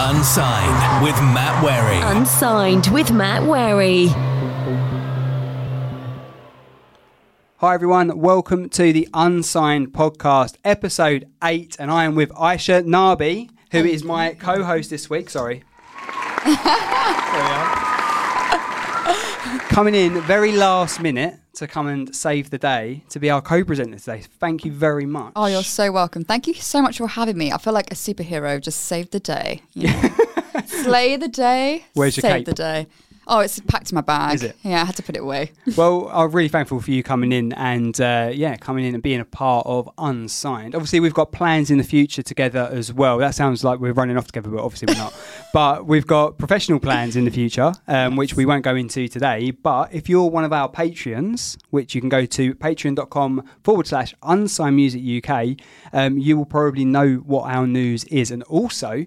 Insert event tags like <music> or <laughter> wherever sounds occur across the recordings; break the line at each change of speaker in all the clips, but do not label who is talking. Unsigned with Matt Wary.
Unsigned with Matt Wary.
Hi, everyone. Welcome to the Unsigned Podcast, episode eight. And I am with Aisha Nabi, who is my co host this week. Sorry. there we are. Coming in very last minute to come and save the day to be our co presenter today. Thank you very much.
Oh, you're so welcome. Thank you so much for having me. I feel like a superhero just saved the day.
<laughs>
you know. Slay the day.
Where's your
save
cape?
the day. Oh, it's packed in my bag.
Is it?
Yeah, I had to put it away.
Well, I'm really thankful for you coming in and uh, yeah, coming in and being a part of Unsigned. Obviously, we've got plans in the future together as well. That sounds like we're running off together, but obviously we're not. but we've got professional plans in the future, um, which we won't go into today. But if you're one of our Patreons, which you can go to patreon.com forward slash unsigned music UK, um, you will probably know what our news is. And also,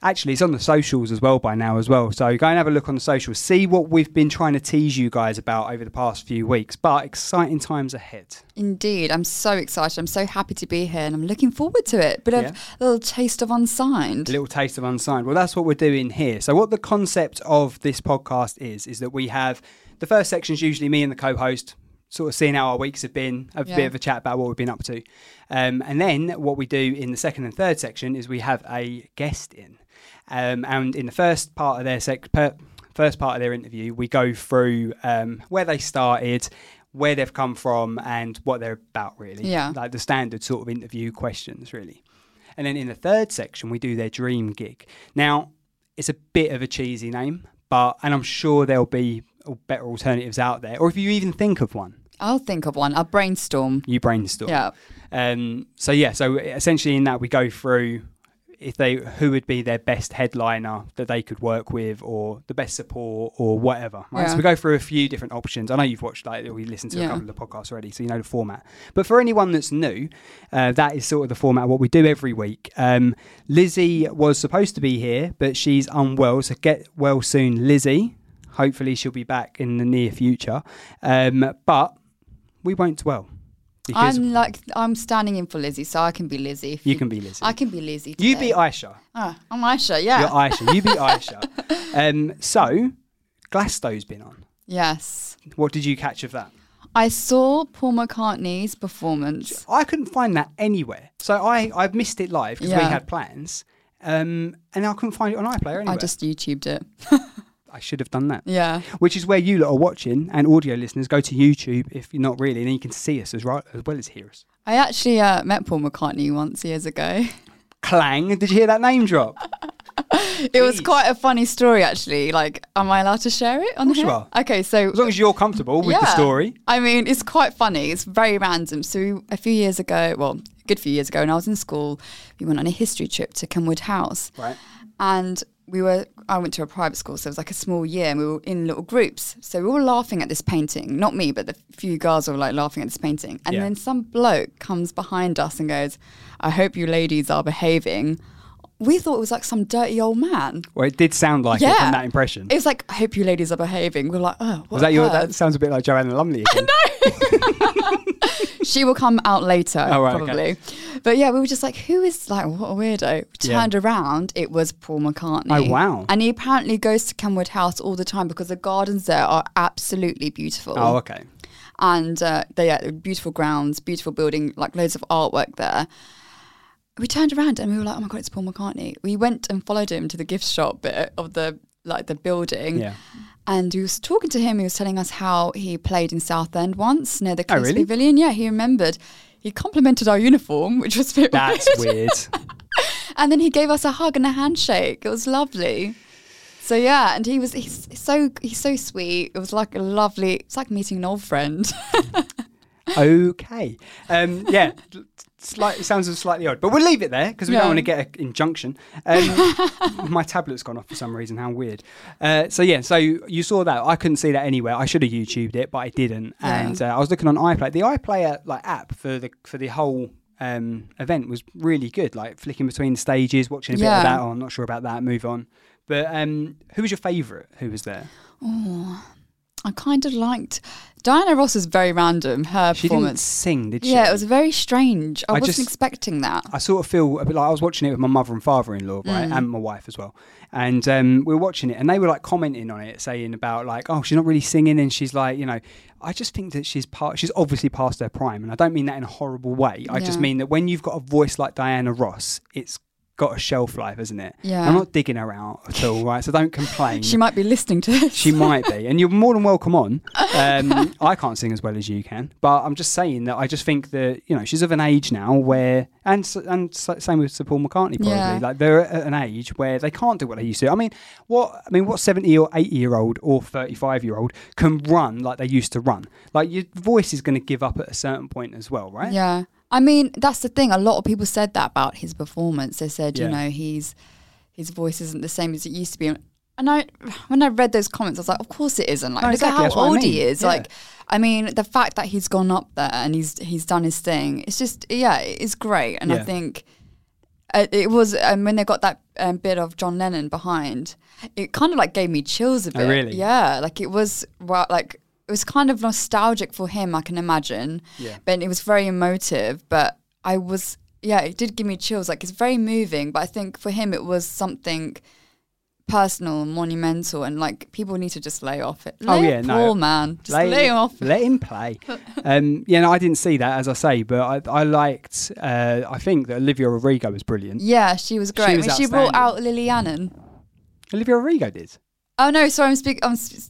Actually, it's on the socials as well by now as well. So go and have a look on the socials. See what we've been trying to tease you guys about over the past few weeks. But exciting times ahead.
Indeed. I'm so excited. I'm so happy to be here and I'm looking forward to it. Bit of
Yeah.
a little taste of unsigned.
A little taste of unsigned. Well, that's what we're doing here. So what the concept of this podcast is is that we have the first section is usually me and the co-host sort of seeing how our weeks have been, have a bit
Yeah.
of a chat about what we've been up to. Um, and then what we do in the second and third section is we have a guest in. Um, and in the first part of their sec- per- first part of their interview, we go through um, where they started, where they've come from, and what they're about, really.
Yeah.
Like the standard sort of interview questions, really. And then in the third section, we do their dream gig. Now, it's a bit of a cheesy name, but and I'm sure there'll be better alternatives out there. Or if you even think of one,
I'll think of one. I'll brainstorm.
you brainstorm.
Yeah.
Um, so yeah, so essentially in that we go through if they who would be their best headliner that they could work with, or the best support, or whatever. Right. So
Yeah.
we go through a few different options. I know you've watched like we listened to a
Yeah.
couple of the podcasts already, so you know the format. But for anyone that's new, uh, that is sort of the format of what we do every week. Um, Lizzie was supposed to be here, but she's unwell, so get well soon, Lizzie. Hopefully she'll be back in the near future. Um, but we won't dwell. Because
I'm like I'm standing in for Lizzie, so I can be Lizzie. if
you can be Lizzie.
I can be Lizzie. Ah.
You
today.
be Aisha.
Ah, I'm Aisha. Yeah.
You're Aisha.
<laughs>
You be Aisha. Um, so, Glasto's been on.
yes.
What did you catch of that?
I saw Paul McCartney's performance.
I couldn't find that anywhere. So I I missed it live because we
Yeah.
had plans, um, and I couldn't find it on iPlayer anywhere.
I just YouTubed it.
I should have done that.
Yeah.
Which is where you lot are watching and audio listeners go to YouTube if you're not really, and then you can see us as right as well as hear us.
I actually uh, met Paul McCartney once years ago. <laughs>
Clang! Did you hear that name drop?
It was
Jeez.
quite a funny story, actually. Like, am I allowed to share it on
course
here?
you are.
Okay, so
As long as you're comfortable with the
Yeah.
story.
I mean, it's quite funny. It's very random. So we, a few years ago, well, a good few years ago, when I was in school, we went on a history trip to Kenwood House,
Right.
and we were. I went to a private school, so it was like a small year, and we were in little groups. So we were all laughing at this painting. Not me, but the few girls were like laughing at this painting. And
Yeah.
then some bloke comes behind us and goes, "I hope you ladies are behaving." We thought it was like some dirty old man.
Well, it did sound like it from that impression.
It was like, I hope you ladies are behaving. We're like, oh, what
was that your?
on
That
earth?"
sounds a bit like Joanna Lumley.
<laughs>
Again.
She will come out later,
Oh, right,
probably. But yeah, we were just like, who is like, what a weirdo. We
Yeah.
turned around, it was Paul McCartney.
Oh, wow.
And he apparently goes to Kenwood House all the time because the gardens there are absolutely beautiful.
Oh, okay.
And uh, they are beautiful grounds, beautiful building, like loads of artwork there. We turned around and we were like, oh my God, it's Paul McCartney. We went and followed him to the gift shop bit of the like the building.
Yeah.
And he was talking to him. He was telling us how he played in Southend once near the
Oh,
Coast
really?
Pavilion. Yeah, he remembered. He complimented our uniform, which was a bit
That's
<laughs> weird.
weird.
And then he gave us a hug and a handshake. It was lovely. So yeah, and he was he's so he's so sweet. It was like a lovely. It's like meeting an old friend. <laughs>
okay. Um, yeah. Slight, sounds slightly odd, but we'll leave it there because we don't
Yeah.
want to get an injunction.
<laughs>
Um, my tablet's gone off for some reason. How weird. Uh, so yeah, so you saw that. I couldn't see that anywhere. I should have YouTubed it, but I didn't. And uh, I was looking on iPlayer. The iPlayer like app for the for the whole um, event was really good. Like flicking between stages, watching a
Yeah.
bit of that. Oh, I'm not sure about that. Move on. But um, who was your favourite? Who was there?
I kind of liked Diana Ross is very random. Her
She didn't
performance.
sing, did she?
Yeah, it was very strange.
I
I, wasn't
just- Mm.
expecting that.
I sort of feel a bit like I was watching it with my mother and father-in-law, right,
Mm.
and my wife as well. And um, we were watching it, and they were like commenting on it, saying about like, "Oh, she's not really singing," and she's like, you know, I just think that she's part. She's obviously past her prime, and I don't mean that in a horrible way. I just
Yeah.
mean that when you've got a voice like Diana Ross, it's got a shelf life, isn't it?
Yeah.
I'm not digging her out at all, right? So don't complain.
<laughs> She might be listening to this. <laughs>
She might be, and you're more than welcome on. Um, I can't sing as well as you can, but I'm just saying that I just think that you know she's of an age now where, and s- and s- same with Sir Paul McCartney probably,
Yeah.
like they're at an age where they can't do what they used to. I mean, what I mean, what seventy or eighty year old or thirty five year old can run like they used to run? Like your voice is going to give up at a certain point as well, right?
Yeah. I mean, that's the thing. A lot of people said that about his performance. They said,
Yeah.
you know, he's his voice isn't the same as it used to be. And I, when I read those comments, I was like, of course it isn't. Like,
No,
look
exactly,
at
that's
how
what I
old he
mean.
is.
Yeah.
Like, I mean, the fact that he's gone up there and he's he's done his thing. It's just, yeah, it's great. And
Yeah.
I think uh, it was um, when they got that um, bit of John Lennon behind. It kind of like gave me chills a
Oh,
bit.
really?
Yeah, like it was well, like it was kind of nostalgic for him. I can imagine.
Yeah.
But it was very emotive. But I was yeah, it did give me chills. Like it's very moving. But I think for him it was something personal and monumental and like people need to just lay off it
Oh,
Lay
yeah,
off
no.
poor man just lay, him off
<laughs> Let him
<laughs>
play. um, yeah, no, I didn't see that as I say, but I, I liked. Uh, I think that Olivia Rodrigo was brilliant.
yeah she was great
was
when she brought out lily annan
Olivia Rodrigo did.
Oh no, sorry, I'm speaking. I'm sp-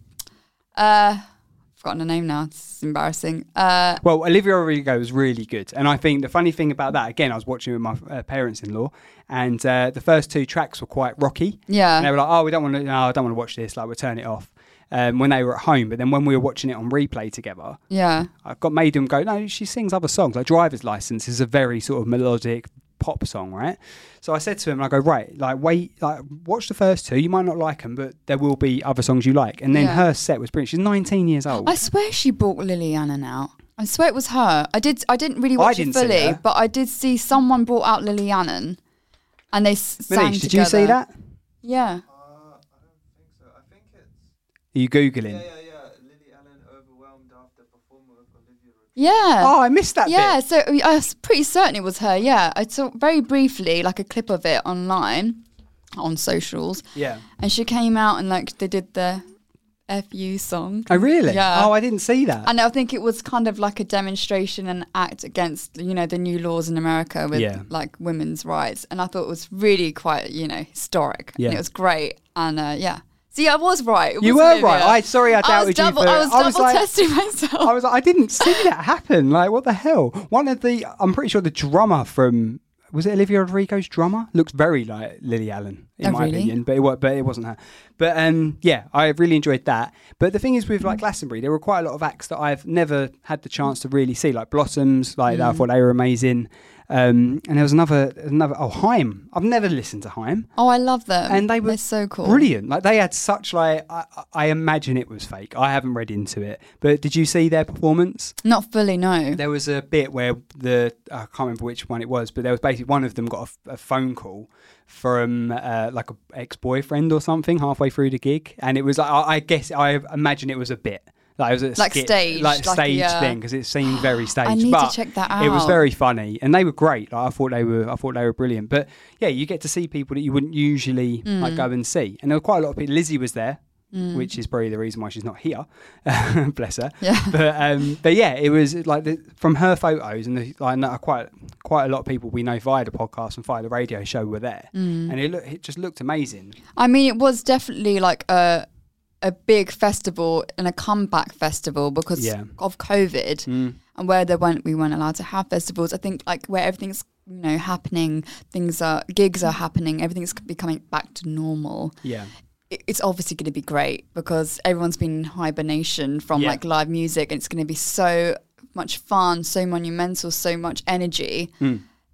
uh, forgotten her name now. It's embarrassing. Uh,
Well, Olivia Rodrigo was really good, and I think the funny thing about that, again, I was watching with my uh, parents-in-law, and uh, the first two tracks were quite rocky.
yeah,
And they were like, "Oh, we don't want to. No, I don't want to watch this. Like, we'll turn it off." Um, when they were at home, but then when we were watching it on replay together,
yeah,
I got made them go, "No, she sings other songs. Like, Driver's License is a very sort of melodic pop song, right?" So I said to him, "I go right. Like, wait. Like, watch the first two. You might not like them, but there will be other songs you like." And then
Yeah.
her set was brilliant. She's 19 years old.
I swear she brought Liliana out. I swear it was her. I did. I didn't really
Oh, I
watch
didn't
it
see
fully,
her.
but I did see someone brought out Liliana, and they s- sang
Manish, did you
together.
see that?
Yeah.
I think it's
Are you googling?
yeah, yeah, yeah. Lily Allen overwhelmed after performer with Olivia Rodrigo.
Yeah.
Oh, I missed that bit.
Yeah, so I mean, I was pretty certain it was her. Yeah, I saw very briefly like a clip of it online on socials,
Yeah.
and she came out and like they did the "fu" song.
Oh, really?
Yeah.
Oh, I didn't see that.
And I think it was kind of like a demonstration and act against, you know, the new laws in America with
Yeah.
like women's rights. And I thought it was really quite, you know, historic.
Yeah.
And it was great. And uh, yeah. See, I was right. It
You
was
were
Olivia.
right. I- sorry I
was
doubted you
double,
for-
I was
I
double
was like-
testing <laughs> myself.
I was like, I didn't see that happen. Like, what the hell? One of the, I'm pretty sure the drummer from, was it Olivia Rodrigo's drummer? Looked very like Lily Allen, in
Oh,
my
really?
opinion, but it, wa- but it wasn't her. But um, yeah, I really enjoyed that. But the thing is with like Glastonbury, there were quite a lot of acts that I've never had the chance to really see, like Blossoms, like
Mm.
I thought they were amazing. Um, and there was another, another, oh, Haim. I've never listened to Haim.
oh, I love them.
and they were
They're so cool.
brilliant. Like they had such like I, I- I imagine it was fake. I haven't read into it, but did you see their performance?
Not fully, no.
There was a bit where the I can't remember which one it was, but there was basically one of them got a f- a, phone call from uh, like a ex boyfriend or something halfway through the gig, and it was I, I guess I imagine it was a bit. Like, it was a
Like
skit-
staged,
like
like,
stage
yeah.
thing because it seemed
<gasps>
very staged.
need to
but
check that
It was
out.
very funny, and they were great. Like, I thought they were, I thought they were brilliant. But yeah, you get to see people that you wouldn't usually like
Mm.
go and see, and there were quite a lot of people. Lizzie was there, which is probably the reason why she's not here. <laughs> Bless her.
Yeah.
<laughs> But um, but yeah, it was like the, from her photos, and the, like no, quite quite a lot of people we know via the podcast and via the radio show were there,
Mm.
and it look, it just looked amazing.
I mean, it was definitely like a a big festival and a comeback festival because
Yeah. Mm.
of COVID and where there weren't we weren't allowed to have festivals. I think like where everything's you know happening, things are gigs are happening, everything's becoming back to normal.
Yeah.
It- It's obviously going to be great because everyone's been in hibernation from
Yeah.
like live music, and it's going to be so much fun, so monumental, so much energy.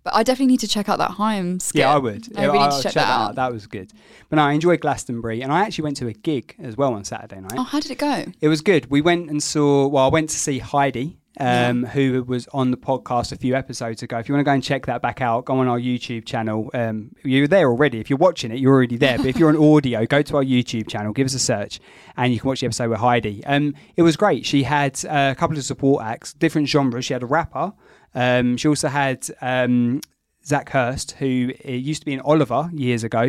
But I definitely need to check out that home. Skit.
Mm. Yeah, I would.
I
Yeah,
really
I'll
need to check, that out.
That was good. But no, I enjoyed Glastonbury, and I actually went to a gig as well on Saturday night.
Oh, how did it go?
It was good. We went and saw. Well, I went to see Heidi. um, who was on the podcast a few episodes ago. If you want to go and check that back out, go on our YouTube channel. Um, you're there already. If you're watching it, you're already there. But if you're on audio, go to our YouTube channel, give us a search, and you can watch the episode with Heidi. Um, it was great. She had uh, a couple of support acts, different genres. She had a rapper. Um, she also had um, Zach Hurst, who uh, used to be in Oliver years ago.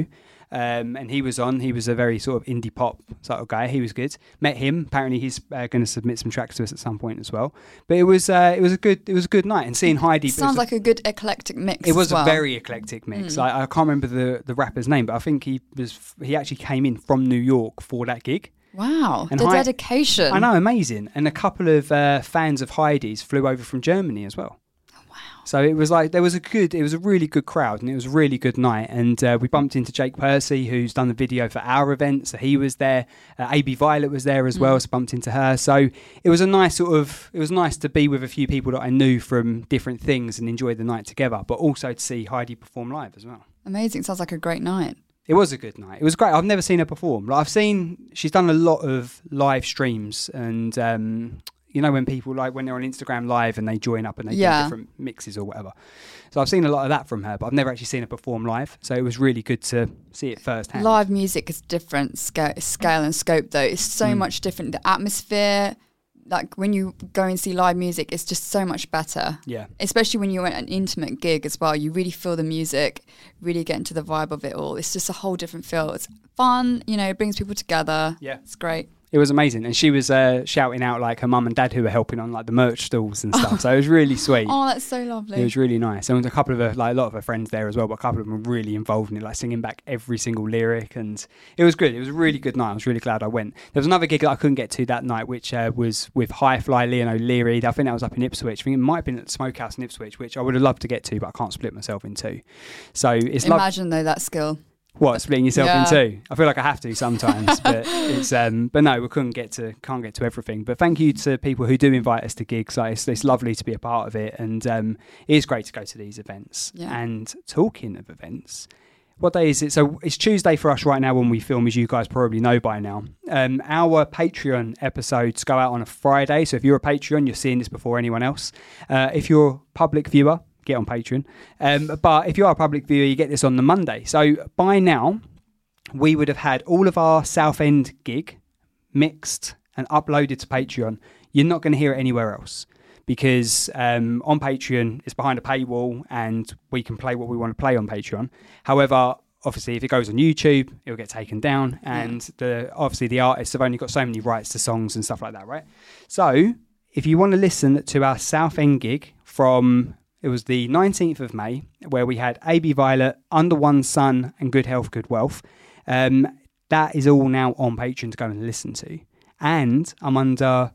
Um, and he was on. He was a very sort of indie pop sort of guy. He was good. Met him. Apparently, he's uh, going to submit some tracks to us at some point as well. But it was uh, it was a good it was a good night. And seeing Heidi it was
Sounds
a-
like a good Hmm. eclectic mix.
it was
as well.
a very eclectic mix. I, I can't remember the, the rapper's name, but I think he was he actually came in from New York for that gig.
wow.
and
the
high-
dedication.
I know, amazing. And a couple of uh, fans of Heidi's flew over from Germany as well.
Oh,
Wow. So it was like there was a good, it was a really good crowd, and it was a really good night. And uh, we bumped into Jake Percy, who's done the video for our event, so he was there. Uh, AB Violet was there
Hmm.
as well, so bumped into her. So it was a nice sort of, it was nice to be with a few people that I knew from different things and enjoy the night together, but also to see Heidi perform live as well.
Amazing. Sounds like a great night.
It was a good night. It was great. I've never seen her perform. Like I've seen she's done a lot of live streams and um, you know when people like when they're on Instagram live and they join up and they
Yeah.
do different mixes or whatever. So I've seen a lot of that from her, but I've never actually seen her perform live. So it was really good to see it firsthand.
Live music is different scale, scale and scope, though. It's so
Mm.
much different. The atmosphere, like when you go and see live music, it's just so much better.
Yeah.
Especially when you're at an intimate gig as well. You really feel the music, really get into the vibe of it all. It's just a whole different feel. It's fun, you know, it brings people together.
Yeah.
It's great.
It was amazing, and she was uh, shouting out like her mum and dad who were helping on like the merch stalls and
<laughs>
stuff. so it was really sweet.
Oh, that's so
It
lovely.
was really nice. And a couple of her, like a lot of her friends there as well, but a couple of them were really involved in it, like singing back every single lyric. And it was good. It was a really good night. I was really glad I went. There was another gig that I couldn't get to that night, which uh, was with High Fly Leon O'Leary. I think that was up in Ipswich. I think it might have been at Smokehouse in Ipswich, which I would have loved to get to, but I can't split myself in two. So it's lovely.
Imagine, though, that skill.
What splitting yourself
Yeah.
in two? I feel like I have to sometimes, but it's um, but no, we couldn't get to can't get to everything. But thank you to people who do invite us to gigs. Like, it's, it's lovely to be a part of it, and um, it is great to go to these events.
Yeah.
And talking of events, what day is it? So it's Tuesday for us right now when we film, as you guys probably know by now. Um, our Patreon episodes go out on a Friday, so if you're a Patreon, you're seeing this before anyone else. Uh, if you're a public viewer, get on Patreon. Um, but if you are a public viewer, you get this on the Monday. So by now, we would have had all of our Southend gig mixed and uploaded to Patreon. You're not going to hear it anywhere else because um, on Patreon it's behind a paywall and we can play what we want to play on Patreon. However, obviously, if it goes on YouTube, it'll get taken down, and the obviously the artists have only got so many rights to songs and stuff like that, right? So if you want to listen to our Southend gig from it was the 19th of May, where we had AB Violet, Under One Sun, and Good Health, Good Wealth. Um, that is all now on Patreon to go and listen to. And I'm under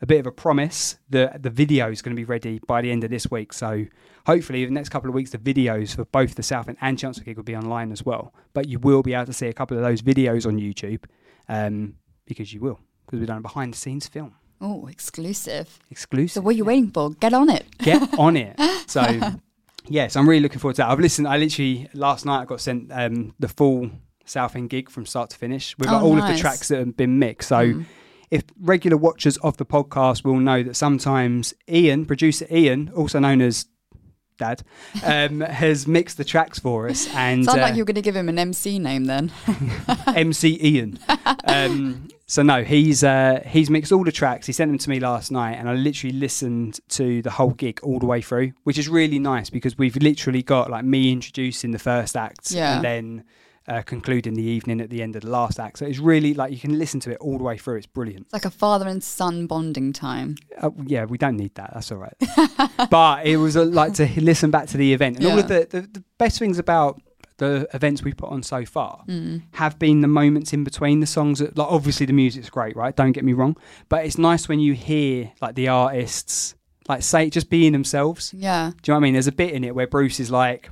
a bit of a promise that the video is going to be ready by the end of this week. So hopefully, in the next couple of weeks, the videos for both the South End and Chancellor Gig will be online as well. But you will be able to see a couple of those videos on YouTube um, because you will, because we've done a behind the scenes film
Oh, exclusive.
exclusive.
So, what are you waiting for? Get on it. <laughs>
get on it. So yes, I'm really looking forward to that. I've listened. I literally last night I got sent um, the full Southend gig from start to finish with like,
Oh,
all of
nice. Mm.
the tracks that have been mixed. So. If regular watchers of the podcast will know that sometimes Ian, producer Ian, also known as Dad, um, <laughs> has mixed the tracks for us, and
Sounds
uh,
like you're going to give him an MC name then.
MC Ian. Um, so no, he's uh, he's mixed all the tracks. He sent them to me last night, and I literally listened to the whole gig all the way through, which is really nice because we've literally got like me introducing the first act,
Yeah.
and then. Uh, concluding the evening at the end of the last act, so it's really like you can listen to it all the way through. It's brilliant.
It's like a father and son bonding time.
Uh, yeah, we don't need that. That's all right. but it was uh, like to h- listen back to the event and all of
Yeah.
the, the, the best things about the events we put on so far
Mm.
have been the moments in between the songs. That, like obviously the music's great, right? Don't get me wrong, but it's nice when you hear like the artists like say just being themselves.
Yeah.
Do you know what I mean? There's a bit in it where Bruce is like,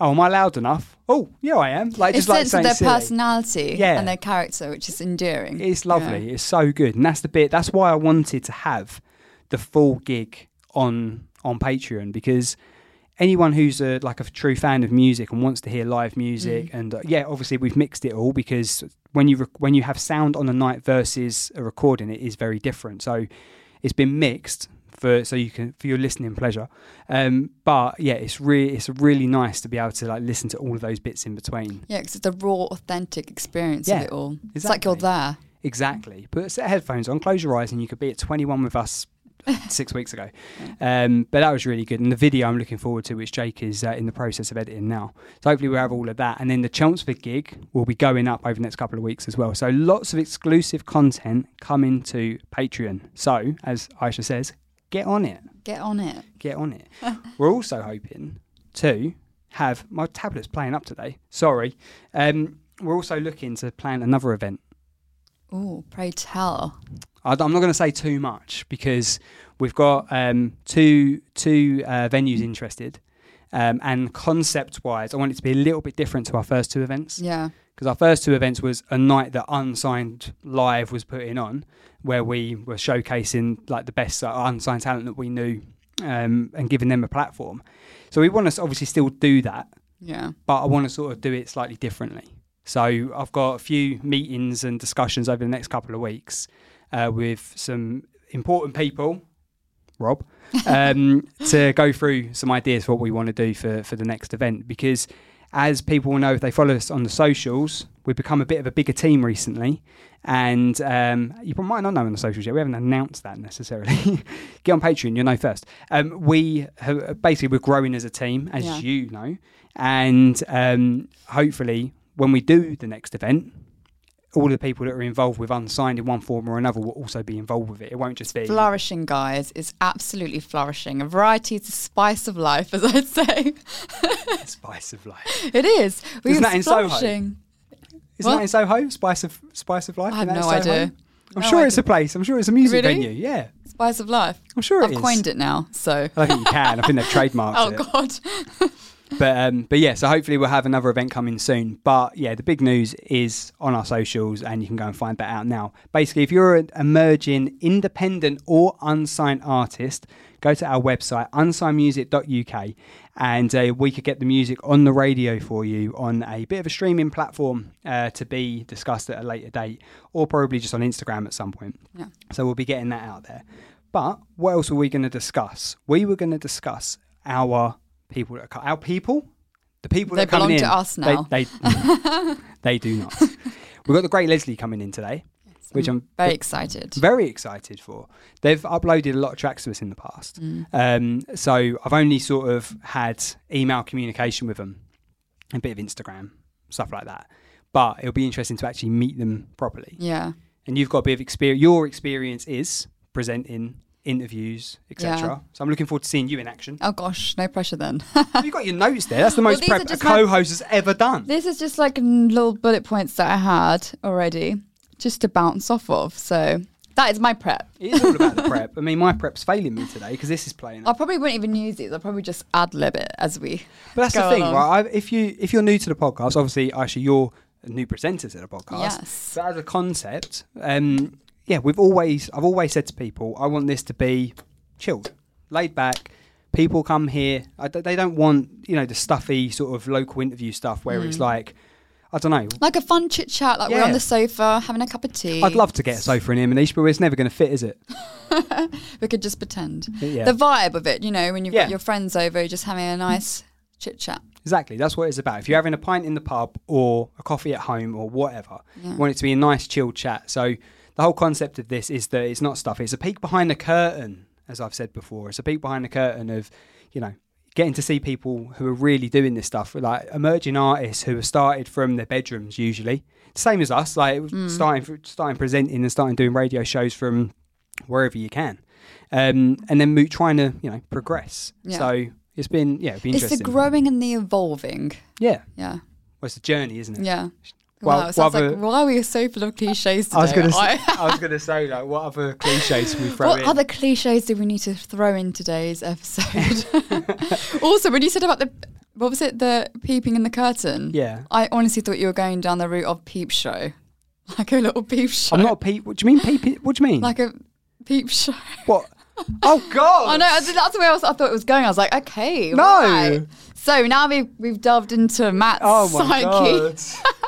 "Oh, am I loud enough? Oh, yeah, I am." Like
It's
just like
sense of
saying
their
silly.
personality
Yeah.
and their character, which is endearing.
It's lovely. It's so good, and that's the bit. That's why I wanted to have the full gig on on Patreon because anyone who's a, like a true fan of music and wants to hear live music, and uh, yeah, obviously we've mixed it all because when you rec- when you have sound on a night versus a recording, it is very different. So it's been mixed. for so you can for your listening pleasure. Um, but yeah, it's really it's really nice to be able to like listen to all of those bits in between.
Yeah, because it's the raw, authentic experience
Yeah,
of it all. It's like you're
exactly.
there.
Exactly. Put a set of headphones on, close your eyes, and you could be at 21 with us six weeks ago. Um, but that was really good. And the video I'm looking forward to, which Jake is uh, in the process of editing now. So hopefully we'll have all of that. And then the Chelmsford gig will be going up over the next couple of weeks as well. So lots of exclusive content coming to Patreon. So, as Aisha says, get on it.
Get on it.
Get on it. We're also hoping to have my tablet's playing up today. Sorry. Um, we're also looking to plan another event.
Oh, pray tell.
I- I'm not going to say too much because we've got um, two two uh, venues interested, um, and concept wise, I want it to be a little bit different to our first two events
Yeah.
because our first two events was a night that Unsigned Live was putting on, where we were showcasing like the best uh, unsigned talent that we knew um, and giving them a platform. So we want to obviously still do that,
Yeah.
but I want to sort of do it slightly differently. So I've got a few meetings and discussions over the next couple of weeks uh, with some important people, Rob, um, to go through some ideas for what we want to do for, for the next event. Because as people will know, if they follow us on the socials, we've become a bit of a bigger team recently. And um, you probably might not know on the socials yet. We haven't announced that necessarily. <laughs> Get on Patreon, you'll know first. Um, we have, basically we're growing as a team, as
Yeah.
you know, and um, hopefully when we do the next event, all of the people that are involved with unsigned in one form or another will also be involved with it. It won't just be
Flourishing, guys. It's absolutely flourishing. A variety is the spice of life, <laughs> as I'd say.
<laughs> spice of life.
It is. We
Isn't
were
that in Soho?
flourishing.
Isn't
What?
that in Soho? Spice of Spice of life.
I have
Isn't that in
no
Soho?
idea.
I'm
No
sure it's
idea.
a place. I'm sure it's a music
Really?
venue. Yeah,
Spice of life.
I'm sure
I've
it is.
coined it now, so.
I think you can. I think they've trademarked
<laughs> Oh,
it.
God.
But um, but yeah, so hopefully we'll have another event coming soon. But yeah, the big news is on our socials, and you can go and find that out now. Basically, if you're an emerging independent or unsigned artist, go to our website unsignedmusic.uk, and uh, we could get the music on the radio for you on a bit of a streaming platform uh, to be discussed at a later date, or probably just on Instagram at some point.
Yeah.
So we'll be getting that out there. But what else were we going to discuss? We were going to discuss our people that are co- our people, the people
They
that are coming in.
belong to us now.
They, they,
<laughs>
they do not. We've got the great Leslie coming in today, which I'm
Very excited.
very excited for. They've uploaded a lot of tracks to us in the past.
Mm.
Um, so I've only sort of had email communication with them, a bit of Instagram, stuff like that. But it'll be interesting to actually meet them properly
Yeah.
and you've got a bit of experience. Your experience is presenting interviews, etc.
Yeah.
So I'm looking forward to seeing you in action.
Oh, gosh. No pressure then. <laughs>
you got your notes there.
<gasps>
That's the most
these are
prep a
just my-
co-host has ever done.
This is just like n- little bullet points that I had already just to bounce off of. So that is my prep.
It is all about the prep. I mean, my prep's failing me today because this is playing.
I
Up.
probably wouldn't even use these. I'll probably just ad lib it as we.
But that's the
go
thing,
along.
right? I, if you if you're new to the podcast, obviously, actually, you're a new presenter to the podcast.
Yes.
But as a concept, um, yeah, we've always I've always said to people, I want this to be chilled, laid back. People come here. I d they don't want you know the stuffy sort of local interview stuff where
Mm.
it's like, I don't know.
Like a fun chit chat, like we're on
Yeah.
the sofa having a cup of tea.
I'd love to get a sofa in here, Manish, but it's never going to fit, is it?
We could just pretend.
Yeah.
The vibe of it, you know, when you've
Yeah.
got your friends over, you're just having a nice chit chat.
Exactly. That's what it's about. If you're having a pint in the pub or a coffee at home or whatever, you want it to be a nice, chill chat. So the whole concept of this is that it's not stuff. It's a peek behind the curtain, as I've said before. It's a peek behind the curtain of, you know, getting to see people who are really doing this stuff, like emerging artists who have started from their bedrooms usually. Same as us, like
Hmm.
starting starting presenting and starting doing radio shows from wherever you can. Um, and then mo- trying to, you know, progress.
Yeah.
So it's been, yeah, it'd be
It's
interesting.
the growing and the evolving.
yeah.
Yeah.
Well, it's a journey, isn't it?
Yeah.
Well,
wow, it sounds
what
like,
other-
why are we so full of cliches today?
I was gonna, say,
I-
I was gonna say, like, what other cliches can we throw
What
in?
other cliches do we need to throw in today's episode? <laughs> also, when you said about the what was it, the peeping in the curtain?
Yeah,
I honestly thought you were going down the route of peep show, <laughs> like a little peep show,
I'm not a peep. What do you mean peep? it- What do you mean?
like a
<laughs>
peep show.
what? Oh God!
I know that's that's the way I, was, I thought it was going. I was like, okay,
No.
right. So now we've we've delved into Matt's
Oh my
psyche.
God!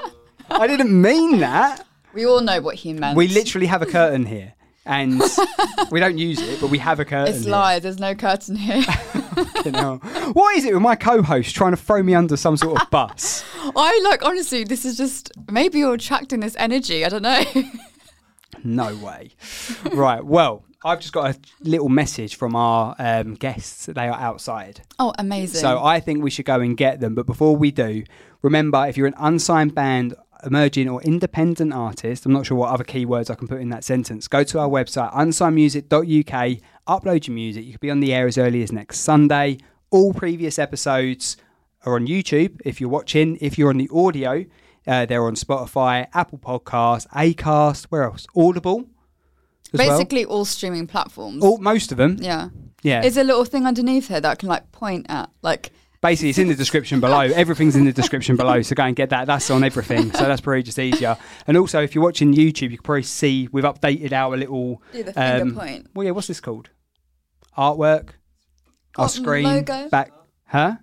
I didn't mean that.
We all know what he meant.
We literally have a curtain here, and we don't use it, but we have a curtain.
It's
here. <laughs>
live. There's no curtain here.
Fucking hell. What is it with my co-host trying to throw me under some sort
<laughs>
of bus?
I like honestly, this is just maybe you're attracting this energy. I
<laughs>
don't know.
No way. Right. Well, I've just got a little message from our um, guests. They are outside.
oh, amazing.
So I think we should go and get them. But before we do, remember if you're an unsigned band, emerging or independent artist, I'm not sure what other keywords I can put in that sentence, go to our website, unsignedmusic.uk, upload your music. You could be on the air as early as next Sunday. All previous episodes are on YouTube if you're watching. If you're on the audio, uh, they're on Spotify, Apple Podcasts, Acast, where else? Audible. as well.
Basically, all streaming platforms.
All, most of them. Yeah.
yeah. Is a little thing underneath here that I can like point at, like
basically it's in the description below everything's in the description below so go and get that that's on everything so that's probably just easier and also if you're watching youtube you can probably see we've updated our little um,
do the finger point.
well yeah what's this called artwork our
Oh,
screen
logo.
back huh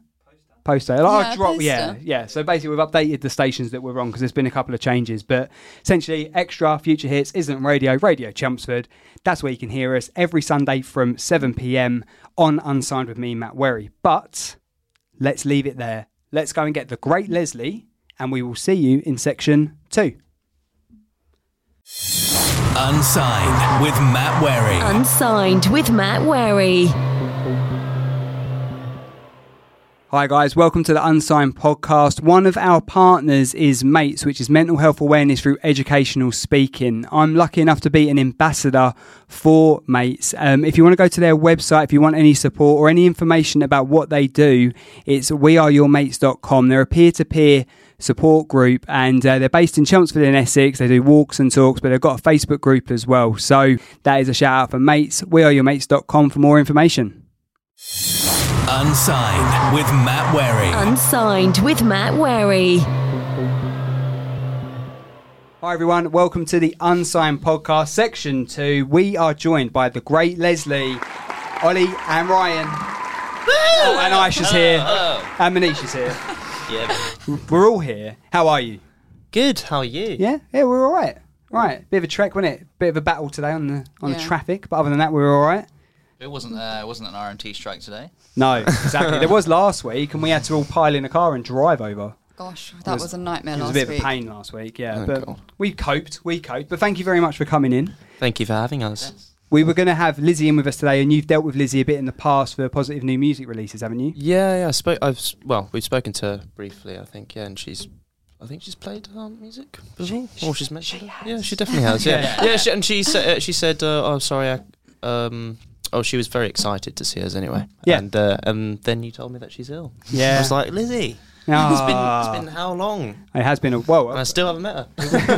Poster, like
Yeah,
I drop, yeah,
poster.
yeah. So basically, we've updated the stations that we're on because there's been a couple of changes. But essentially, extra future hits isn't radio, radio Chelmsford. That's where you can hear us every Sunday from 7 p.m. on Unsigned with me, Matt Werry. But let's leave it there. Let's go and get the great Leslie, and we will see you in section two.
Unsigned with Matt Wary.
Unsigned with Matt Wary.
Hi, guys. Welcome to the Unsigned podcast. One of our partners is MATES, which is mental health awareness through educational speaking. I'm lucky enough to be an ambassador for MATES. Um, if you want to go to their website, if you want any support or any information about what they do, it's weareyourmates.com. They're a peer to peer support group and uh, they're based in Chelmsford in Essex. They do walks and talks, but they've got a Facebook group as well. So that is a shout out for MATES, weareyourmates.com for more information.
Unsigned with Matt Wary.
Oh Unsigned with Matt Wary.
Hi everyone, welcome to the Unsigned Podcast section two. We are joined by the great Leslie, Ollie and Ryan. Oh, and Aisha's here. And Manisha's here.
<laughs> Yeah.
We're all here. How are you?
Good. How are you?
Yeah, yeah, we're all right. Right. Bit of a trek, wasn't it? Bit of a battle today on the on the
Yeah.
traffic, but other than that we're all right.
It wasn't uh, it wasn't an RMT strike today.
No,
<laughs>
exactly. there was last week and we had to all pile in a car and drive over.
Gosh, that
was-
was, a nightmare
It was
last
a bit
week.
of a pain last week, yeah.
Oh,
but
God.
we coped, we coped. But thank you very much for coming in.
Thank you for having us.
We were going to have Lizzie in with us today, and you've dealt with Lizzie a bit in the past for positive new music releases, haven't you?
Yeah, yeah. I spoke. I've s- well, we've spoken to her briefly, I think. Yeah, and she's. I think she's played um, music before, or she's mentioned. it. Yeah, she definitely
<laughs>
has. Yeah, yeah. she, and she said, uh, she said, uh, "Oh, sorry, I." Um, oh, she was very excited to see us anyway.
Yeah.
and uh, and then you told me that she's ill.
Yeah.
I was like, Lizzie,
Ah,
it's been it's been how long?
it has been a whoa.
And I still haven't met her.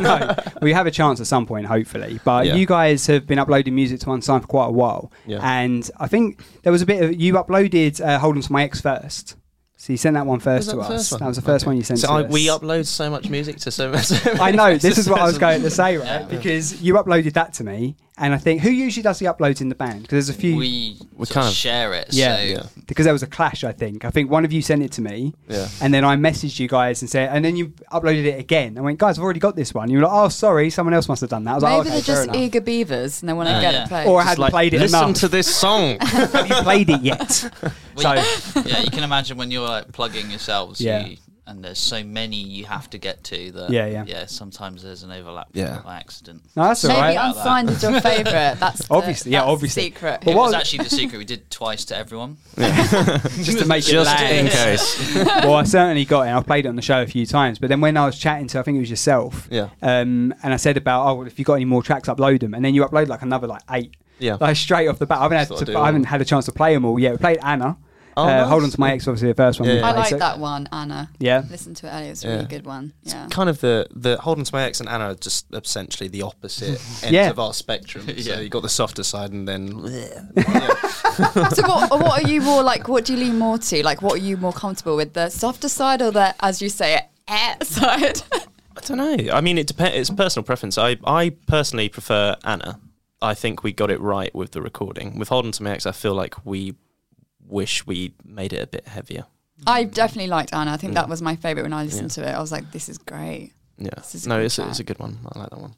<laughs> no, we have a chance at some point, hopefully. But
Yeah.
you guys have been uploading music to Unsigned for quite a while,
Yeah.
and I think there was a bit of you uploaded uh, "Hold On to My Ex" first. So you sent that one first
Was that
to
the
us.
first one?
That was the first
Okay.
one you sent
so
to
I,
us.
we upload so much music to so much.
<laughs> I know this is
<laughs>
what I was going to say, right? Because you uploaded that to me, and I think who usually does the uploads in the band? Because there's a few.
We,
We
sort
kind
of
of-
share it.
Yeah.
So
Yeah.
because there was a clash. I think. I think one of you sent it to me,
Yeah.
and then I messaged you guys and said, and then you uploaded it again. I went, guys, I've already got this one. You were like, oh, sorry, someone else must have done that. I was
Maybe
like, "Oh, okay,
they're
fair
just
enough.
eager beavers and they want to get
yeah.
it played.
or I
Just
hadn't
like,
played it
Listen
enough.
to this song.
<laughs> Have you played it yet?
<laughs>
so
<laughs> yeah, you can imagine when you're like plugging yourselves.
Yeah.
You, and there's so many you have to get to that.
Yeah, yeah.
Yeah. Sometimes there's an overlap.
Yeah.
By accident.
no, that's all
Maybe
right.
unsigned is your favourite.
<laughs>
That's the-
Obviously, yeah,
that's the
obviously.
secret.
Well,
It was
what-
actually the secret we did twice to everyone.
<laughs> just to make it
Just
land.
in <laughs> case.
well, I certainly got it. I've played it on the show a few times, but then when I was chatting to, I think it was yourself,
Yeah.
um, and I said about, oh, well, if you got any more tracks, upload them, and then you upload like another like eight,
Yeah.
like straight off the bat. I haven't
Sort
had
of
to,
do
I haven't
all.
had a chance to play them all yet. We played Anna.
Oh,
uh,
nice.
Hold on to my ex, obviously the first one. we
Yeah.
I
played,
like
so-
that one, Anna.
Yeah.
Listen to it earlier. It's a really
Yeah.
good one. Yeah.
kind of the the Holden to my ex and Anna are just essentially the <laughs> opposite ends
Yeah.
of our <laughs> spectrum.
Yeah.
So you got the softer side, and then
so
<laughs>
what, what are you more like? What do you lean more to? Like, what are you more comfortable with? The softer side or the, as you say, it, eh, <laughs>
<laughs>
side?
I don't know. I mean, it depends. It's personal preference. I I personally prefer Anna. I think we got it right with the recording. With Holden to my ex, I feel like we wish we made it a bit heavier.
I definitely liked Anna. I think that was my favorite when I listened to it. I was like, this is great.
Yeah.
This is a
no,
good
it's a, it's
track.
a good one. I like that one.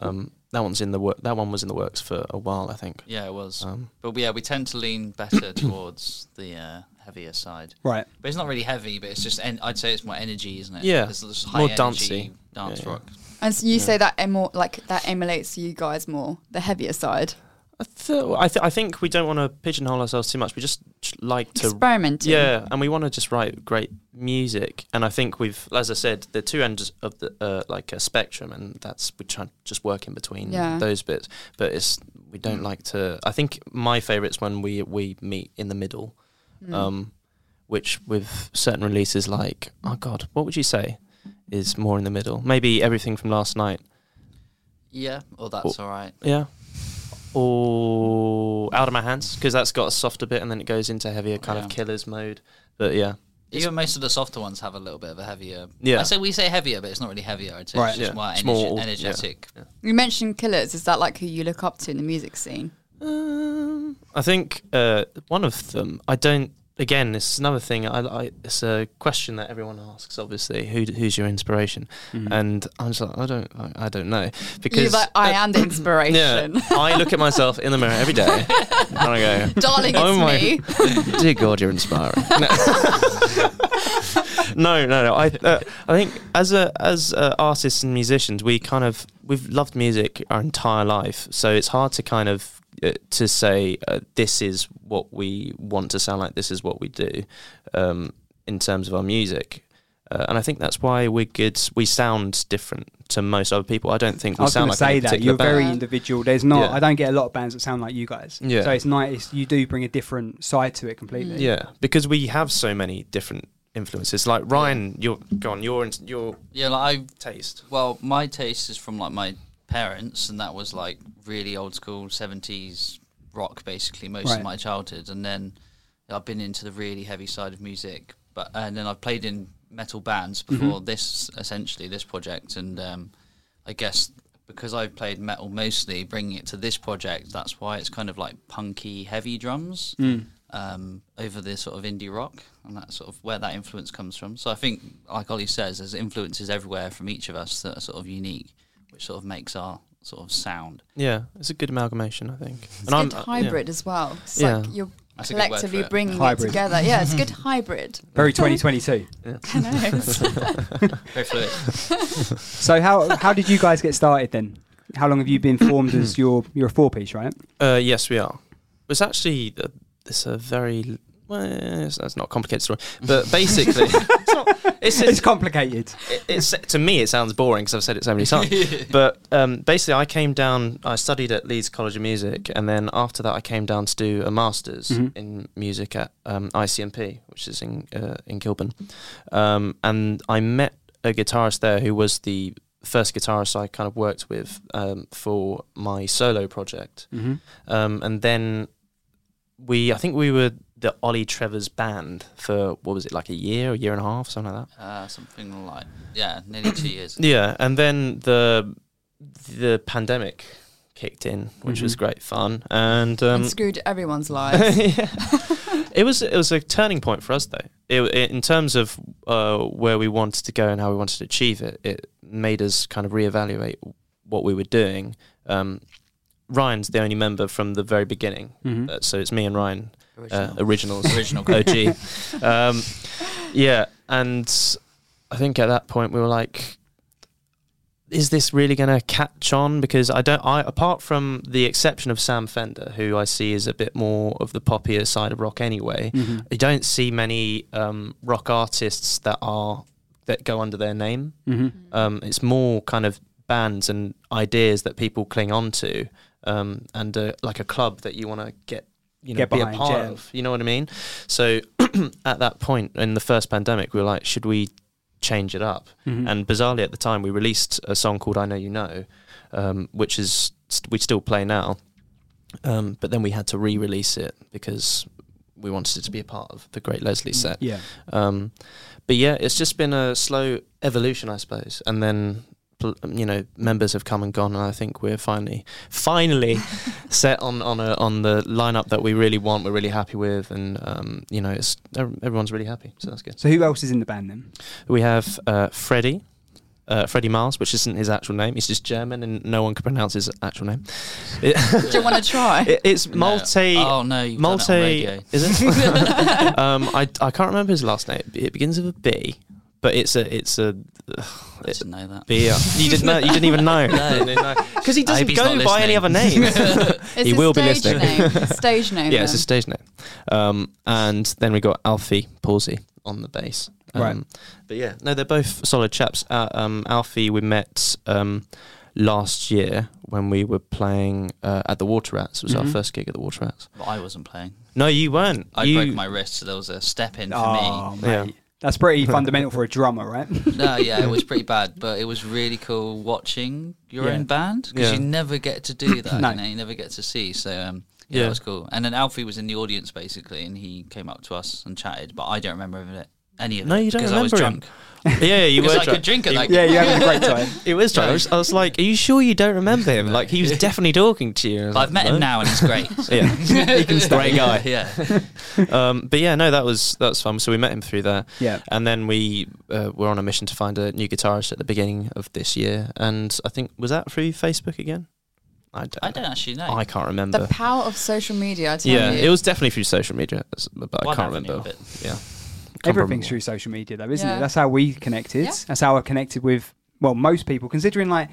Um, that one's in the work. That one was in the works for a while, I think.
Yeah, it was.
Um,
But yeah, we tend to lean better <coughs> towards the uh, heavier side.
Right.
But it's not really heavy, but it's just, en- I'd say it's more energy, isn't it?
Yeah.
It's this
More
high energy
dancey.
Dance
Yeah, yeah.
rock.
And so you say that emo- like that emulates you guys more, the heavier side,
I, th- I, th- I think we don't want to pigeonhole ourselves too much. We just like to
experimenting.
Yeah, and we want to just write great music, and I think we've, as I said, the two ends of the uh, like a spectrum, and that's we try and just work in between
Yeah.
those bits. But it's we don't like to. I think my favourite's when we we meet in the middle, um, which with certain releases like oh god, what would you say is more in the middle? Maybe everything from last night,
Yeah, well, that's all right.
yeah, or out of my hands because that's got a softer bit, and then it goes into heavier kind of
Yeah.
killers mode. But yeah.
Even most of the softer ones have a little bit of a heavier.
Yeah.
I say we say heavier, but it's not really heavier. I'd say
Right.
it's just
Yeah.
more,
It's
energe-
more- yeah.
energetic.
You mentioned Killers. Is that like who you look up to in the music scene?
Um, I think uh, one of them. I don't. Again, this is another thing. I, I it's a question that everyone asks. Obviously, who d- who's your inspiration? And I'm just like, I don't, I, I don't know because
You're like, I
<coughs>
am the
yeah,
inspiration.
I look at myself in the mirror every day, and I
<laughs>
go,
Darling, it's
Oh my-
me.
dear God, you're inspiring. No, no, no. no. I
<laughs>
uh, I think as a as uh, artists and musicians, we kind of we've loved music our entire life, so it's hard to kind of uh, to say uh, this is what we want to sound like. This is what we do um, in terms of our music. Uh, and I think that's why we're good. We sound different to most other people. I don't think
I
we
was
sound
going to
like
say
any
that
particular
you're very
band.
individual. There's not.
Yeah.
I don't get a lot of bands that sound like you guys.
Yeah. Mm.
So it's nice. You do bring a different side to it completely.
Yeah, because we have so many different influences. Like Ryan, you're gone. Your in- your
Yeah, like I
taste.
Well, my taste is from like my parents, and that was like really old school seventies rock, basically most
Right.
of my childhood. And then I've been into the really heavy side of music, but and then I've played in metal bands before this, essentially this project. And um, I guess because I've played metal mostly, bringing it to this project, that's why it's kind of like punky, heavy drums. Um, over the sort of indie rock, and that's sort of where that influence comes from. So I think, like Ollie says, there's influences everywhere from each of us that are sort of unique, which sort of makes our sort of sound.
Yeah, it's a good amalgamation, I think. uh,
It's a good hybrid as well. It's like
Yeah.
you're
That's a good word
collectively
for it.
bringing
Hybrid.
it together. Yeah, it's a
<laughs>
good hybrid.
Very 2022.
I know. It's-
Very fluid.
So how how did you guys get started then? How long have you been
<coughs>
formed as your your four piece, right?
Uh, yes, we are. It's actually uh, it's a very well, it's, it's not a complicated story, but basically, <laughs> it's, not, it's,
<laughs> It's
it's,
complicated.
it's to me it sounds boring because I've said it so many times. but um, basically, I came down. I studied at Leeds College of Music, and then after that, I came down to do a masters in music at um, ICMP, which is in uh, in Kilburn. Um, and I met a guitarist there who was the first guitarist I kind of worked with um, for my solo project. Um, and then we, I think we were the Ollie Trevor's band for what was it like a year, a year and a half, something like that.
Uh, something like yeah, nearly two years.
Yeah, and then the the pandemic kicked in, which was great fun, and
and
um,
screwed
<laughs>
everyone's lives.
yeah. it was it was a turning point for us though. It, it- in terms of uh, where we wanted to go and how we wanted to achieve it, it made us kind of reevaluate what we were doing. Um, Ryan's the only member from the very beginning,
Mm-hmm.
uh, so it's me and Ryan, uh, originals,
Original group.
OG. um, yeah, and I think at that point we were like, is this really going to catch on? Because I don't. I apart from the exception of Sam Fender, who I see is a bit more of the poppier side of rock anyway. I don't see many um, rock artists that are that go under their name. Um, it's more kind of bands and ideas that people cling on to, um, and uh, like a club that you want to get. You know,
Get
be a
behind,
part
yeah.
of. You know what I mean? So <clears throat> at that point in the first pandemic, we were like, should we change it up?
Mm-hmm.
And bizarrely, at the time, we released a song called "I Know You Know," um, which is st- we still play now. Um, but then we had to re-release it because we wanted it to be a part of the Great Leslie set.
Yeah.
Um, but yeah, it's just been a slow evolution, I suppose. And then, pl- you know, members have come and gone, and I think we're finally, finally,
<laughs>
set on on a, on the lineup that we really want. We're really happy with, and um, you know, it's ev- everyone's really happy, so that's good.
So who else is in the band then?
We have uh, Freddie, uh, Freddie Mars, which isn't his actual name. He's just German, and no one can pronounce his actual name. It-
Do you want to try?
it- it's Malte.
No. Oh no, you've
Malte.
Done it <laughs>
Is it? <laughs> um, I I can't remember his last name. It begins with a B, but it's a it's a
on radio. I didn't know that.
beer. You didn't know. You didn't
<laughs>
even know. Because he
I hope
doesn't
he's
go by
not
any
listening.
other name.
<laughs>
It's
he
a
will be
stage
listening.
Name. Stage name.
<laughs> yeah, it's
then.
a stage name. Um, and then we got Alfie Palsy on the bass. Um,
Right.
But yeah, no, they're both solid chaps. Uh, um, Alfie, we met um, last year when we were playing uh, at the Water Rats. It was our
Mhm.
first gig at the Water Rats.
But I wasn't playing.
No, you weren't.
Mm-hmm. I
you,
broke my wrist, so there was a step in for
Oh,
me.
Yeah.
mate. That's pretty fundamental for a drummer, right?
<laughs>
<laughs>
No, yeah, it was pretty bad, but it was really cool watching your
Yeah.
own band because
Yeah.
you never get to do that.
No.
you, know, you never get to see. So um, yeah,
Yeah.
it was cool. And then Alfie was in the audience basically, and he came up to us and chatted, but I don't remember it- any of
No,
it
you don't
because I was
remember him.
drunk.
<laughs>
<laughs>
yeah, you were.
Because I
drunk.
could drink at
You-
that.
yeah, you're having a great time.
<laughs> It was drunk. I was, I was like, "Are you sure you don't remember him?
<laughs>
Like he was definitely talking to you." I was
But I've
like,
met him
"No."
now, and he's
<laughs>
great. <laughs>
Yeah,
he
can stay. Great guy.
Yeah,
um, but yeah, no, that was that's fun. So we met him through there.
Yeah.
and then we uh, were on a mission to find a new guitarist at the beginning of this year. And I think was that through Facebook again? I don't.
I don't actually know.
I can't remember.
The power of social media. I tell
yeah,
you.
it was definitely through social media, s- but I
One
can't
avenue,
remember.
but
Yeah, Can't
Everything's
remember.
through social media, though, isn't
Yeah.
it? That's how we connected.
Yeah.
That's how I connected with well most people. Considering like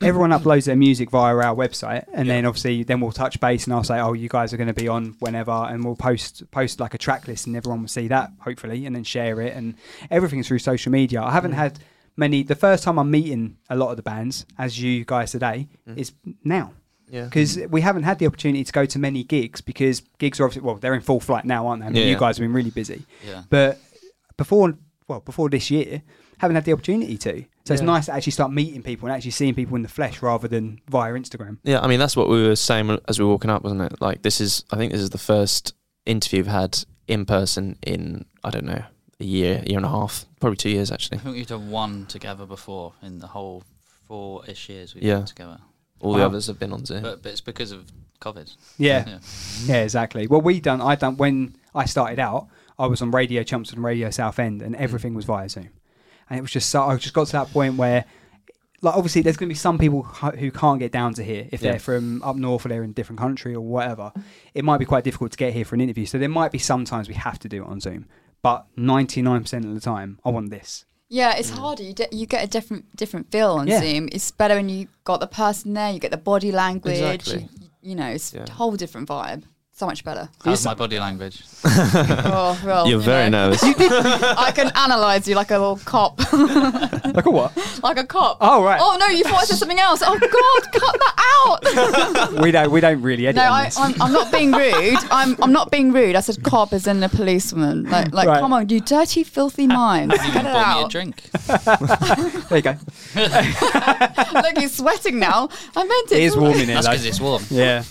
everyone uploads their music via our website, and then obviously then we'll touch base, and I'll say, oh, you guys are going to be on whenever, and we'll post post like a track list, and everyone will see that hopefully, and then share it, and everything's through social media. I
Mm.
haven't had many. The first time I'm meeting a lot of the bands, as you guys today,
Mm.
is now
Yeah.
because we haven't had the opportunity to go to many gigs because gigs are obviously well they're in full flight now, aren't they? I mean,
Yeah.
you guys have been really busy.
Yeah.
But before well before this year, haven't had the opportunity to. So it's
Yeah.
nice to actually start meeting people and actually seeing people in the flesh rather than via Instagram.
Yeah, I mean that's what we were saying as we were walking up, wasn't it? Like this is, I think this is the first interview we've had in person in I don't know a year, year and a half, probably two years actually.
I think we've done one together before in the whole four-ish years we've
Yeah.
been together.
All the
Wow.
others have been on Zoom.
But, but it's because of COVID.
Yeah.
Yeah.
Yeah, exactly. Well, we done. I done when I started out. I was on Radio Chumps and Radio Southend, and everything was via Zoom. And it was just so. I just got to that point where, like, obviously, there's going to be some people who who can't get down to here if
Yeah.
they're from up north or they're in a different country or whatever. It might be quite difficult to get here for an interview. So there might be sometimes we have to do it on Zoom. But 99% of the time, I want this.
Yeah, it's harder. You, de- you get a different different feel on
Yeah.
Zoom. It's better when you got the person there. You get the body language.
Exactly.
You, you know, it's
Yeah.
a whole different vibe. So much better.
How's my body
<laughs>
language?
Oh, well,
You're
you
very
know.
nervous.
I can analyse you like a little cop,
<laughs>
<laughs>
Like a what?
like a cop.
Oh, right.
Oh no, you thought I said something else. Oh God, cut that out.
<laughs> we don't. We don't really edit.
No,
on
I,
this.
I'm, I'm not being rude. I'm, I'm not being rude. I said cop as in a policeman. Like, like
Right.
come on, you dirty, filthy minds.
<laughs> You
Get it
even bought me a
out. <laughs>
drink.
there you go.
Look, he's sweating now. I meant it.
It is
<laughs>
warm in here.
That's
though.
because it's warm.
Yeah.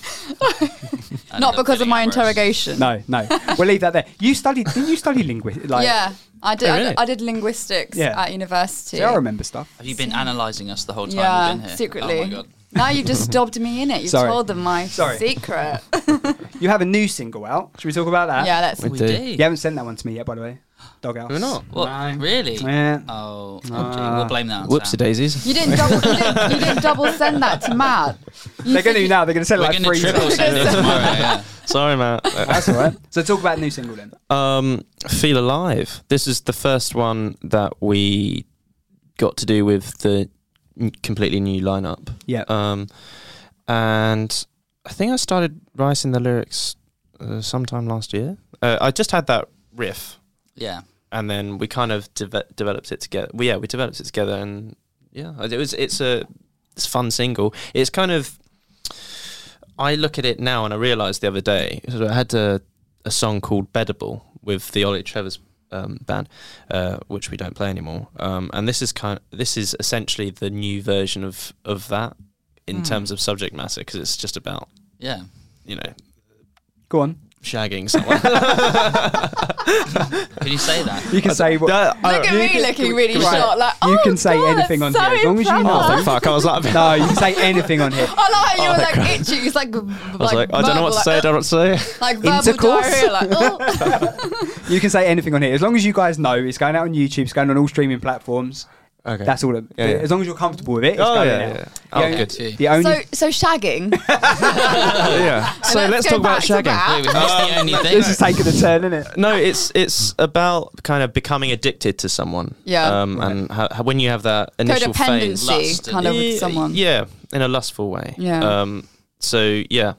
And
Not
I'm
because of
feeling
my
amorous.
interrogation.
No, no. We'll leave that there. You studied. Didn't you study linguistics? Like,
yeah, I did.
Oh,
I
really?
did I did linguistics
Yeah.
at university.
See, I remember stuff.
Have you been analysing us the whole time we've
Yeah,
been here?
secretly.
Oh my god.
Now you've just dobbed me in it. You've
Sorry.
told them my
Sorry. <laughs>
secret.
You have a new single out. Should we talk about that?
yeah, that's.
We
do.
do.
You haven't sent that one to me yet, by the way. Doghouse.
We're not.
What? Really?
Yeah.
Oh,
Uh,
Nah.
we'll blame that on
Whoopsie
Sam.
daisies.
You didn't double. You didn't, you didn't double send that to Matt. You
They're going to
think-
now. They're going to send
We're
like
going
three
to triple
times.
send it
<laughs>
tomorrow. Yeah.
Sorry,
<laughs>
Matt.
That's all right. So talk about a new single then.
Um, Feel Alive. This is the first one that we got to do with the n- completely new lineup.
Yeah.
Um, and I think I started writing the lyrics uh, sometime last year. Uh, I just had that riff,
yeah.
and then we kind of deve- developed it together. Well, yeah, we developed it together, and yeah, it was it's a it's a fun single. It's kind of I look at it now, and I realized the other day so I had a, a song called Beddable with the Ollie Trevor's um, band, uh, which we don't play anymore. Um, and this is kind this is essentially the new version of of that in
Hmm.
terms of subject matter because it's just about
Yeah.
you know
Go on.
<laughs>
shagging <laughs> someone.
Can you say that?
You can say what.
Look at me looking really
Right.
shocked. Like,
You
oh
can say
God,
anything on
so
here, as long as you know.
Oh,
impressive. Oh,
thank fuck! I was like,
No, you can say anything on here.
I like how you were like itchy. It's like,
<laughs> I was like, I don't know what to say. I don't know what
<laughs>
to say. <laughs>
Like verbal
Intercourse?
diarrhea. Like,
<laughs>
oh.
You can say anything on here as long as you guys know. It's going out on YouTube. It's going on all streaming platforms.
Okay.
That's all. It,
Yeah, yeah.
As long as you're comfortable with it, it's
oh
going
yeah,
out.
yeah, yeah. Oh
Yeah.
good.
Yeah.
The only
So, so shagging.
yeah. So let's,
go
talk about
back to
shagging.
that.
Wait, that's the only
Um,
<laughs>
thing.
this is taking a turn, isn't it?
No, it's it's about kind of becoming addicted to someone.
Yeah.
Um, and how, how, when you have that initial phase,
Codependency,
Lust,
kind of with
Yeah,
someone.
Yeah, in a lustful way.
Yeah.
Um. So yeah,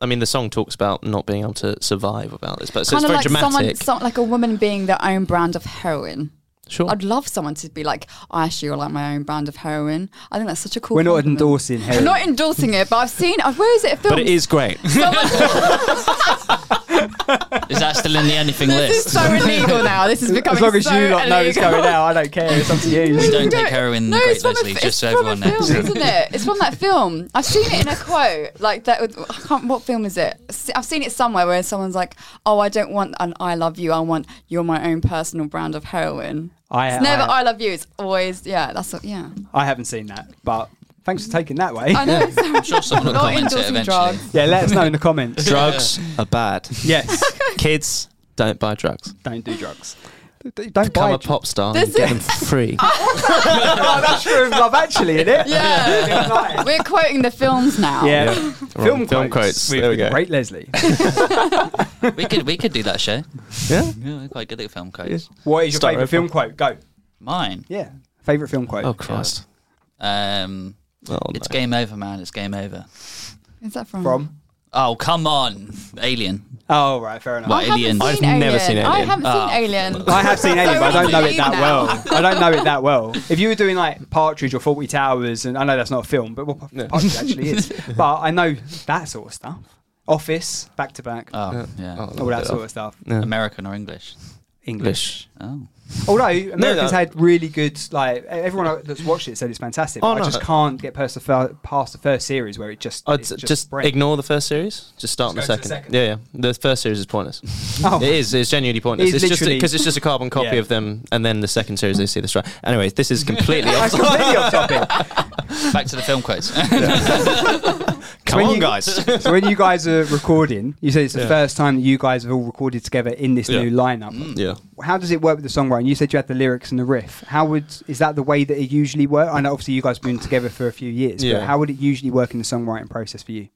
I mean the song talks about not being able to survive without this, but so
Kind
it's
of
very
like someone,
dramatic.
some, like a woman being their own brand of heroin.
sure.
I'd love someone to be like, I actually like my own brand of heroin. I think that's such a cool.
We're not
compliment.
endorsing
I'm
heroin.
not endorsing it, but I've seen. uh, Where is it? A film.
but it is
<laughs>
great.
Is that still in the anything
This
list?
is so illegal now. This is becoming
as long as
so
you lot know it's
illegal.
going out, I don't care. It's up to
<laughs>
We
you.
don't take heroin in the
No, it's
Great
from a fi-
Lakes League,
it's
just so
from a
everyone knows.
film, isn't it? It's from that film. I've seen
<laughs>
it in a quote like that. With, I can't. What film is it? S- I've seen it somewhere where someone's like, "Oh, I don't want an I love you. I want you're my own personal brand of heroin."
I,
It's never
I,
I love you. It's always yeah. That's what, yeah.
I haven't seen that, but thanks for taking that way.
I know. it's
I'm sure someone will
Not
comment it
endorsing
eventually.
<laughs>
drugs.
Yeah, let us know in the comments.
drugs
<laughs>
are bad.
yes,
Kids don't buy drugs.
don't do drugs. D- Don't
Become
buy
a
drugs.
pop star
This
and get them
<laughs>
for free.
<laughs> oh, that's true of love, actually, isn't it? <laughs>
Yeah. <laughs>
Yeah.
We're quoting the films now.
Yeah. Film,
Wrong. Film quotes.
with
There we go.
Great Leslie.
We could we could do that show.
yeah.
Yeah, we're quite good at film codes.
What is your
Start
favourite
over.
film quote? Go.
Mine.
Yeah. Favourite film quote.
Oh Christ.
Um,
Oh,
it's
no.
game over, man. It's game over.
Is that from?
From?
Oh come on, Alien.
Oh, right, fair enough.
What,
I haven't
Alien?
seen
I've
Alien.
never seen
I
Alien.
haven't
Ah.
seen Alien.
I have
<laughs>
seen Alien, but I don't know it that
Now.
well. I don't know it that well. If you were doing like Partridge or Forty Towers, and I know that's not a film, but well, Par- Partridge actually
<laughs>
is. But I know that sort of stuff. Office, back to back, all
Oh yeah.
Oh, no.
that sort of stuff.
American or English?
English.
English.
Oh.
Although Americans
no.
had really good, like e-, everyone that's watched it said it's fantastic.
Oh,
but I
no.
just can't get past the, fir- past the first series where it just
I'd
it
Oh, just,
breaks.
ignore the first series. Just start
Just
on
go
the
to the
second.
second.
Yeah, yeah. The first series
<laughs>
is pointless.
Oh.
It is. It's genuinely pointless.
It is
it's just
literally-
because it's just a carbon copy
Yeah.
of them, and then the second series they see the strike. Anyway, this
<laughs>
is completely
That's
off.
completely off
<laughs>
topic.
Back to the film quotes. <laughs>
Come
when
on,
you-
guys.
So when you guys are recording, you said it's the
Yeah.
first time that you guys have all recorded together in this
Yeah.
new lineup.
<laughs> yeah.
How does it work with the songwriting? You said you had the lyrics and the riff. How would is that the way that it usually works? I know obviously you guys have been together for a few years,
Yeah.
but how would it usually work in the songwriting process for you?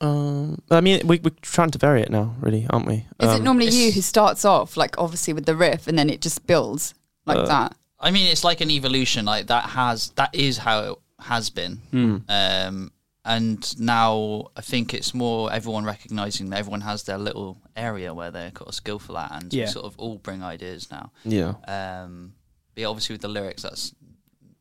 Um, I mean, we, we're trying to vary it now, really, aren't we?
Is it
Um,
normally you
it's-
who starts off, like obviously with the riff, and then it just builds like
Uh,
that?
I mean, it's like an evolution. Like that has that is how it has been. Um, and now I think it's more everyone recognizing that everyone has their little area where they're kind of skillful at, and
Yeah.
we sort of all bring ideas now.
Yeah.
Um, but yeah, obviously with the lyrics, that's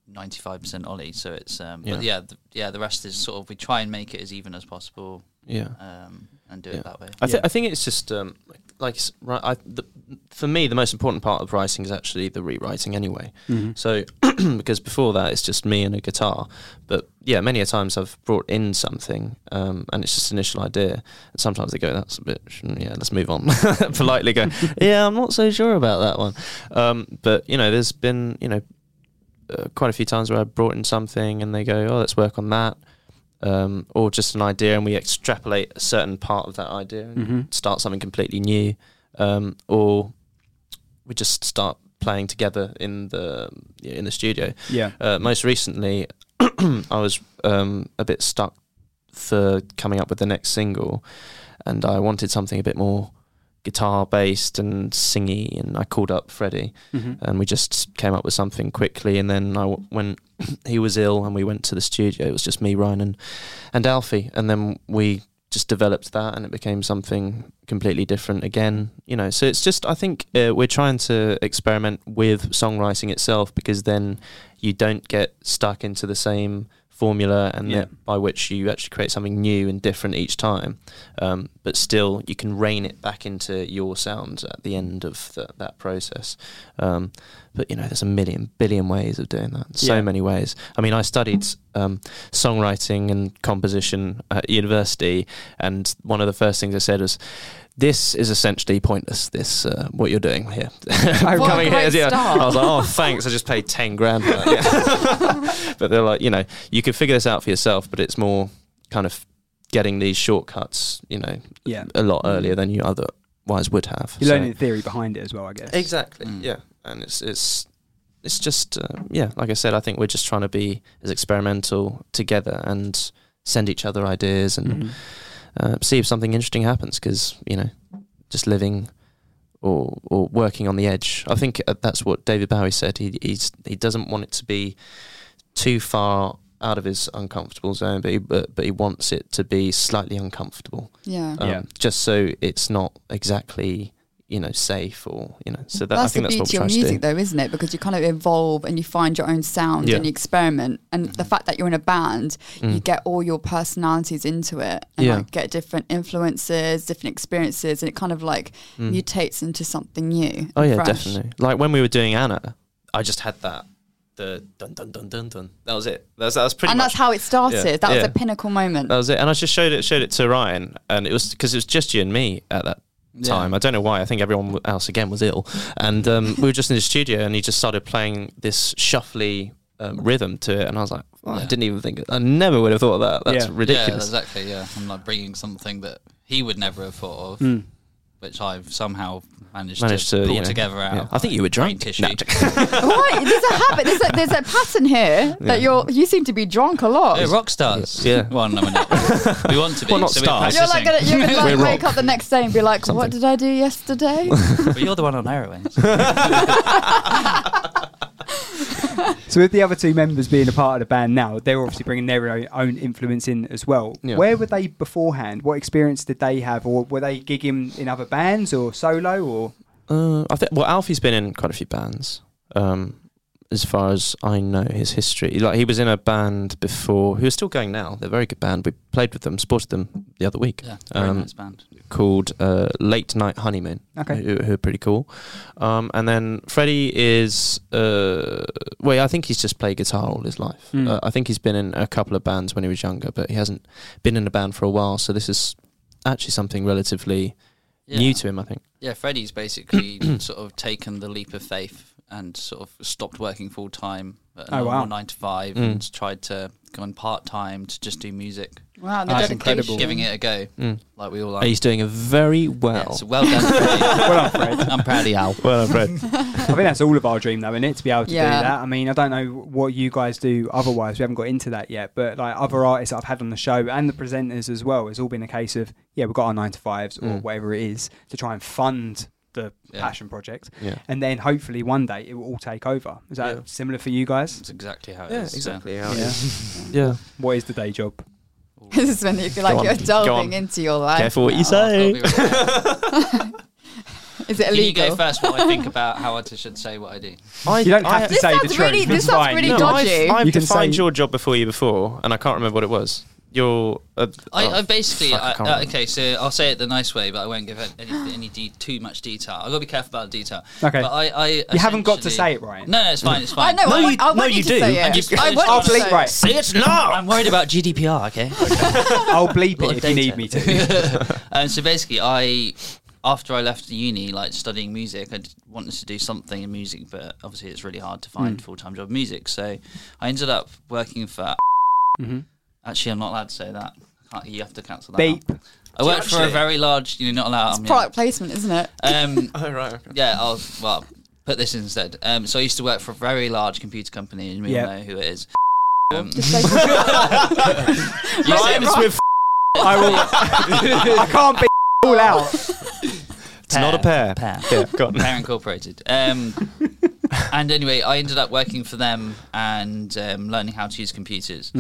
ninety five percent Ollie. So it's um,
Yeah.
but yeah, th- yeah. The rest is sort of we try and make it as even as possible,
Yeah.
um, and do
Yeah.
it that way.
I, th- I think it's just um, like it's right. I, the, for me, the most important part of writing is actually the rewriting, anyway. So <clears throat> because before that, it's just me and a guitar. But yeah, many a times I've brought in something, um, and it's just an initial idea. And sometimes they go, "That's a bit, sh- yeah, let's move on." <laughs> Politely go, "Yeah, I'm not so sure about that one." Um, but you know, there's been you know uh, quite a few times where I brought in something and they go, "Oh, let's work on that," um, or just an idea, and we extrapolate a certain part of that idea and
Mm-hmm.
start something completely new, um, or we just start playing together in the in the studio.
Yeah.
Uh, most recently, <clears throat> I was um, a bit stuck for coming up with the next single, and I wanted something a bit more guitar based and singy. And I called up Freddie,
Mm-hmm.
and we just came up with something quickly. And then I w- when <clears throat> he was ill, and we went to the studio. It was just me, Ryan, and and Alfie, and then we just developed that, and it became something completely different again. You know, so it's just I think uh, we're trying to experiment with songwriting itself because then you don't get stuck into the same formula and
Yeah.
that by which you actually create something new and different each time um, but still you can rein it back into your sound at the end of the, that process um, but you know there's a million billion ways of doing that so
Yeah.
many ways i mean i studied um, songwriting and composition at university and one of the first things i said was this is essentially pointless. This uh, what you're doing here. <laughs>
What a
Coming
great
yeah.
start.
I was like, oh, thanks. I just paid ten grand. For that. Yeah. <laughs> but they're like, you know, you can figure this out for yourself, but it's more kind of getting these shortcuts, you know,
Yeah.
a lot earlier than you otherwise would have.
You're
So-
learning the theory behind it as well, I guess.
exactly.
Mm.
Yeah, and it's it's it's just uh, yeah, like I said, I think we're just trying to be as experimental together and send each other ideas and
Mhm.
uh, see if something interesting happens because you know just living or or working on the edge i think uh, that's what david bowie said he he's, he doesn't want it to be too far out of his uncomfortable zone but he, but, but he wants it to be slightly uncomfortable
Yeah.
um,
Yeah.
just so it's not exactly you know safe or you know so that i
that's
think
the
that's what
beauty
we're
of
trying
music,
to do
though, isn't it? Because you kind of evolve and you find your own sound
Yeah.
and you experiment. And the fact that you're in a band, you
Mm.
get all your personalities into it and
Yeah.
like get different influences, different experiences, and it kind of like
Mm.
mutates into something new. and
oh yeah
fresh.
definitely like when we were doing anna i just had that the dun dun dun dun dun that was it that's that was pretty
and
much
that's how it started.
Yeah.
That was
Yeah.
a pinnacle moment.
That
<laughs>
was it. And I just showed it showed it to Ryan, and it was because it was just you and me at that
Yeah.
time. I don't know why. I think everyone else again was ill, and um, we were just in the studio, and he just started playing this shuffly um, rhythm to it, and I was like, oh, I
Yeah.
didn't even think. I never would have thought of that. That's
Yeah.
Yeah,
ridiculous.
exactly. Yeah, I'm like bringing something that he would never have thought of,
Mm.
which I've somehow managed,
Hmm. Managed
to,
to,
pull
you know,
together out.
yeah.
of
I think
my
you were
brain
drunk.
Tissue.
No, I'm <laughs> joking.
Why? There's a habit. There's a, there's a pattern
<laughs>
here that you're. You seem to be drunk a lot.
Yeah, rock stars.
Yeah.
<laughs> Well, no, we're not. we want to be.
Well, not
so we're
stars.
You're like gonna,
practicing.
you're gonna like
We're
wake
rock.
up the next day and be like, "What
Something.
did I do yesterday?"
but you're the one on heroin.
So with the other two members being a part of the band now, they're obviously bringing their o- own influence in as well.
Yeah.
Where were they beforehand? What experience did they have, or were they gigging in other bands or solo? Or
Uh, I think well, Alfie's been in quite a few bands. Um, as far as I know, his history. Like he was in a band before, who are still going now. They're a very good band. We played with them, supported them the other week.
yeah, very
Um,
nice band.
called uh, Late Night Honeymoon.
Okay.
who, who are pretty cool. Um, and then Freddie is uh, well, I think he's just played guitar all his life.
Mm.
Uh, I think he's been in a couple of bands when he was younger, but he hasn't been in a band for a while. So this is actually something relatively
Yeah.
new to him, I think.
Yeah, Freddie's
<clears throat>
basically sort of taken the leap of faith and sort of stopped working full time at a
Oh, wow.
normal nine to five
Mm.
and tried to go on part time to just do music.
Wow,
That's
the dedication.
incredible.
Giving it a go,
Mm.
like we all
And
like.
he's doing a very well.
Yeah, so well done, Freddie.
<laughs>
well, done, Fred.
I'm proud of you. Al.
Well, done, Fred.
I think that's all of our dream, though, isn't it? To be able to
Yeah.
do that. I mean, I don't know what you guys do otherwise. We haven't got into that yet. But like other artists that I've had on the show and the presenters as well, it's all been a case of yeah, we've got our nine to fives or
Mm.
whatever it is to try and fund the
Yeah.
passion project,
yeah.
and then hopefully one day it will all take over. Is that
Yeah.
similar for you guys?
That's exactly how it is.
Yeah,
so-
exactly.
Yeah.
<laughs> Yeah.
What is the day job?
this is when you feel like
Go on,
you're
go
delving
on.
into your life.
Careful what you
now.
I'll
say.
be
<laughs>
right back.
Is it
Can you go
illegal?
first while I think about how I t- should say what I do?
I,
You don't have to
This
say the
sounds really-
truth.
this
It's
sounds
fine.
really
No,
dodgy.
I've, I've
You can
defined
say-
your job before you before, and I can't remember what it was. Your uh,
I,
oh,
I basically,
fuck, I
I,
can't
uh,
remember.
okay, so I'll say it the nice way, but I won't give it any, any de- too much detail. I've got to be careful about the detail.
Okay.
But I, I
You haven't got to
essentially-
say it, Ryan.
No, no,
<laughs>
it's fine, it's
I
fine.
know. I
No,
want,
you-
I want
no,
you,
you
to
do.
say it.
I'm just-
I
I'm
want
just-
you to
I'll bleep
say
right.
it.
Say it now.
I'm worried about GDPR, okay?
I'll
<laughs>
bleep
Lot
it
of
if you need
data.
me to.
um, so basically, I after I left uni, like studying music, I d- wanted to do something in music, but obviously it's really hard to
Hmm.
find full time job in music. So I ended up working for.
Mm-hmm.
Mhm.
Actually, I'm not allowed to say that. Can't, you have to cancel that.
Beep.
out.
<laughs>
I worked for a
Actually.
very large. You're not allowed.
It's
I'm here.
product placement, isn't it?
Um,
Oh right. Okay.
yeah, I'll well put this instead. Um, so I used to work for a very large computer company, and you
Yeah.
all know who it is. Um,
Just say-
you
Right,
said-
right.
I will. <laughs> I can't be all out.
It's not a pair.
Pair.
Yeah, got it.
<laughs> Pair Incorporated. Um, and anyway, I ended up working for them and um, learning how to use computers.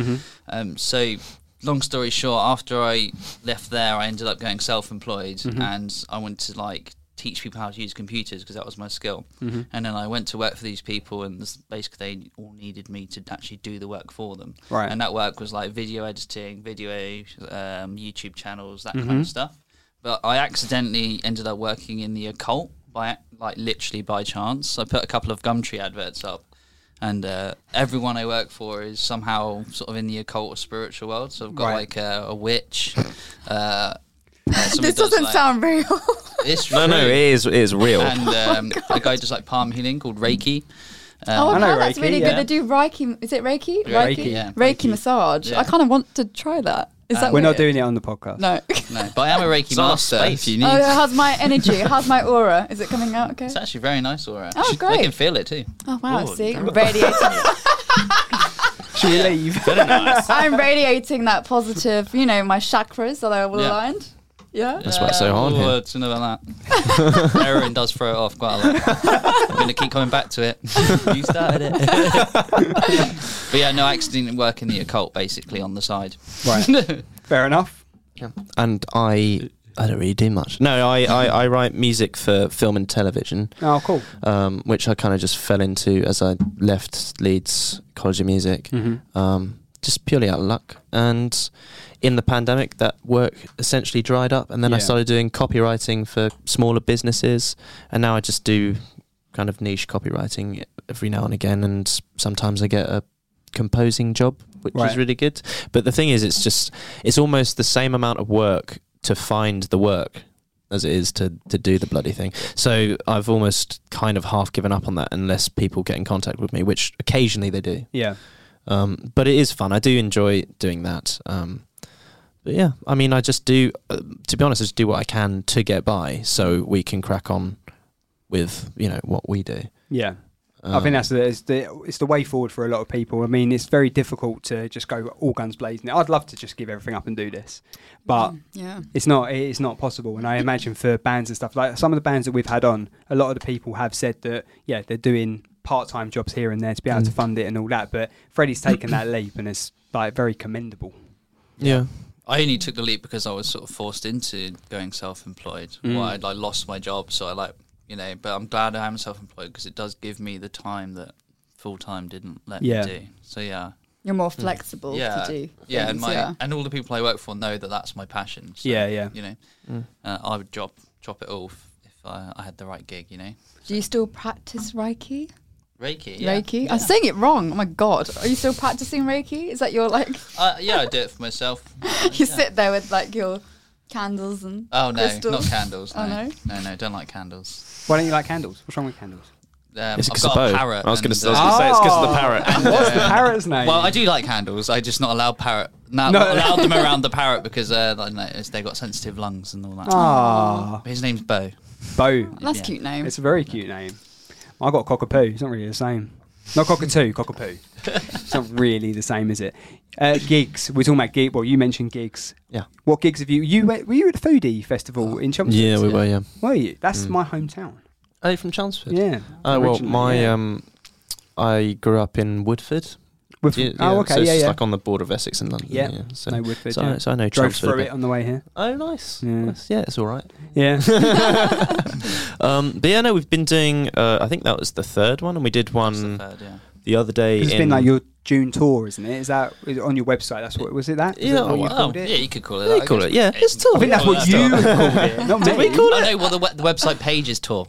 Um, so, long story short, after I left there, I ended up going self-employed, and I wanted to like teach people how to use computers because that was my skill. And then I went to work for these people, and this, basically they all needed me to actually do the work for them.
Right.
And that work was like video editing, video, um, YouTube channels, that
Mm-hmm.
kind of stuff. But I accidentally ended up working in the occult by ac- like literally by chance. I put a couple of Gumtree adverts up, and uh, everyone I work for is somehow sort of in the occult or spiritual world. So I've got
Right.
like uh,
<laughs>
a witch. Uh,
This doesn't sound Oh real.
It's
No, no,
true.
it is it is
<laughs>
real.
And um, a guy does like palm healing called Reiki.
Oh,
I
I
know
know that's
Reiki,
really
yeah.
good. They do Reiki. Is it Reiki?
Yeah.
Reiki,
Reiki, yeah.
Reiki massage.
Yeah.
I kind of want to try that. Is that
We're not
weird?
doing it on the podcast.
No.
No, Uh, but I am a Reiki
It's our
master.
space.
If you need,
oh, how's my energy? How's my aura? Is it coming out? Okay.
it's actually very nice aura. <laughs>
Oh,
I
great.
can feel it too.
Oh wow!
Ooh,
see, radiating.
Should we
<laughs>
leave?
I'm radiating that positive. You know, my chakras are they all
Yeah.
aligned? Yeah.
That's why it's so hard
Oh,
here.
I don't know about that. <laughs> Heroin does throw it off quite a lot. I'm going to keep coming back
<laughs>
to it. you started it. <laughs> but yeah, no, I actually didn't work in the occult, basically, on the side.
right. Fair enough.
Yeah. And I I don't really do much. No, I, I, I write music for film and television,
Oh, cool.
um, which I kind of just fell into as I left Leeds College of Music, um, just purely out of luck. And in the pandemic, that work essentially dried up. And then I
Yeah.
started doing copywriting for smaller businesses. And now I just do kind of niche copywriting every now and again. And sometimes I get a composing job, which
Right.
is really good. But the thing is, it's just it's almost the same amount of work to find the work as it is to to do the bloody thing. So I've almost kind of half given up on that unless people get in contact with me, which occasionally they do.
Yeah.
Um, but it is fun. I do enjoy doing that. Um, but yeah, I mean, I just do. Uh, to be honest, I just do what I can to get by, so we can crack on with you know what we do.
Yeah. I
Um,
think that's the it's, the it's the way forward for a lot of people. I mean, it's very difficult to just go all guns blazing. I'd love to just give everything up and do this, but
Yeah.
it's not it's not possible. And I imagine for bands and stuff like some of the bands that we've had on, a lot of the people have said that yeah, they're doing part time jobs here and there to be
Mm.
able to fund it and all that. But Freddie's taken that leap, and it's like very commendable.
Um, yeah.
I only took the leap because I was sort of forced into going self-employed.
Mm.
Well, I'd like lost my job, so I like you know. But I'm glad I am self-employed because it does give me the time that full-time didn't let
Yeah.
me do. So yeah,
You're more flexible
yeah,
to do.
yeah, and
things,
my
yeah.
and all the people I work for know that that's my passion. So,
Yeah, yeah.
You know,
Mm.
uh, I would drop drop it all f- if I, I had the right gig. You know,
Do you still practice Reiki?
Reiki. Yeah.
Reiki? I'm saying it wrong. Oh my god! Are you still practicing Reiki? Is that your like?
<laughs> Uh, yeah, I do it for <laughs> myself.
You sit there with like your candles and
Oh no,
crystals.
not candles. No.
Oh, no?
no, no, don't like candles.
Why don't you like candles? What's wrong with candles?
Um,
It's
I've
'cause
got
of
a
both.
parrot.
I was going
and,
to say,
uh,
it's because of
Oh.
the parrot.
What's the
<laughs>
parrot's name?
<laughs> Well, I do like candles. I just not allow parrot. No,
No.
not allow them around the parrot because uh, I know, it's- they got sensitive lungs and all that.
Ah,
His name's Bo.
Bo.
That's
Yeah.
cute name.
It's a very cute name. I got cockapoo. It's not really the same. Not cockatoo, cockapoo. It's not really the same, is it? Uh, gigs. We're talking about gig. Well, you mentioned gigs.
Yeah.
What gigs have you? You went- were you at the foodie festival in Chelmsford?
Yeah, we were. Yeah. Mm.
Were you? That's my hometown.
Are you from Chelmsford?
Yeah.
Oh well,
originally,
my
yeah.
um, I grew up in Woodford.
With-
Yeah, yeah,
oh, okay,
So it's
yeah,
just
yeah.
like on the border of Essex and London.
Yeah.
so,
no, Woodford.
so,
yeah.
I, so I know
Drove
Chelmsford. a
through
bit.
it on the way
<laughs>
here.
Oh, nice.
Yeah.
Nice. Yeah, it's all right.
Yeah.
Um, but yeah, no, we've been doing. Uh, I think that was the third one, and we did
That's the
one
third, yeah.
the other
<laughs>
day.
it's
in,
been like your June tour, isn't it? Is that is it on your website? That's what was it? That Is
Yeah,
that what you
well,
called
Oh,
it?
yeah, you could call it.
They
that,
call
guess.
it. Yeah, it's
I
tour.
think that's
Well,
what
that's
you called it. Not me.
we call
I know. Well, the, we- the website page is Tor,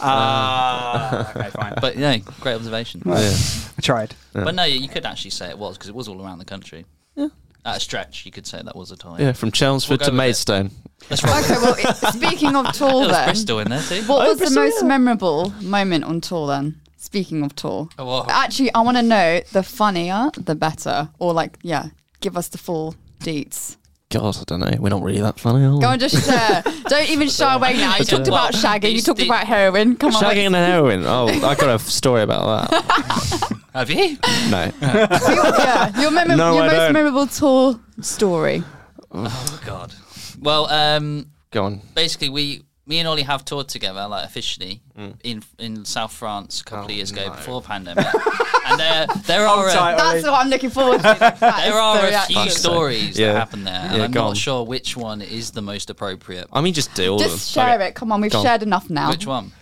Ah, okay, fine.
but yeah, great observation.
Well, I tried.
But no, you could actually say it was because it was all around the country. At a stretch, you could say that was a tour.
Yeah, from Chelmsford
We'll
to
go with it.
Maidstone.
Let's roll with
Okay,
it.
well, <laughs> it, speaking of
There
tour,
was
then
Bristol in there too.
<laughs> what was the
Bristol,
most
yeah.
memorable moment on tour? Then speaking of tour,
Oh, wow.
actually, I want to know the funnier, the better, or like, yeah, give us the full deets.
God, I don't know. We're not really that funny. Are we?
Go and just
<laughs>
share. Don't even shy away now. You talked about shagging. You
it's
talked
the-
about heroin. Come on,
Shagging and heroin.
<laughs>
Oh, I got a f- story about that.
Have you? <laughs>
No,
<laughs> yeah, your, memor-
No,
your
I
most
don't.
memorable tour story.
Oh God. Well, um,
go on.
basically we me and Ollie have toured together like officially
Mm.
in in South France a
Oh,
couple of years ago
<laughs>
before pandemic. and there there are
tight,
a,
That's what I'm looking forward to.
<laughs>
Like, that is
there are
the
a few
reaction.
stories
Yeah.
that happen there, and
Yeah,
I'm
go
not
on.
sure which one is the most appropriate.
I mean, just do all
Just
of them.
share it. Come on, we've
Go on.
shared enough now.
Which one?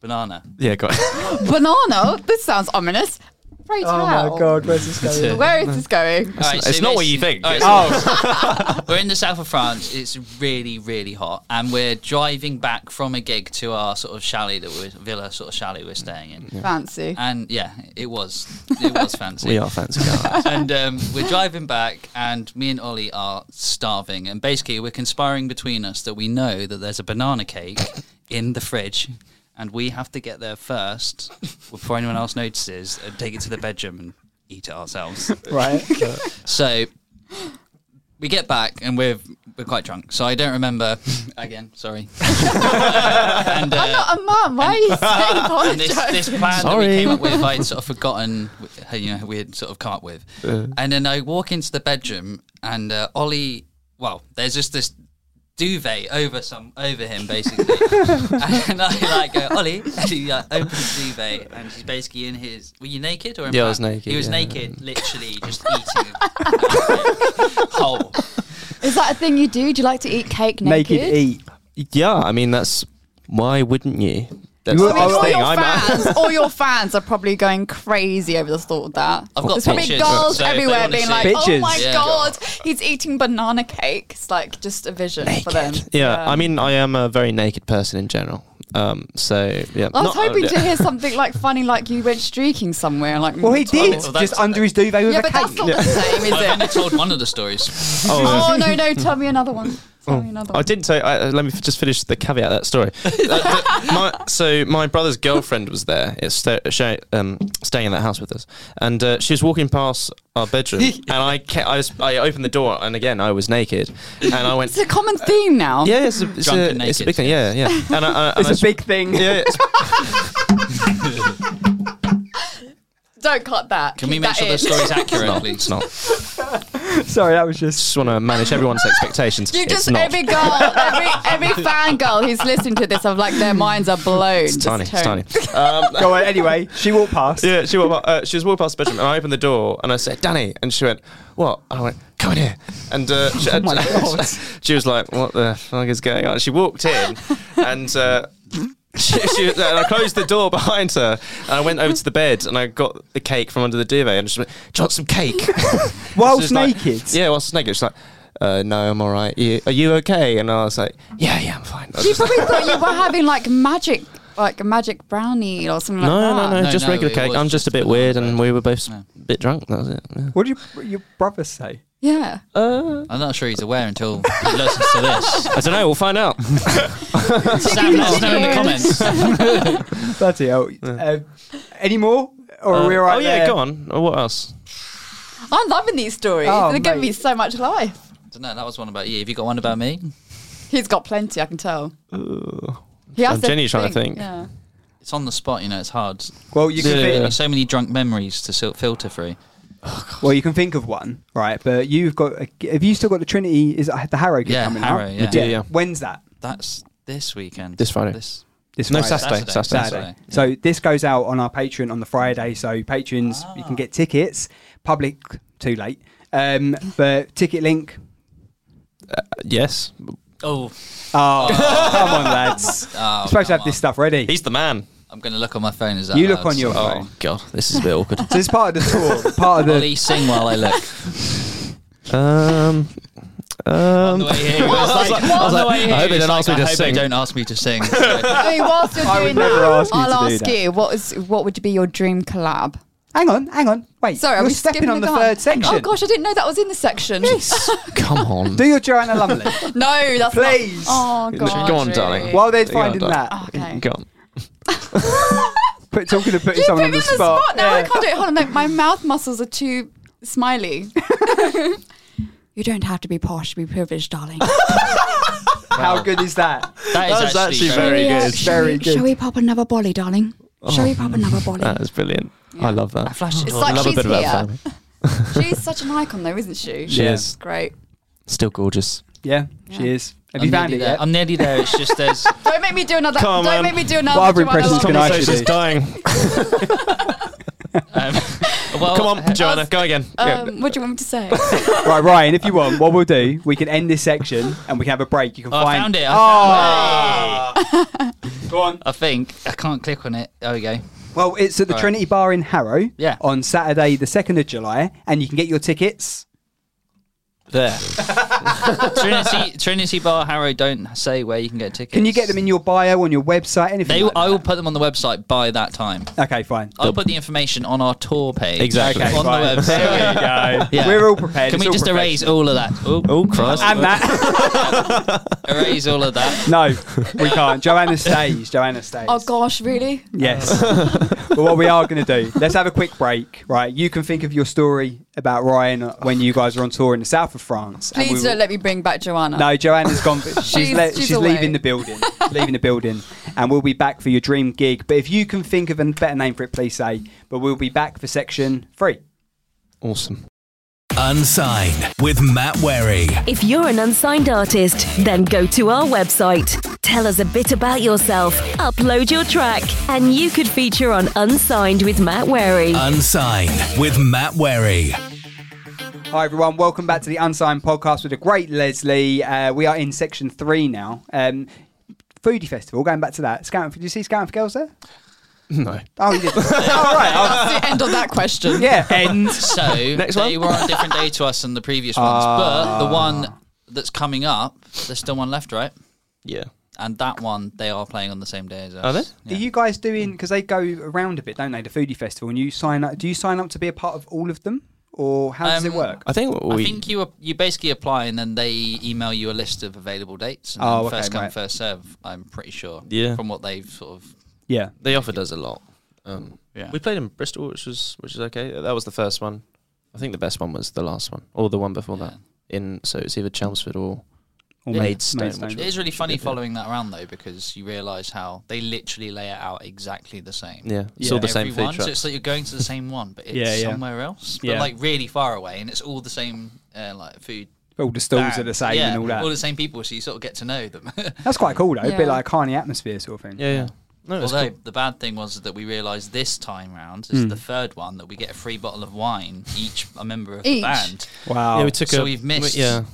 Banana.
Yeah,
<laughs>
go on.
Banana. This sounds ominous. Pray
Oh
tell.
my god, where's <laughs> this going?
Where is this going?
All right,
it's not what you
basically-
think.
all right, so
Oh,
<laughs> we're in the south of France. It's really, really hot, and we're driving back from a gig to our sort of chalet that we villa sort of chalet we're staying in.
Fancy.
And yeah, it was it
<laughs>
was fancy.
we are fancy guys.
and um, we're driving back, and me and Ollie are starving, and basically we're conspiring between us that we know that there's a banana cake in the fridge, and we have to get there first before anyone else
<laughs>
notices, and take it to the bedroom and eat it ourselves.
right.
So we get back and we're we're quite drunk, so I don't remember. Again, sorry.
I'm
and, uh,
not a mum. Why are
<laughs>
you saying
and this, this
apologize?
plan that
Sorry.
we came up with,
<laughs>
I'd sort of forgotten, w- you know, we had sort of come up with. And then I walk into the bedroom, and uh, Ollie, well, there's just this duvet over some over him
<laughs>
basically, and I like go, Ollie, and he like opens the duvet, and he's basically in his. Were you naked or? In
Yeah, I was
pants?
naked,
He was
yeah.
naked, literally just
<laughs>
eating like, whole.
Is that a thing you do? Do you like to eat cake naked?
Naked eat.
Yeah, I mean that's why wouldn't you? That's
You
the
Oh,
I mean,
best
all,
thing.
your
I'm
fans, all your fans are probably going crazy over the thought of that.
I've got
There's probably
pictures,
girls
so if they
everywhere
wanna
being
see
like,
it-
"Oh my
Pictures.
Yeah.
god, he's eating banana cake." It's like just a vision for
<laughs>
them.
<laughs> yeah, I mean I am a very naked person in general. Um, so yeah,
I was
Not-
hoping
<laughs>
to hear something like funny, like you went streaking somewhere. Like,
Well, he did.
well,
just
that's-
under his duvet with
Yeah,
a
but
cake.
that's not the same,
I've
is
<laughs> only
it?
told one of the stories.
Oh no, no. Tell me another one. Tell me another
I
one.
didn't say. I, uh, let me f- just finish the caveat of that story. Uh, the- my, so my brother's girlfriend was there. It's sta- sh- um, staying in that house with us, and uh, she was walking past our bedroom, and I, ca- I, was, I opened the door, and again I was naked, and I went.
It's a common theme now.
Yeah, it's a, it's,
Drunk
a,
and
it's a
naked.
big thing. Yeah, yeah. And I, I, and I
It's
s-
a big thing.
<laughs> Yeah, it's-
Don't cut that.
Can we
Keep that
make sure the
in.
story's accurate,
no,
please?
it's not.
<laughs> Sorry, that was just.
<laughs> Just want to manage everyone's expectations.
You
it's
just
not.
every girl, every every fangirl who's listening to this, of like their minds are blown.
it's tiny. It's tiny. Um,
Go on. Anyway, she walked past.
<laughs> Yeah, she walked. pa- Uh, she was walking past the bedroom, and I opened the door, and I said, "Danny," and she went, "What?" And I went, "Come in here." And uh, she,
my God.
<laughs> she was like, "What the fuck is going on?" She walked in, and. Uh, she, she, and I closed the door behind her, and I went over to the bed, and I got the cake from under the duvet, and she went, "Do you want some cake?"
Whilst
She was like-
naked.
yeah, whilst naked. She's like, uh, "No, I'm all right. You, are you okay?" And I was like, "Yeah, yeah, I'm fine." I was
She
just like-
probably thought you were having like magic, like a magic brownie or something
no,
like that.
no, no,
No,
just
no,
regular
it
cake.
was
I'm just
just
a bit
banana
weird, and
bread.
we were both
Yeah.
a bit drunk. That was it. yeah.
What did your, your brother say?
Yeah.
I'm not sure he's aware until he listens to this.
<laughs> I don't know. We'll find out.
Sam, let us know in the comments.
Bloody hell. Uh, any more? Or
Uh,
are we all right
oh yeah,
there?
go on. Oh, What else?
I'm loving these stories.
Oh,
They're giving
mate.
me so much life.
don't know. That was one about you. Have you got one about me?
He's got plenty, I can tell. He has
I'm genuinely trying to think.
Yeah.
It's on the spot. You know, it's hard.
Well, you can
Yeah.
think,
There's so many drunk memories to sil- filter through.
well, you can think of one, right? But you've got. A, have you still got the Trinity? Is it the Harrow gig
Yeah,
coming
Harrow,
up?
yeah. We
do, yeah.
When's that?
That's this weekend.
This Friday.
This
This
No,
Friday.
Saturday. Saturday.
Saturday.
Saturday.
Saturday.
So this goes out on our Patreon on the Friday. So patrons, you
Ah.
can get tickets. Public, too late. Um, but ticket link.
Yes,
oh,
Oh, come on, lads. You're <laughs> supposed to have this stuff ready.
he's the man.
I'm gonna look on my phone. Is that
You look
allowed?
on your
Oh.
phone.
God, this is a bit <laughs> awkward.
So it's part of the
<laughs>
tour, part of the
Ollie, sing while I look.
<laughs> Um,
on the way here, I was like,
I
on
was
the
like,
way here,
I hope
he
they
was
don't
like,
ask me
I
to
hope
sing.
They don't ask me to sing. So,
I mean, whilst you're
I would
doing
never
that,
ask you
I'll
to do
ask
that.
you what is what would be your dream collab?
Hang on, hang on. Wait,
Sorry,
you're
are we
stepping
skipping
on the
gun?
third section.
Oh gosh, I didn't know that was in the section.
come <laughs> on.
Do your Joanna
<laughs>
Lumley.
no, that's
Please.
Not. Oh god.
Go on, darling.
While they're
Go on,
finding
darling.
that,
Okay.
Go on.
put, talking of putting
You put
someone
me
on
in
the
the
spot.
spot, now.
yeah.
I can't do it. Hold on, my, my mouth muscles are too smiley. <laughs> you don't have to be posh to be privileged, darling.
How good is that?
that is
That's
actually,
actually
very.
very
Yeah,
good.
shall
very
we-
good. Oh. Uh.
Shall we pop another bolly, darling? Shall we pop another bolly?
That is brilliant. I love that.
It's like
love
she's
a bit of
here.
that family.
She's such an icon, though, isn't she?
She
Yeah.
is
Great.
still gorgeous.
Yeah, she
Yeah.
is. Have
I'm
you found
nearly
it
there.
yet?
I'm nearly there. It's
<laughs>
just there's.
Don't make me do another.
Come on,
don't
man.
make me do another.
What other
Joanna
impressions
Lumley.
can I actually
Conversation's
do?
dying.
Um, <laughs> well, oh,
Come on, Joanna, go again.
Oh, uh, Um, what do you want me to say?
Right, Ryan, if you want, what we'll do, we can end this section and we can have a break. You can
Oh, I
find.
found it. I
Oh!
<laughs>
Go on.
I think I can't click on it. There we go.
Well, it's at the
Right.
Trinity Bar in Harrow
Yeah.
on Saturday, the 2nd of July, and you can get your tickets.
There.
<laughs>
Trinity Trinity Bar Harrow don't say where you can get tickets.
Can you get them in your bio, on your website, anything?
They,
like
I will
that?
put them on the website by that time.
Okay, fine.
I'll put the information on our tour page.
Exactly.
Okay,
on
fine. <laughs>
the website.
There we go.
<laughs> Yeah.
We're all prepared.
Can
It's
we
all
just erase
professional.
all of that? Oh,
Oh, Christ.
And that.
<laughs> erase all of that.
No, we can't. Joanna stays. Joanna stays.
oh gosh, really?
<laughs>
Yes. but what we are going to do, let's have a quick break, right? You can think of your story about Ryan when you guys are on tour in the south of France. and
Please
we
don't
will-
let me bring back Joanna.
No, Joanna's gone. But she's
She's-
le-
she's
she's leaving
away.
the building. leaving the building, and we'll be back for your dream gig. But if you can think of a better name for it, please say. But we'll be back for section three.
Awesome.
Unsigned with Matt Wherry.
If you're an unsigned artist, then go to our website. Tell us a bit about yourself, upload your track, and you could feature on Unsigned with Matt Wary.
Unsigned with Matt Wherry.
Hi everyone, welcome back to the Unsigned Podcast with the great Leslie. Uh, we are in section three now. Um, foodie festival. Going back to that. Scouting. For, did you see Scouting for Girls there?
<laughs> No.
Oh,
<laughs>
you did. All right. Oh,
That's the end of that
<laughs>
question.
yeah. End.
So
<laughs>
Next
they
one.
were on a different day to us than the previous ones, but
Ah.
the one that's coming up, there's still one left, right?
Yeah.
And that one they are playing on the same day as us.
Are they?
Yeah.
Are you guys doing? Because they go around a bit, don't they? The foodie festival, and you sign up. Do you sign up to be a part of all of them, or how does it
Um,
work?
I think what
I
we.
think you you basically apply and then they email you a list of available dates. And
Oh,
then
okay,
first come,
right.
first serve. I'm pretty sure.
Yeah.
From what they've sort of
Yeah.
they offered us a lot. Um,
Yeah.
We played in Bristol, which was which is okay. That was the first one. I think the best one was the last one, or the one before that. In so it's either Chelmsford or
Or
Yeah.
Maidstone,
It
which
is really funny
good, yeah.
following that around though because you realise how they literally lay it out exactly the same.
yeah, it's
Yeah.
all the same
Every
food
one, so
truck.
it's like you're going to the same one, but it's
<laughs> Yeah, yeah.
somewhere else, but
Yeah.
like really far away, and it's all the same uh, like food.
All the stalls are the
bands.
same
yeah,
and all that.
the same people, so you sort of get to know them. <laughs>
That's quite cool though. A bit
Yeah.
like Carney atmosphere sort of thing.
Yeah, yeah. No, it's
Although
cool. Hmm.
the bad thing was that we realised this time round is the third one that we get a free bottle of wine each a member of the
Each.
band
Wow.
yeah, we took
Oh, So
a,
we've missed-
Yeah,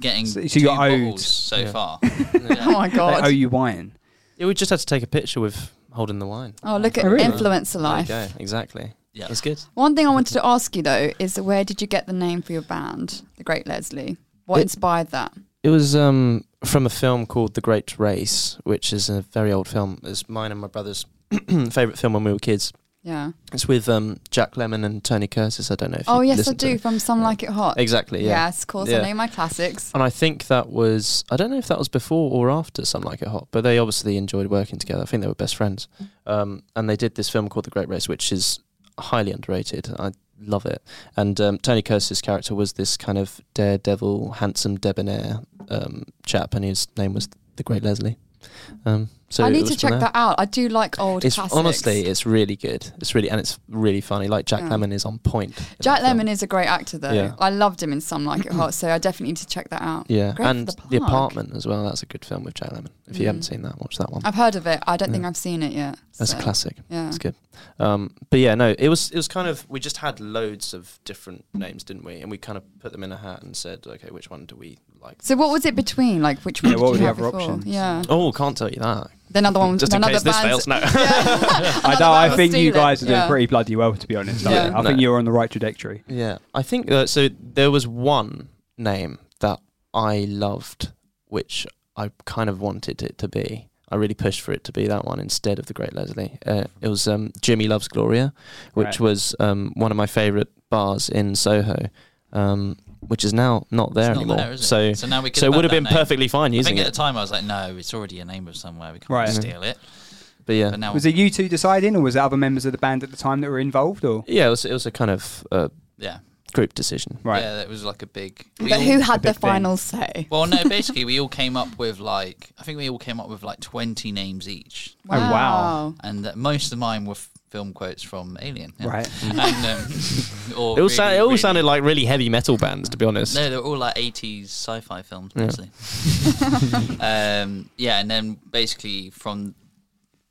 getting
So- so
two
you got owed.
bottles so
Yeah. <laughs>
far.
Oh my
they
god.
owe you wine.
yeah. We just had to take a picture with holding the wine.
Oh, look at
Oh, really?
influencer
There you
life.
go. Exactly.
Yeah.
That's good.
One thing I wanted to ask you though is where did you get the name for your band, The Great Leslie? What
It-
inspired that?
It was um, from a film called The Great Race, which is a very old film. It's mine and my brother's <clears throat> favorite film when we were kids.
Yeah.
It's with um, Jack Lemmon and Tony Curtis. I don't know if
Oh
you
yes, I
listened to
do.
it.
From Some Like It Hot.
Exactly. Yeah.
Yes, of course.
Yeah. Oh,
I know my classics.
And I think that was I don't know if that was before or after Some Like It Hot, but they obviously enjoyed working together. I think they were best friends.
Mm.
Um, and they did this film called The Great Race, which is highly underrated. I love it. And um, Tony Curtis's character was this kind of daredevil, handsome, debonair um, chap, and his name was the Great Leslie. Um, so
I
it
need
was
to check
from there.
that out. I do like old
It's
classics.
honestly, it's really good. It's really and it's really funny. Like Jack
Yeah.
Lemmon is on point. in
Jack
that film.
Lemon is a great actor though.
Yeah.
I loved him in Some Like
<clears throat>
It Hot, so I definitely need to check that out.
Yeah,
Great for
and
the
the,
Park. Mm.
apartment as well. That's a good film with Jack Lemmon. If you haven't seen that, watch that one.
I've heard of it. I don't think I've seen it yet.
That's
so,
a classic.
Yeah.
That's good. Um, but yeah, no, it was it was kind of we just had loads of different names, didn't we? And we kind of put them in a hat and said, okay, which one do we like?
So what was it between? Like which one
Yeah,
did
what
you
were the
have
other
before?
options?
Yeah.
Oh, can't tell you that.
<laughs>
The another one
Just in
another
case this
band's- <laughs>
fails, no.
I,
Another
don't, I
band
think you
steal it.
guys are doing
Yeah.
pretty bloody well, to be honest. I
Yeah.
think- I think
No.
you're on the right trajectory.
Yeah, I think uh, so. There was one name that I loved, which I kind of wanted it to be. I really pushed for it to be that one instead of the Great Leslie. Uh, it was um, Jimmy Loves Gloria, which
Right.
was um, one of my favourite bars in Soho, um, which is now not there
It's not
anymore.
there, is it?
So,
So now we could
so it
have
would have
that
been
name.
perfectly fine
I
using
think at
it.
the time I was like, no, it's already a name of somewhere. We can't
Right.
steal it.
but yeah,
But now
Was it you two deciding, or was it other members of the band at the time that were involved? Or
yeah, it was, it was a kind of uh,
yeah,
group decision.
right,
yeah, it was like a big. we
But
all-
who had
big
the
thing. Oh,
final say?
Well, no, basically we all came up with like I think we all came up with like twenty names each,
Oh, wow.
and that most of mine were f- film quotes from Alien. yeah.
right?
And,
<laughs>
um, or
It all, sa-
really,
it all
really-
sounded like really heavy metal bands, to be honest.
No, they're all like eighties sci-fi films mostly. um, yeah, and then basically from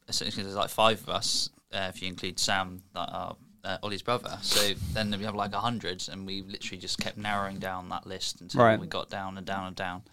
essentially there's like five of us uh, if you include Sam, like our, uh, Ollie's brother. So then we have like a hundred, and we literally just kept narrowing down that list until
Right.
we got down and down and down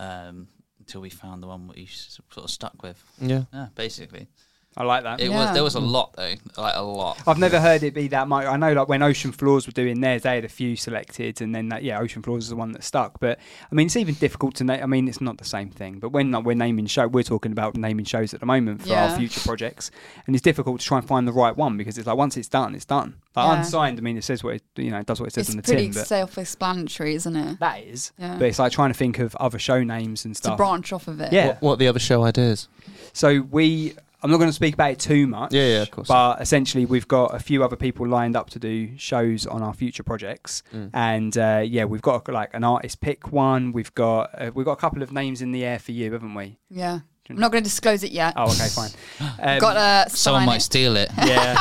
um, until we found the one we s- sort of stuck with.
Yeah.
Yeah, basically,
I like that.
it
Yeah.
was there was a lot though, like a lot.
I've never heard it be that much. I know, like when Ocean Floors were doing theirs, they had a few selected, and then that, yeah, Ocean Floors is the one that stuck. But I mean, it's even difficult to name. I mean, it's not the same thing. But when like, we're naming show, we're talking about naming shows at the moment for our
Yeah.
future projects, and it's difficult to try and find the right one because it's like once it's done, it's done. Like
Yeah.
unsigned, I mean, it says what it, you know, it does what it says
It's
on the
pretty
tin. But
self-explanatory, isn't it?
that is,
Yeah.
but it's like trying to think of other show names and
To
stuff.
branch off of it.
Yeah.
What, what are the other show ideas?
So we I'm not going to speak about it too much.
Yeah, yeah, of course.
But essentially, we've got a few other people lined up to do shows on our future projects, and uh, yeah, we've got like an artist pick one. We've got uh, we've got a couple of names in the air for you, haven't
<laughs>
we?
Yeah. I'm not going to disclose it yet.
Oh, okay, fine. Um,
<laughs> Got to
Someone
sign
might
it.
steal it.
yeah.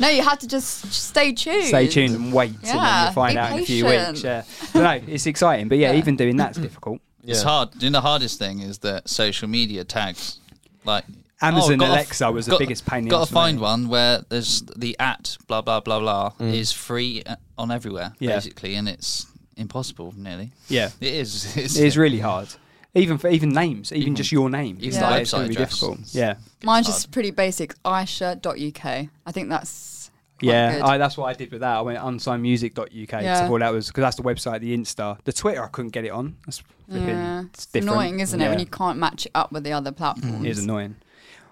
No, you have to just, just stay tuned.
Stay tuned and wait, and then
Yeah,
you'll find
be
out in a few
patient.
weeks. Yeah, But no, it's exciting, but yeah,
Yeah.
even doing
<clears throat>
that's difficult.
It's hard. You know, the hardest thing is that social media tags, like oh,
Amazon
gotta f-
Alexa was the biggest pain in the
Got
ass
to
for
find
me. Mm.
one where there's the at blah blah blah blah is free uh, on everywhere
Yeah.
basically, and it's impossible nearly.
Yeah.
It is. <laughs> It's,
It is really hard. Even for even names, even just your name,
even
it's,
the
like, it's
website
going to be
address.
difficult. Yeah, Uh,
Mine's just pretty basic. Aisha.uk. I think that's. quite
yeah.
good.
I, that's what I did with that. I went unsignmusic.uk yeah.
Yeah.
to all that was because that's the website, the Insta, the Twitter. I couldn't get it on. That's flipping,
Yeah.
it's
It's
different.
annoying, isn't it, when
Yeah.
you can't match it up with the other platforms?
It is annoying.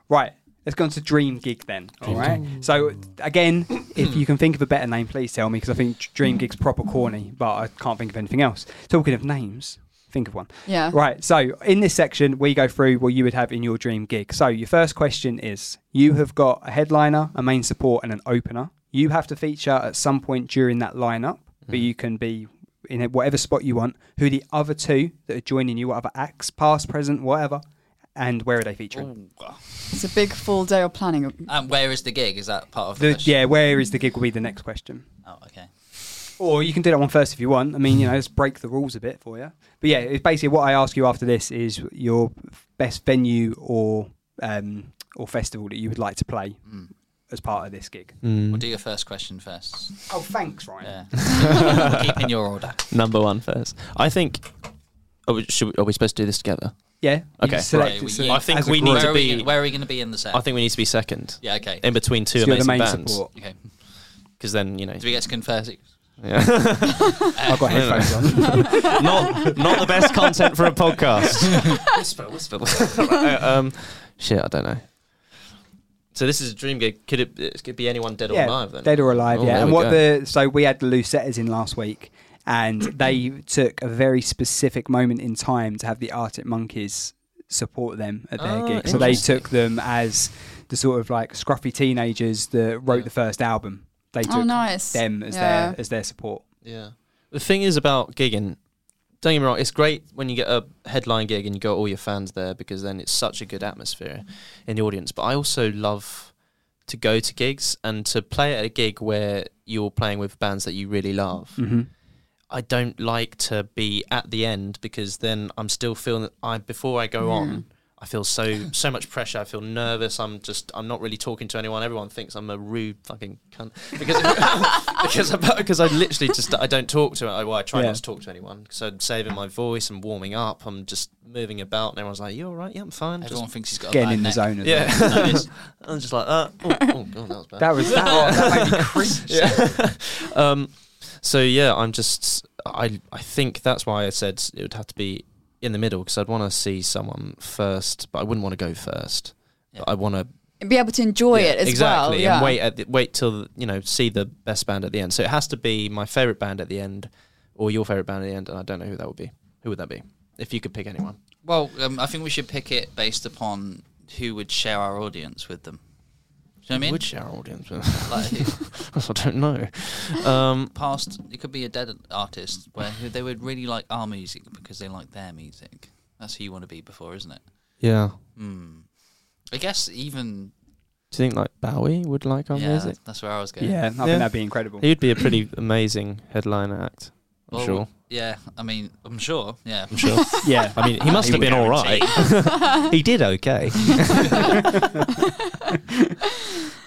Right, let's go on to Dream Gig then. All right. So <clears throat> again, if you can think of a better name, please tell me because I think d- Dream Gig's proper corny, but I can't think of anything else. Talking of names, think of one.
Yeah.
Right. So in this section, we go through what you would have in your dream gig. So your first question is: You have got a headliner, a main support, and an opener. You have to feature at some point during that lineup, but you can be in whatever spot you want. Who the other two that are joining you, whatever acts, past, present, whatever, and where are they featuring?
It's a big full day of planning.
And where is the gig? Is that part of the,
The,
question?
yeah, where is the gig will be the next question.
Oh, okay.
Or you can do that one first if you want. I mean, you know, let's break the rules a bit for you. But yeah, it's basically what I ask you after this is your best venue or um, or festival that you would like to play as part of this gig.
Mm.
We'll do your first question first.
Oh, thanks, Ryan.
Yeah. <laughs> We'll Keep in your order.
Number one first. I think. Are we, should we, are we supposed to do this together?
Yeah. you
Okay.
just select
Right,
it,
we-
so-
you-
I think
as a
we
group.
need
Where
to
are, we,
be.
gonna- where are we going to be in the set?
I think we need to be second.
Yeah. Okay.
In between two
So you're the
amazing
main
bands.
support.
okay.
Because then you know.
Do we get to confetti?
Yeah. <laughs>
I've got headphones on.
not not the best content for
<laughs>
a podcast. whisper, whisper. <laughs> um, shit, I don't know. So this is a dream gig. Could it, it could be anyone dead or alive?
yeah,
Then
dead or alive.
Oh,
yeah.
there
And
we
what
go.
the so we had the Lucettas in last week,
<clears throat>
and they took a very specific moment in time to have the Arctic Monkeys support them at their
Ah,
gig. So they
interesting.
took them as the sort of like scruffy teenagers that wrote the first album. They took
Oh, nice.
them as
Yeah.
their as their support.
Yeah. The thing is about gigging. Don't get me wrong. It's great when you get a headline gig and you got all your fans there because then it's such a good atmosphere in the audience. But I also love to go to gigs and to play at a gig where you're playing with bands that you really love.
Mm-hmm.
I don't like to be at the end because then I'm still feeling that I before I go on, I feel so so much pressure. I feel nervous. I'm just I'm not really talking to anyone. Everyone thinks I'm a rude fucking cunt because <laughs> because I, because I literally just I don't talk to I, well, I try
Yeah.
not to talk to anyone. So I'm saving my voice and warming up. I'm just moving about and everyone's like, "You all right? Yeah, I'm fine." Just-
Everyone thinks he's got
Getting
a bad
in the
neck.
zone. As <laughs> well.
yeah, <laughs> I'm just like, uh, oh, oh god, that was bad.
That was that, that made me
<laughs>
cringe.
um, so yeah, I'm just I I think that's why I said it would have to be in the middle because I'd want to see someone first, but I wouldn't want to go first. But I want to
And be able to enjoy it as
exactly
well. Yeah.
and wait at the, wait till you know see the best band at the end. So it has to be my favorite band at the end or your favorite band at the end, and I don't know who that would be. Who would that be? If you could pick anyone,
Well, um, I think we should pick it based upon who would share our audience with them. Do you know what I mean?
would share our audience? <laughs> with?
Like, who-
I don't know. Um,
past, it could be a dead artist where who they would really like our music because they like their music. That's who you want to be before, isn't it?
yeah.
Hmm. I guess even
Do you think like Bowie would like our
yeah,
music?
that's where I was going.
Yeah, I think
Yeah.
that'd be incredible.
He'd be a pretty amazing headliner act. I'm
Well,
sure.
Yeah, I mean, I'm sure. Yeah,
Oh, I'm sure.
Yeah,
I mean, he must have been all right. <laughs> he did okay.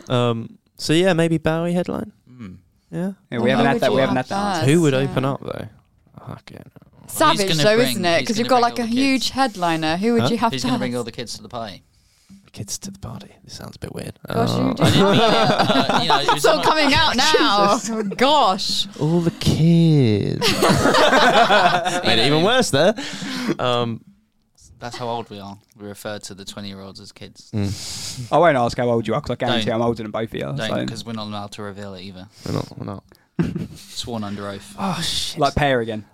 um. So yeah, maybe Bowie headline.
Hmm.
Yeah.
Yeah,
Well,
we haven't
who
had
would
that.
you
We haven't had
have
that.
first?
Who would
Yeah.
open up though? Fuck it.
Savage
gonna
though,
bring-
isn't it?
who's
Because you've
gonna
got
bring
like
all
a
the kids?
huge headliner. Who would
Huh?
you have
who's
to
going to
have?
bring all the kids to
<laughs>
the party?
Kids to the party. This sounds a bit weird.
Gosh, you
Oh.
do-
I
<laughs>
didn't mean it, but, you know, it was
It's all
on-
coming out
<laughs>
now. Oh, Gosh.
All the kids. <laughs> Made it even worse there. Um,
That's how old we are. We refer to the 20 year olds as kids.
I won't ask how old you are because I guarantee
Don't.
I'm older than both of you.
Don't,
so-
because we're not allowed to reveal it either.
we're not. We're not.
Sworn under oath.
Oh shit.
Like pair again.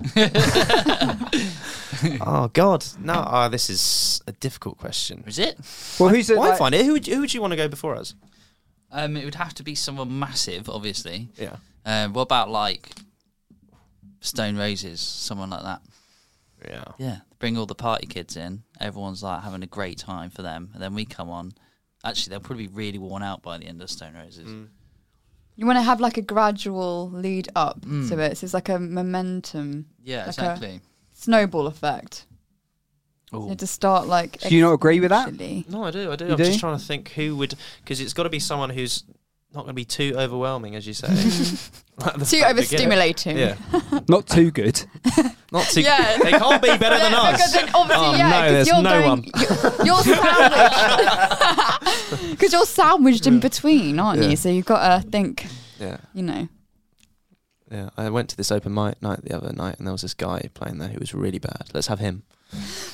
oh God, no! Oh, this is a difficult question.
Is it?
Well, who's the,
Well, I
like,
find it. Who would, who would you want to go before us?
Um, it would have to be someone massive, obviously.
Yeah.
Um, what about like Stone Roses, someone like that?
Yeah.
Yeah, bring all the party kids in. Everyone's like having a great time for them, and then we come on. Actually, they'll probably be really worn out by the end of Stone Roses.
You want to have like a gradual lead up
Mm.
to it. So it's like a momentum
Yeah,
Like a-
exactly.
snowball effect. You
Oh,
have to start like.
Do you not agree with that?
exponentially.
No, I do. I do.
You
I'm
do?
just trying to think who would because it's got to be someone who's not going to be too overwhelming, as you <laughs> say. Like the
Too
fact
overstimulating.
that- Yeah.
not too good?
Not too.
Yeah.
They can't be better
<laughs>
than
Yeah, because
us.
then obviously,
Oh,
yeah,
no,
'cause
there's
you're
no
going, You're,
one.
you're sandwiched. <laughs>
<laughs>
Because you're sandwiched in between, aren't
Yeah.
you? So you've got to think,
Yeah.
you know.
Yeah. I went to this open mic night the other night, and there was this guy playing there who was really bad. Let's have him.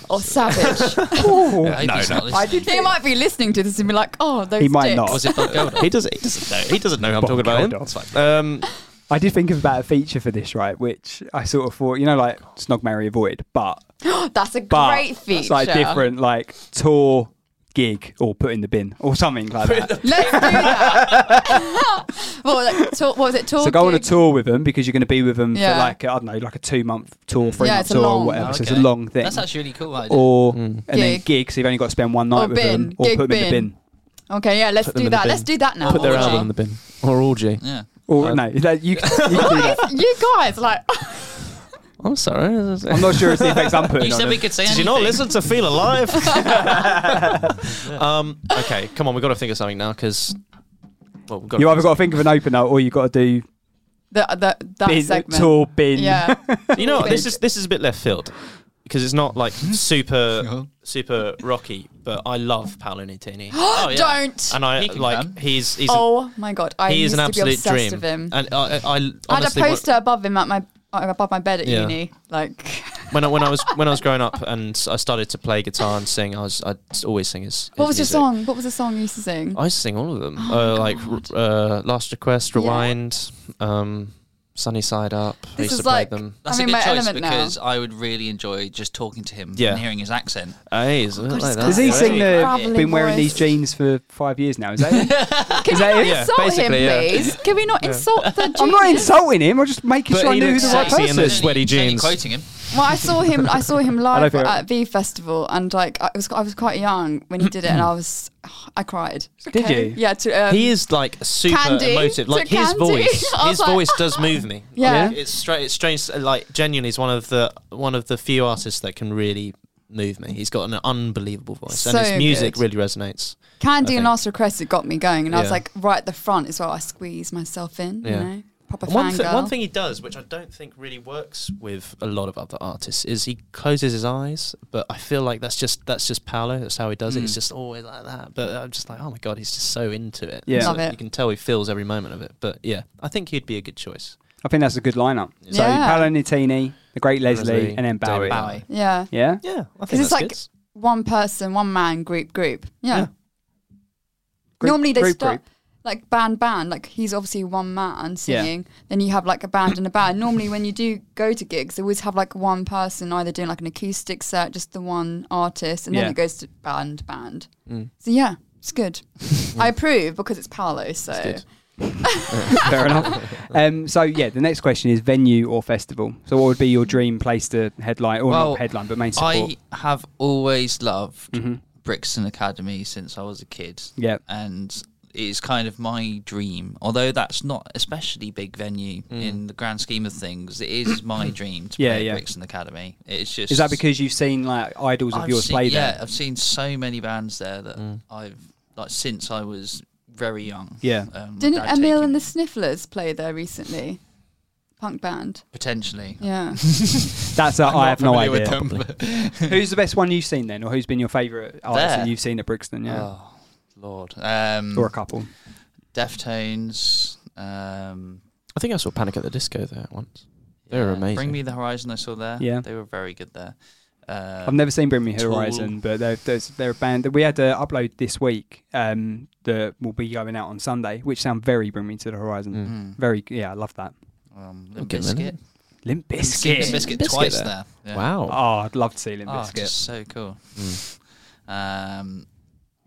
Or Oh, savage.
Oh.
I hope he's not
I
listening.
did.
he might be listening to this and be like, "Oh, those."
He might
dicks.
not.
Was it <laughs> Bob Geldof? he doesn't. He doesn't know. He doesn't know who I'm
Bob
talking about. Him.
Geldof.
That's fine. Um,
I did think about a feature for this, right? Which I sort of thought, you know, like snog, marry, avoid, but
That's a
but
great feature.
it's like different, like tour, gig, or put in the bin, or something like that.
Let's do that.
<laughs>
<laughs> what, was it, tour, what was it? Tour
So go on a
gig?
tour with them because you're going to be with them
Yeah.
for like I don't know, like a two month tour, three month
it's a
tour,
long-
or whatever.
Oh,
So it's a
okay.
long thing.
That's actually really cool. idea.
or
Mm.
and then
Gig.
gig, so you've only got to spend one night with them,
bin.
or
Gig,
put them in the
bin.
bin,
Okay, yeah, let's
Put them
do
in the
that.
bin.
Let's do that now.
put their
Orgy.
<laughs>
album in the bin or orgy.
yeah.
or no, that you, can- you can do that.
You guys, like, <laughs>
I'm sorry.
I'm not sure it's the
<laughs>
effects I'm putting
You
on
said
them.
we could say
<laughs> Did you
anything.
not listen to
<laughs>
Feel Alive? <laughs> um, okay, come on, we've got to think of something now because. Well, we've got
You either got to think of an opener, or you got to do
the, the, that
bin,
segment.
tour bin. <laughs>
Yeah.
you know what, this is this is a bit left field because it's not like super
Hmm? Sure.
super rocky, but I love Paolo Nutini. oh,
<gasps> Don't.
And I
He can
like
come.
he's he's
oh my god, I
he is
used
an
to be
absolute
obsessed
dream.
with him.
And I, I, I
I had a
honestly wa-
poster above him at my uh, above my bed at
Yeah.
uni. Like, <laughs>
when I when I was when I was growing up and I started to play guitar and sing, I was I would always sing his.
what
his
was your
music.
song? What was the song you used to sing?
I sing all of them. uh, like uh, Last Request,
Yeah.
Rewind, um, Sunny Side Up. I
This
used
is
to play
like
them.
I'm
That's a
in
good
my
choice
element now.
because I would really enjoy just talking to him
Yeah.
and hearing his accent.
Hey, is it
God,
like
he's
that?
Does he
That's
sing
great.
the?
Gravelly
Been wearing
voice.
these jeans for five years now. Is
<laughs>
that? it?
Can
Is
we
that
not
it? Yeah,
insult him,
basically, yeah.
please? Can we not insult the genius?
I'm not insulting him. I'm just making
But
sure I
he
knew who
looks
the right
sexy in
person.
those sweaty
Shane, you're
jeans.
quoting him.
Well, I saw him. I saw
<laughs>
him live
think-
at V Festival, and like I was, I was quite young when he did it, and I was, <sighs> I cried.
Did you?
Yeah. To, um,
He is like super
Candy
emotive.
to
Like his
Candy.
voice,
<laughs> I was
his
like-
voice does move me.
<laughs> Yeah.
Like, it's straight. It's strange. Like genuinely, he's one of the one of the few artists that can really move me. He's got an unbelievable voice, and
So
his music
good.
really resonates.
Candy
I
and
think.
Last Request. It got me going, and I was
Yeah.
like right at the front as well. I squeezed myself in.
Yeah.
You know, proper
One,
fangirl.
thi- one thing he does, which I don't think really works with a lot of other artists, is he closes his eyes. But I feel like that's just that's just Paolo. That's how he does
Mm.
it. It's just always like that. But I'm just like, oh my god, he's just so into it.
Yeah.
So
Love it.
you can tell he feels every moment of it. But yeah, I think he'd be a good choice.
I think that's a good lineup. So
Yeah.
Paolo Nutini, the great Leslie,
Leslie,
and then Bowie.
David Bowie.
Yeah.
Yeah.
Yeah, I think
Because it's
that's
like
good.
one person, one man, group, group. Yeah.
Yeah.
Group-
Normally they
group,
start
group.
like band, band. Like he's obviously one man
Yeah.
singing. Then you have like a band and a band. Normally when you do go to gigs, they always have like one person either doing like an acoustic set, just the one artist, and then
Yeah.
it goes to band, band. So yeah, it's good. I approve because it's Paolo. So
good.
Fair
<laughs>
enough. Um, so yeah, the next question is venue or festival. So what would be your dream place to headline, or
Well,
not headline, but main support? Mm-hmm.
I have always loved Brixton Academy since I was a kid.
Yeah.
And it's kind of my dream. Although that's not especially big venue in the grand scheme of things,
<clears throat>
it is my dream to
Yeah,
play
yeah.
at Brixton Academy. It's just
Is that because you've seen like idols of
I've
yours
seen,
play
yeah,
there?
I've seen so many bands there that I've like since I was very young.
Yeah.
Um, my
didn't
dad
Emil
taking
and
me-
the Snifflers play there recently? Punk band.
potentially.
Yeah.
That's a,
I'm
I
not
have no
familiar with
idea.
them, but-
Who's the best one you've seen then, or who's been your favourite artist
There.
that you've seen at Brixton? Yeah,
Oh, Lord. Um,
or a couple.
Deftones. Um,
I think I saw Panic at the Disco there once. They were
yeah,
amazing.
Bring Me the Horizon, I saw there.
Yeah.
They were very good there. Uh,
I've never seen Bring Me
Tool.
Horizon, but they're, there's- they're a band that we had to upload this week um, that will be going out on Sunday, which sound very Bring Me to the Horizon.
Mm.
mm,
Very, yeah, I love that.
um, Limp
Okay, then.
Bizkit.
Limp
Seen Limp
Biscuit. Ah,
Bizkit
Bizkit
twice
there.
there. Yeah.
Oh,
Wow.
I'd love to see Limp
Oh,
Biscuit.
it's so cool.
Hmm.
Um,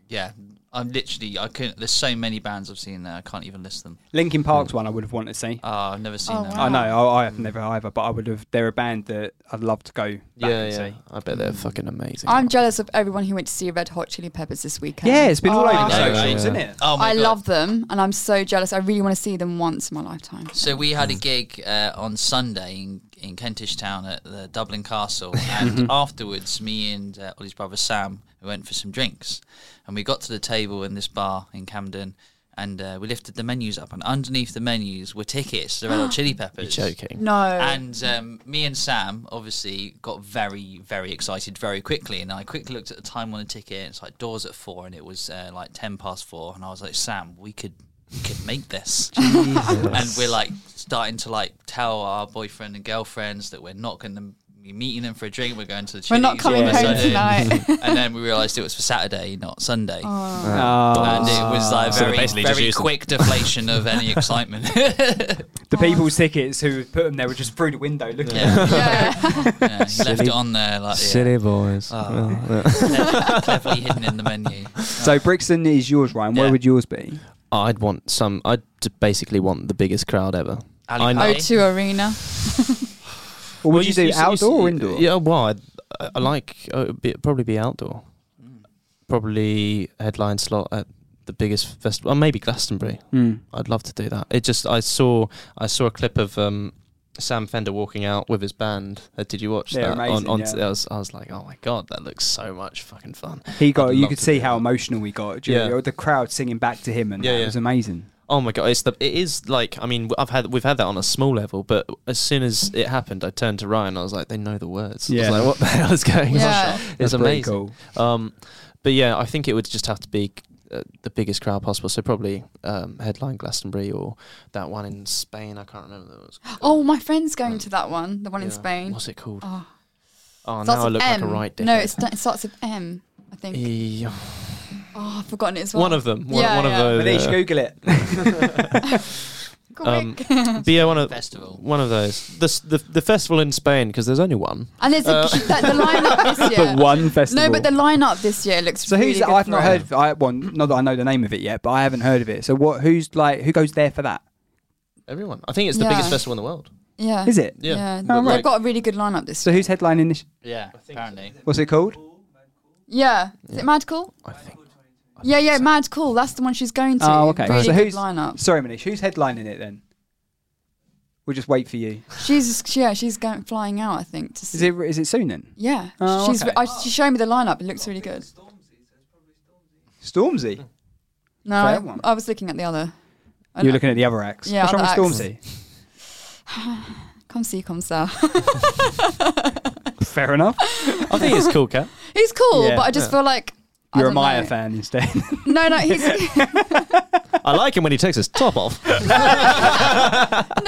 yeah, I'm literally I couldn't. There's so many bands I've seen there. I can't even list them.
Linkin Park's one I would have wanted to see.
Oh, I've never seen
Oh,
them.
wow.
I know, I, I have never either, but I would have. They're a band that I'd love to go back
Yeah,
and
yeah.
see.
I bet they're fucking amazing.
I'm jealous of everyone who went to see Red Hot Chili Peppers this weekend.
Ah, Yeah, it's been all
Oh,
over
I
the
know,
socials,
yeah.
isn't it?
Oh my
I
God.
love them, and I'm so jealous. I really want to see them once in my lifetime.
So we had a gig uh, on Sunday in, in Kentish Town at the Dublin Castle, and afterwards, me and uh, Ollie's brother Sam we went for some drinks, and we got to the table in this bar in Camden, and uh, we lifted the menus up, and underneath the menus were tickets to the Red Hot Chili Peppers.
joking.
No,
And um, me and Sam obviously got very, very excited very quickly. And I quickly looked at the time on the ticket. It's like doors at four, and it was uh, like ten past four. And I was like, Sam, we could, we could make
<laughs>
this. and we're like starting to like tell our boyfriend and girlfriends that we're not going to be meeting them for a drink. We're going to the.
we're not
Chili's
coming
all of a
home
sudden.
tonight.
and then we realised it was for Saturday, not Sunday.
Oh.
And it was like
So they
very,
basically just
very
used them.
quick deflation of any excitement. <laughs>
the people's tickets who put them there were just through the window looking. at
yeah.
yeah.
Yeah, he left
Silly-
it on there like yeah. <laughs> Oh.
Silly boys.
cleverly cleverly hidden in the menu.
So Brixton is yours, Ryan. Where
Yeah.
would yours be?
I'd want some. I'd d- basically want the biggest crowd ever.
Ali
I know.
Pali.
O2 Arena.
Or would
Well,
you, do
s- s-
outdoor or
s-
indoor?
Yeah, well, I'd, I- I like uh, it'd be, probably be outdoor.
Hmm.
Probably headline slot at the biggest festival, or maybe Glastonbury.
Mm.
I'd love to do that. It just I saw I saw a clip of um, Sam Fender walking out with his band. Uh, did you watch
They're
that?
amazing,
on, on
yeah.
I was I was like, oh my god, that looks so much fucking fun.
He got.
I'd
you
love
could
to
see
do
how
that.
emotional we got.
Yeah.
Yeah. The crowd singing back to him, and
Yeah,
that
yeah.
was amazing.
Oh my god, it's the it is like I mean I've had we've had that on a small level, but as soon as it happened, I turned to Ryan. I was like, they know the words. I
Yeah.
was like, what the hell is
Yeah.
going on?
That's
It's
pretty
amazing.
cool.
Um, but yeah, I think it would just have to be uh, the biggest crowd possible. So probably um, headline Glastonbury or that one in Spain. I can't remember. What it was
Oh, my friend's going to that one, the one in
Yeah.
Spain.
What's it called?
Oh.
Oh,
Starts
now I
with
look
M.
like a right dick.
No, it's, it starts with M, I think. Oh, I've forgotten it as well.
one of them. One,
Yeah,
one
yeah.
But
of
they
those.
should
uh,
Google it.
Quick.
um, but <laughs> yeah, one of
Festival.
one of those. The s- the, the festival in Spain because there's only one.
and there's a,
uh, <laughs>
that, the lineup this year.
the one festival.
No, but the lineup this year looks
So
really
who's?
good.
I've
for
not
it.
heard. Of, I well, not that I know the name of it yet, but I haven't heard of it. So what? Who's like? Who goes there for that?
Everyone. I think it's the
Yeah.
biggest festival in the world.
Yeah.
Is it?
Yeah.
Yeah.
Oh,
They've
right.
got a really good lineup this
So
year.
who's headlining this?
Yeah, apparently.
What's it called?
Yeah. Is it Mad Cool?
I think.
Yeah, yeah, Mad Cool. That's the one she's going to.
Oh, okay.
Really
So
good
who's-
lineup?
Sorry, Manish. Who's headlining it then? We'll just wait for you.
She's yeah, she's going flying out. I think to see.
Is it? Is it soon then?
Yeah,
Oh,
she's.
okay.
I, she showed me the lineup. It looks really good.
Stormzy.
No,
Fair one.
I, I was looking at the other. I
You're
know.
looking at the other acts.
Yeah,
What's
other
wrong with
acts.
Stormzy? <laughs>
Come see, come sir.
Fair enough.
I think
<laughs>
it's cool, cat.
<laughs> He's cool,
Yeah.
but I just feel like I
You're a
don't know.
Maya fan instead. <laughs>
No, no, he's
I like him when he takes his top <laughs> off.
no,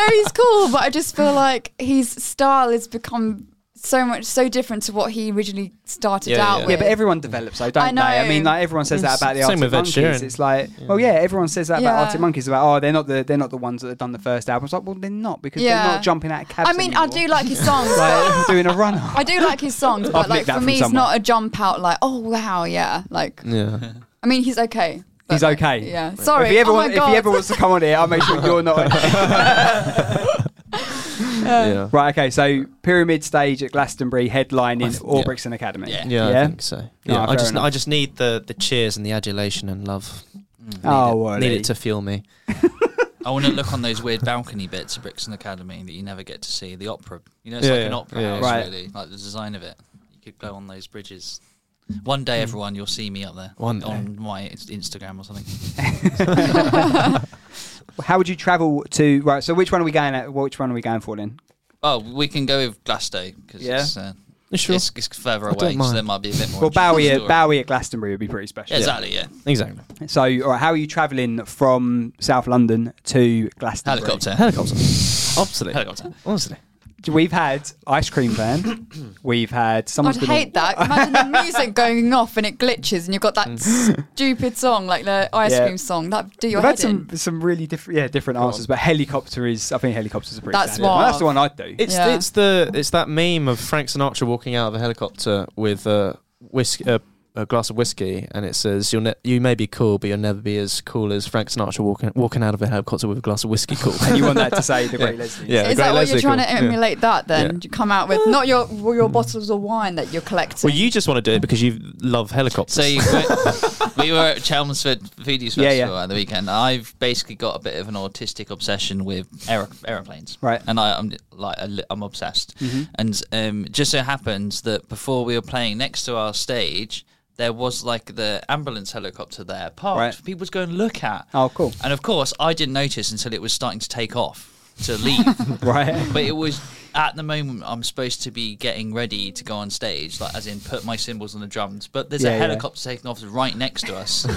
he's cool, but I just feel like his style has become so much so different to what he originally started
Yeah,
out
yeah.
with.
yeah, but everyone develops, though, don't
I
they? I mean,
know.
like everyone says that
It's
about the
same
Arctic
with Ed
Monkeys.
Sheeran.
It's like, well, yeah, everyone says that
Yeah.
about Arctic Monkeys. About oh, they're not the they're not the ones that have done the first album. It's like, well, they're not because
Yeah.
they're not jumping out of cabs.
I mean, I do
anymore.
like his
<laughs>
songs. but-
like doing a runner.
<laughs> I do like his songs, but
I've
like
nicked that
for
from
me, it's
someone. Mm.
not a jump out. Like, oh wow, yeah. Like,
yeah.
I mean, he's okay. but,
He's
like,
okay.
Yeah. Sorry.
If he ever,
oh
wa-
my
if
God.
he ever wants to come on here, I'll make sure you're not.
<laughs>
Yeah.
right. Okay. So pyramid stage at Glastonbury, headlining
th- yeah.
Orbrixton Academy.
Yeah.
Yeah,
Yeah?
I think so.
Yeah,
Yeah,
fair
I just
enough.
I just need the the cheers and the adulation and love.
Oh, well,
Need it to fuel me.
I want to look on those weird balcony bits at Brixton Academy that you never get to see. The opera, you know, it's
Yeah,
like
yeah,
an opera
yeah.
house,
Right.
really. Like the design of it. You could go on those bridges. One day, everyone, you'll see me up there
One day.
on my ins- Instagram or something.
How would you travel to? Right. So which one are we going at? Which one are we going for then?
Oh, we can go with Glasgow because
Yeah.
it's, uh,
Sure.
it's, it's further
I don't
away, so
mind.
there might be a bit more.
Well, Bowie
interesting
at
story.
Bowie at Glastonbury would be pretty
Yeah,
special.
exactly, yeah.
Exactly.
So, all right, how are you travelling from South London to Glastonbury?
Helicopter.
Helicopter. Obsolete.
Helicopter.
Honestly.
we've had ice cream
<coughs>
van. We've had someone's
I'd
been on-
hate that. Imagine the music going off and it glitches, and you've got that stupid song, like the ice
Yeah.
cream song. That do your
We've had
head
some
in.
some really different yeah different answers, but helicopter is I think helicopter's a pretty
That's
standard one.
what-
That's the one I'd do.
It's
Yeah.
it's the it's that meme of Frank Sinatra walking out of a helicopter with a whisk a, a glass of whiskey, and it says you'll ne- you may be cool, but you'll never be as cool as Frank Sinatra walking walking out of a helicopter with a glass of whiskey. Cool. <laughs>
and <laughs> you want that to say the great
Yeah.
Leslie.
Yeah.
Is
Great
that what you're
Leslie
trying
Cool.
to
Yeah.
emulate? That then
Yeah.
you come out with not your your bottles of wine that you're collecting.
Well, you just want to do it because you love helicopters.
So you, we were at Chelmsford Videos
<laughs>
Festival
Yeah, yeah.
at the weekend. I've basically got a bit of an autistic obsession with aer- aeroplanes,
Right. Mm-hmm.
And I, I'm like a li- I'm obsessed. And um, just so happens that before we were playing next to our stage, there was like the ambulance helicopter there parked
Right.
for people to go and look at.
Oh, cool.
And of course, I didn't notice until it was starting to take off to
<laughs>
leave.
Right.
but it was at the moment I'm supposed to be getting ready to go on stage, like as in put my cymbals on the drums. But there's
Yeah,
a
yeah.
helicopter taking off right next
<laughs>
to us.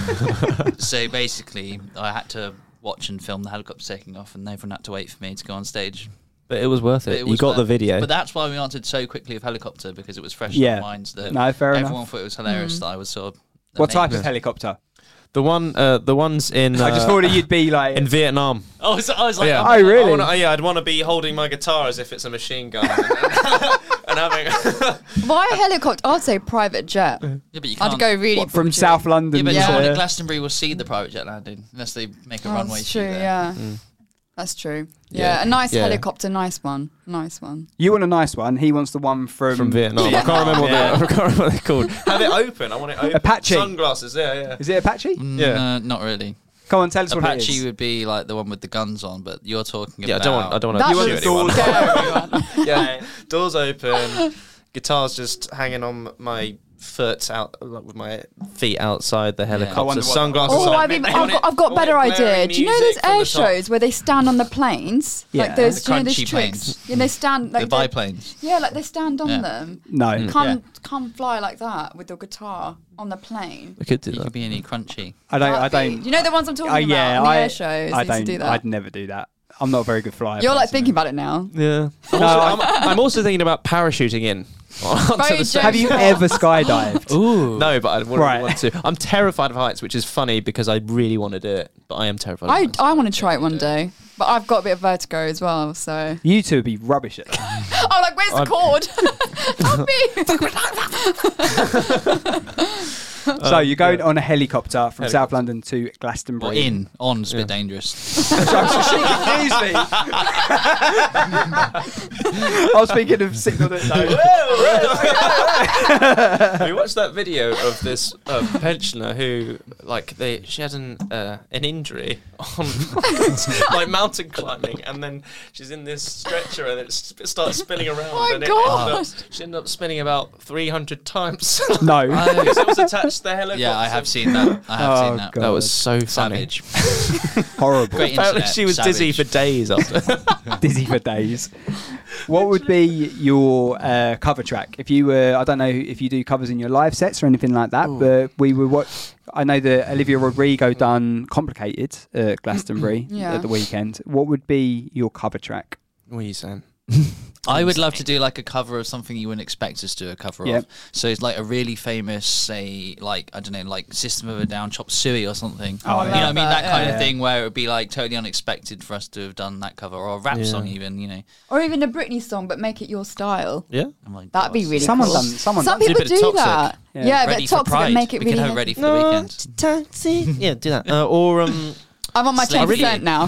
so basically, I had to watch and film the helicopter taking off, and everyone had to wait for me to go on stage.
but it was worth
But
it.
it
you
was
got the
that-
video.
But that's why we answered so quickly of helicopter because it was fresh in
Yeah.
our minds that
No, fair
everyone
enough.
thought it was hilarious
Mm.
that I was sort of.
What type
amazed.
of helicopter?
the one uh, the ones in uh,
I just thought that you'd be like.
in Vietnam.
I was, I was like,
Yeah.
oh,
oh really?
I wanna, yeah, I'd want to be holding my guitar as if it's a machine <laughs> gun, and having.
Why a helicopter? I'd say private jet.
yeah, but you can't.
I'd go really
what, from
bougie.
South
yeah,
London
but
Yeah.
no one
to
at Glastonbury will see the private jet landing unless they make a
Oh,
runway
that's
shoot
true.
there.
Yeah, that's true. Yeah,
Yeah.
a nice
Yeah.
helicopter, nice one, nice one.
you want a nice one. He wants the one from
from Vietnam. I can't remember what
Yeah.
they I can't remember what they're called. Have it open. I want it open.
Apache.
Sunglasses. Yeah, yeah.
Is it Apache?
Yeah.
No, not really.
Come on, tell us what it
Apache
is.
would be like the one with the guns on, but you're talking
Yeah, I
about.
don't want. I don't
That
want to
was
shoot
<laughs>
anyone.
scary one.
Yeah, doors open. Guitar's just hanging on my foot out, like with my feet outside the helicopter.
wonder what-
Sunglasses.
Oh,
on.
I've, even, I've got, I've got a
All it
better idea.
blaring
Do you know those
music from
air
the top.
shows where they stand on the planes?
Yeah.
Like those,
The
do you know those
crunchy
tricks?
planes.
Yeah, they stand like
the
they-
biplanes.
Yeah, like they stand on
Yeah.
them.
No.
Mm.
Come, come fly like that with your guitar on the plane.
We could do
You could
that.
be any crunchy.
I don't. I
That'd be-
don't.
Do you know the ones I'm talking
Oh, yeah,
about? on
I,
the air shows.
I
they used
don't.
to do that.
I'd never do that. I'm not a very good flyer.
You're like
person.
thinking about it now.
Yeah. I'm,
No,
also,
I-
I'm, I'm also thinking about parachuting in. <laughs> onto
Very
the stage.
Have you
<laughs>
ever skydived?
Ooh. No, but I wouldn't
Right.
want to. I'm terrified of heights, which is funny because I really want to do it, but I am terrified.
I,
of heights.
I want to try it one day, but I've got a bit of vertigo as well. So
You two would be rubbish at that.
I'm like, where's the
I'd-
cord? <laughs> Help me!
so you're going on a helicopter from South
Helicopter.
London to Glastonbury.
Or
<laughs>
in, on's a
<laughs>
bit dangerous.
she confused me. <laughs> I was thinking of signal that
<laughs>
we watched that video of this uh, pensioner who, like, they she had an uh, an injury on <laughs> like mountain climbing, and then she's in this stretcher and it sp- starts spinning around.
My
and it
God.
ended up- she ended up spinning about three hundred times
<laughs>
<laughs>
No.
because it was attached to the helicopter.
yeah, I have seen that. I have
Oh,
seen that.
God. That was
so <laughs>
savage.
Horrible.
Great
Apparently,
internet,
she was dizzy for
savage. <laughs>
days after.
Dizzy for days. What would be your uh, cover track if you were? I don't know if you do covers in your live sets or anything like that, but we were what I know that Olivia Rodrigo done "Complicated"
<clears throat>
at Glastonbury
Yeah.
at the weekend. What would be your cover track?
what are you saying?
I would love to do like a cover of something you wouldn't expect us to do a cover
Yeah.
of. So it's like a really famous, say, like I don't know, like System of a Down, Chop Suey or something.
Oh, I
you know what I
love
mean? That,
that,
kind
yeah.
of thing where it would be like totally unexpected for us to have done that cover or a rap
Yeah.
song, even. You know,
or even a Britney song, but make it your style.
Yeah.
I'm like,
That'd be
God.
really
Someone
cool.
done. Someone
Some
done.
done-
people
Did a bit
do
of
that.
Toxic.
Yeah,
Yeah.
ready
but
for
toxic
Pride.
and make it
we
really.
could have ready for the weekend.
yeah, do that. Uh, or um,
I'm on my
Slay.
ten percent now.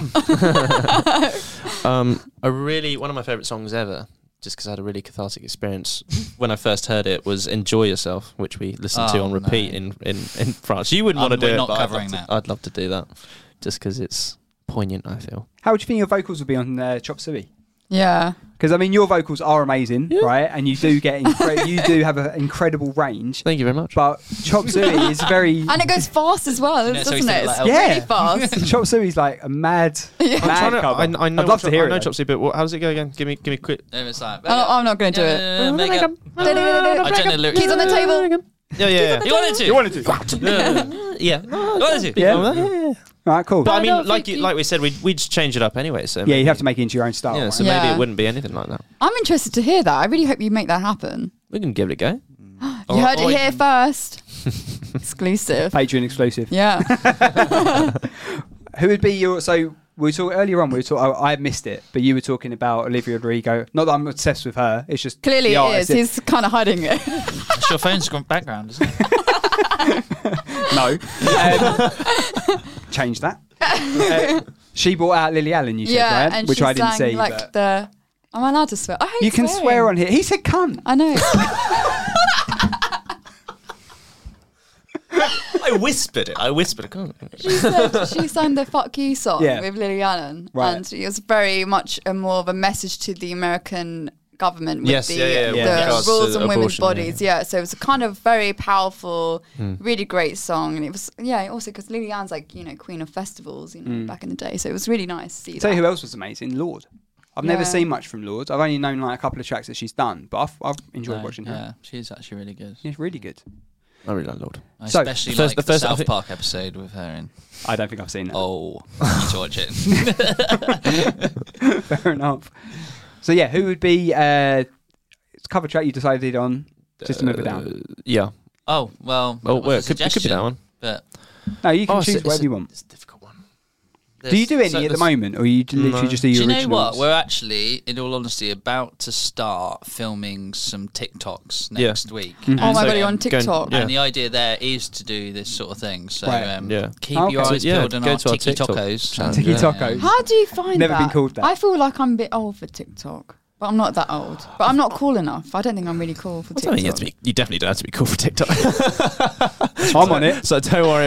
<laughs>
<laughs>
Um, a really one of my favorite songs ever, just because I had a really
<laughs>
cathartic experience when I first heard it, was "Enjoy Yourself," which we listened to
Oh,
on repeat
no.
in, in, in France. You wouldn't
Um,
want to do
we're
it.
not
but I'd love
covering
to-
that.
I'd love to do that, just because it's poignant. I feel.
How would you think your vocals would be on uh, "Chop Suey"?
yeah,
Because I mean, your vocals are amazing, right? And you do get incre- you do have an incredible range.
Thank you very much.
But Chop
<laughs>
Suey is very
and it goes fast as well,
know, so
doesn't
he's
it?
doing
It's
like-
Yeah.
really
<laughs>
fast. <laughs>
Chop Suey's like a mad,
Yeah. I'm
mad
to,
cover.
I, I know
would love to hear
I know
it.
Chopsy, but what, how does it go again? Give me, give me quick.
And it's like,
I'm not- Oh, I'm not gonna do it.
<laughs> Yeah, make up.
Da- da- da- da- da- <laughs>
I don't know the lyrics.
Keys on the table.
Yeah, yeah, yeah.
You wanted to?
<laughs> Yeah, yeah, yeah. yeah. No,
Oh, is it?
yeah. yeah, yeah.
All right, cool.
But I
I don't
mean, like
think
you,
you-
like we said, we'd, we'd just change it up anyway. So
yeah, you'd have to make it into your own style.
yeah,
right?
so maybe
Yeah.
it wouldn't be anything like that.
I'm interested to hear that. I really hope you make that happen.
We can give it a go.
You
Or-
heard
or
it here
you- <laughs>
first. Exclusive.
Patreon exclusive.
Yeah.
Who would be your? So we were talking earlier on. We were talking. I, I missed it, but you were talking about Olivia Rodrigo. Not that I'm obsessed with her. It's just
Clearly
<laughs> the
it is.
artist.
He's kind of hiding it.
It's your phone's gone background, isn't it?
<laughs>
no. Um, change that. Uh, she brought out Lily Allen. You said
yeah,
right,
and
which
she
I didn't
sang
see.
like
but-
the. Am I allowed to swear? I hate
you can
swearing.
swear on here. He said "cunt."
I know.
<laughs>
I whispered it. I whispered it. Come on.
she said
<laughs>
she sang the "Fuck You" song
Yeah.
with Lily Allen,
Right.
and it was very much a more of a message to the American government with
Yes,
the,
yeah, yeah,
the
with regards to
rules on women's
abortion, yeah,
bodies. Yeah. so it was a kind of very powerful,
Hmm.
really great song, and it was yeah. Also, because Lily Allen's like you know queen of festivals, you know, back in the day, so it was really nice to see
Hmm. Tell you
that.
who else was amazing, Lord. I've never
Yeah.
seen much from Lord. I've only known like a couple of tracks that she's done, but I've, I've enjoyed
No,
watching her.
Yeah, she's actually really good.
She's really good.
I really like Lord.
I
So,
especially
the first-
like
the
the,
first- I
South
think-
Park episode with her
<laughs>
in.
I don't think I've seen that.
Oh, you need to watch it.
<laughs> Fair enough. So yeah, who would be uh, it's cover track you decided on? System of a Down.
Yeah.
Oh well. that
Oh,
was
well,
a
it could, it could be
suggestion,
that one.
But
No, you can
Oh, it's a-
choose
it's
whatever
a-
you want.
It's a difficult one.
Do you do any
there's- so
at the
there's-
moment, or you d- literally
No.
just do
Do
your
you know
originals?
what? We're actually, in all honesty, about to start filming some TikToks
Yeah.
next week.
Oh my
And-
god, you're on
Go and-
TikTok.
yeah.
And the idea there is to do this sort of thing. So
Right.
um,
Yeah.
keep
Okay.
your eyes
Yeah,
peeled on
go
our
to our
Tiki
TikTok
Tokos.
channel.
Tiki
Yeah.
Tacos.
How do you find
Never
that?
been called that.
I feel like I'm a bit old for TikTok. But I'm not that old. But I'm not cool enough. I don't think I'm really cool for
I
TikTok.
don't think you, have to be, you definitely don't have to be cool for <laughs> TikTok.
I'm on it.
so don't worry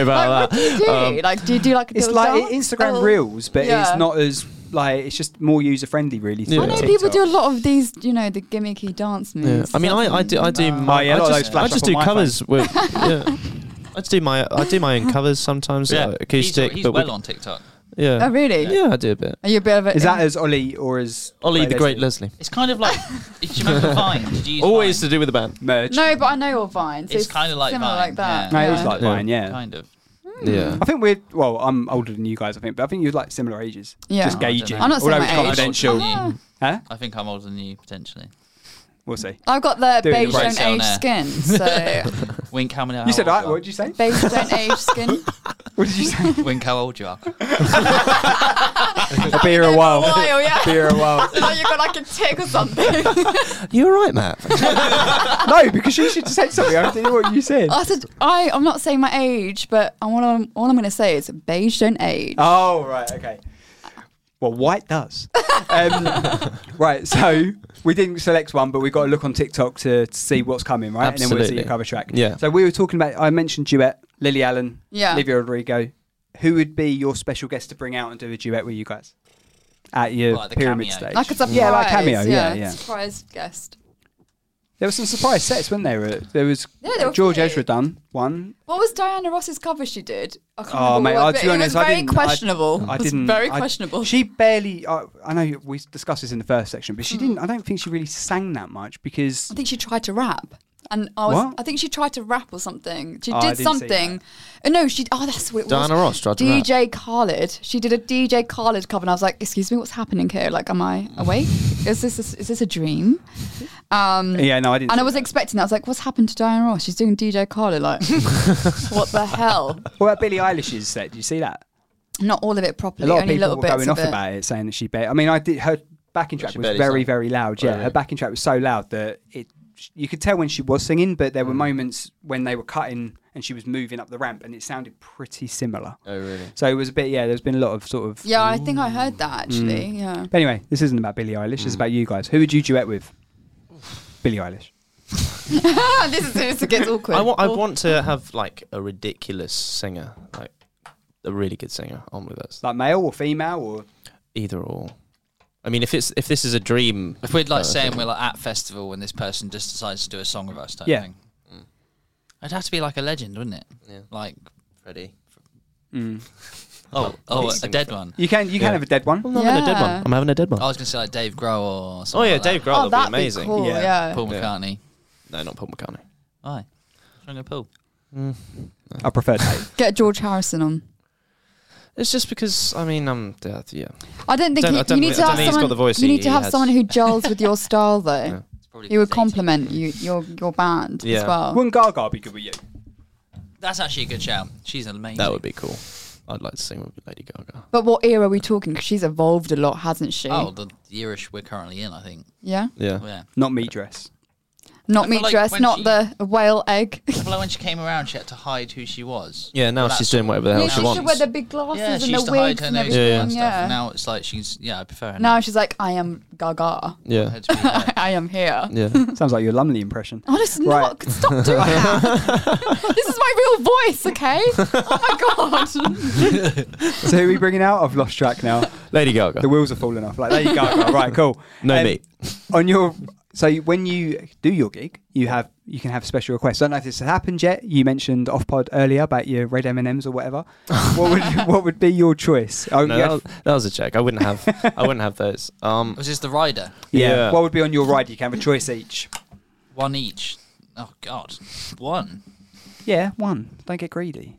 Like,
about that.
what do you do? like, do you do like a
It's
little
like
dance?
Instagram
Or-
Reels, but
Yeah.
it's not as like it's just more user friendly, really. than
I
I know
TikTok.
people do a lot of these, you know, the gimmicky dance
Yeah.
moves.
I mean, I, I do I do
Oh,
my
yeah, a
I
lot of
just,
those flash
I
up
just
on
do
my
covers with <laughs> yeah. I just do my I do my own covers sometimes
Yeah.
uh, acoustic,
he's, he's
but we-
well on TikTok.
yeah,
Oh, really?
yeah, I do a bit.
Are you a bit of a?
Is that as Ollie or as
Ollie
Ray
the Great Leslie,
It's kind of <laughs> like, do you remember Vine? Did you use
always
Vine?
to do with the band.
merge?
no, but I know your vines.
It's kind of like
similar
Vine,
like that.
No,
yeah.
it was like
Yeah.
mine, yeah.
Kind of.
Yeah,
I think we're well. I'm older than you guys, I think, but I think you're like similar ages.
Yeah.
just
No, I
don't
gauging.
know. I'm
not saying
Although
my
it's
age.
confidential.
Ah.
Huh?
I think I'm older than you <laughs> potentially.
We'll see.
I've got the
Doing the
beige don't
race on
age
air.
skin, so
Wink how many? how
You said,
old
Oh,
"Right,
are.
what did you say?
beige don't age skin.
What did you say?
Wink how
<laughs>
old you are.
a beer a while. <laughs>
While, yeah.
Beer a while.
<laughs> Now you got like a tick or something.
<laughs> you're right, <laughs> Matt.
<laughs> No, because you should have said something. I don't know what you said.
I said I. I'm not saying my age, but I want. All I'm going to say is beige don't age.
Oh, right, okay. Well, white does. Um, <laughs> right, so we didn't select one, but we got to look on TikTok to, to see what's coming, right? And then we'll see
Absolutely.
a cover track.
Yeah.
So we were talking about, I mentioned duet, Lily Allen,
Yeah.
Olivia Rodrigo. Who would be your special guest to bring out and do a duet with you guys? At your
Like the
pyramid
cameo.
stage.
like a surprise.
Yeah, like cameo, yeah, yeah.
Surprise guest.
There were some surprise sets, weren't there? Uh, There was
Yeah, there were
George
few.
Ezra done one,
What was Diana Ross's cover she did? I can't
Oh,
remember
mate,
what
I'll
it was,
be
but
honest,
it was
I
very
didn't.
questionable.
I
It was
didn't.
very
I-
questionable.
She barely. I, I know we discussed this in the first section, but she didn't. I don't think she really sang that much because.
I think she tried to rap. And I was,
What?
I think she tried to rap or something. She
Oh, I
did
didn't see
something. Uh, No, she. Oh, that's what it was.
Diana Ross tried to rap.
DJ Khaled. She did a DJ Khaled cover, and I was like, "Excuse me, what's happening here? Like, am
<laughs>
I awake? is this is, this a dream?" Um,
yeah, no, I didn't.
and I
see
was expecting. that. I was like, "What's happened to Diana Ross? She's doing DJ Khaled.
<laughs>
Like, what the hell?"
that. What about Billie Eilish's set? Did you see that?
Not all of it
A
properly.
lot of
only
people
little
were
bits
going
of
off
it.
about it, saying that she. Ba- I mean, I did. Her backing track
she
was
barely
very,
sang.
very loud. Yeah, her
really?
backing track was so loud that it. You could tell when she was singing, but there were
Mm.
moments when they were cutting and she was moving up the ramp, and it sounded pretty similar.
oh really?
So it was a bit. Yeah, there's been a lot of sort of.
Yeah, I think I heard that actually.
Mm.
Yeah.
But anyway, this isn't about Billie Eilish. It's about you guys. Who would you duet with? Billie Eilish.
Ah, this is this gets awkward.
I want I want to have like a ridiculous singer, like a really good singer on with us,
Like male or female or
either or. I mean, if it's if this is a dream,
If we're like
Uh,
saying we're like at festival when this person just decides to do a song with us, type
Yeah.
thing. It'd have to be like a legend, wouldn't it?
Yeah.
Like
Freddie.
oh oh a dead one.
You can you can
Mm. Yeah.
have a dead one.
I'm having a dead
Yeah.
one. I'm having a dead one.
I was gonna say like Dave Grohl or
Oh
something
yeah,
like
Dave
that.
Grohl
oh,
would be
that'd be
amazing.
cool.
Yeah.
Yeah.
Paul
Yeah.
McCartney.
No, not Paul McCartney.
Why? What's wrong with Paul?
Mm.
I prefer Dave.
Get George Harrison on.
It's just because I mean um yeah, yeah.
I don't think
Don't-
you,
I don't
you need
think-
to
I don't
have
think he's got
someone.
the voice
you
he-
need to
he
have
has.
someone who gels with your style, though.
<laughs> Yeah.
It's probably
He would
'cause he's 18.
compliment you, your your band as
Yeah.
<laughs>
well.
Wouldn't Gaga be good with you?
That's actually a good shout. She's amazing.
That would be cool. I'd like to sing with Lady Gaga.
But what era are we talking? 'Cause she's evolved a lot, hasn't she?
Oh, the yearish we're currently in, I think.
Yeah.
Yeah.
Yeah.
Not meat dress.
Not
feel
meat
like
dress,
when
not
she-
the whale egg.
<laughs>
Well, like when she came around, she had to hide who she was.
Yeah, now
Well, that's-
she's doing whatever the hell
Yeah,
she
she used to wear
wants.
the big glasses
Yeah, she
and
used
the
to hide
wigs
her
and
nose
everything.
and all
Yeah,
that
yeah.
stuff.
Yeah.
Now it's like she's yeah, I prefer her.
Now she's like, I am Gaga.
Yeah.
Her to be there.
<laughs> I am here.
Yeah. <laughs>
Sounds like your Lumley impression.
Oh, it's
Right.
not. Stop doing that. this is my real voice, okay? Oh my god.
so who are we bringing out? I've lost track now.
Lady Gaga.
The wheels are falling off. Like there you go. right, cool.
No
Um,
meat.
On your so you- when you do your gig, you have you can have special requests. I don't know if this has happened yet. You mentioned off pod earlier about your red M and M's or
<laughs>
whatever. what would what would be your choice? Oh,
No,
yeah.
that, was, that was a joke. I wouldn't have. I wouldn't have those. Um,
Was this the rider?
yeah.
yeah.
What would be on your ride? You can have a choice each.
One each. Oh God, one.
Yeah, one. Don't get greedy.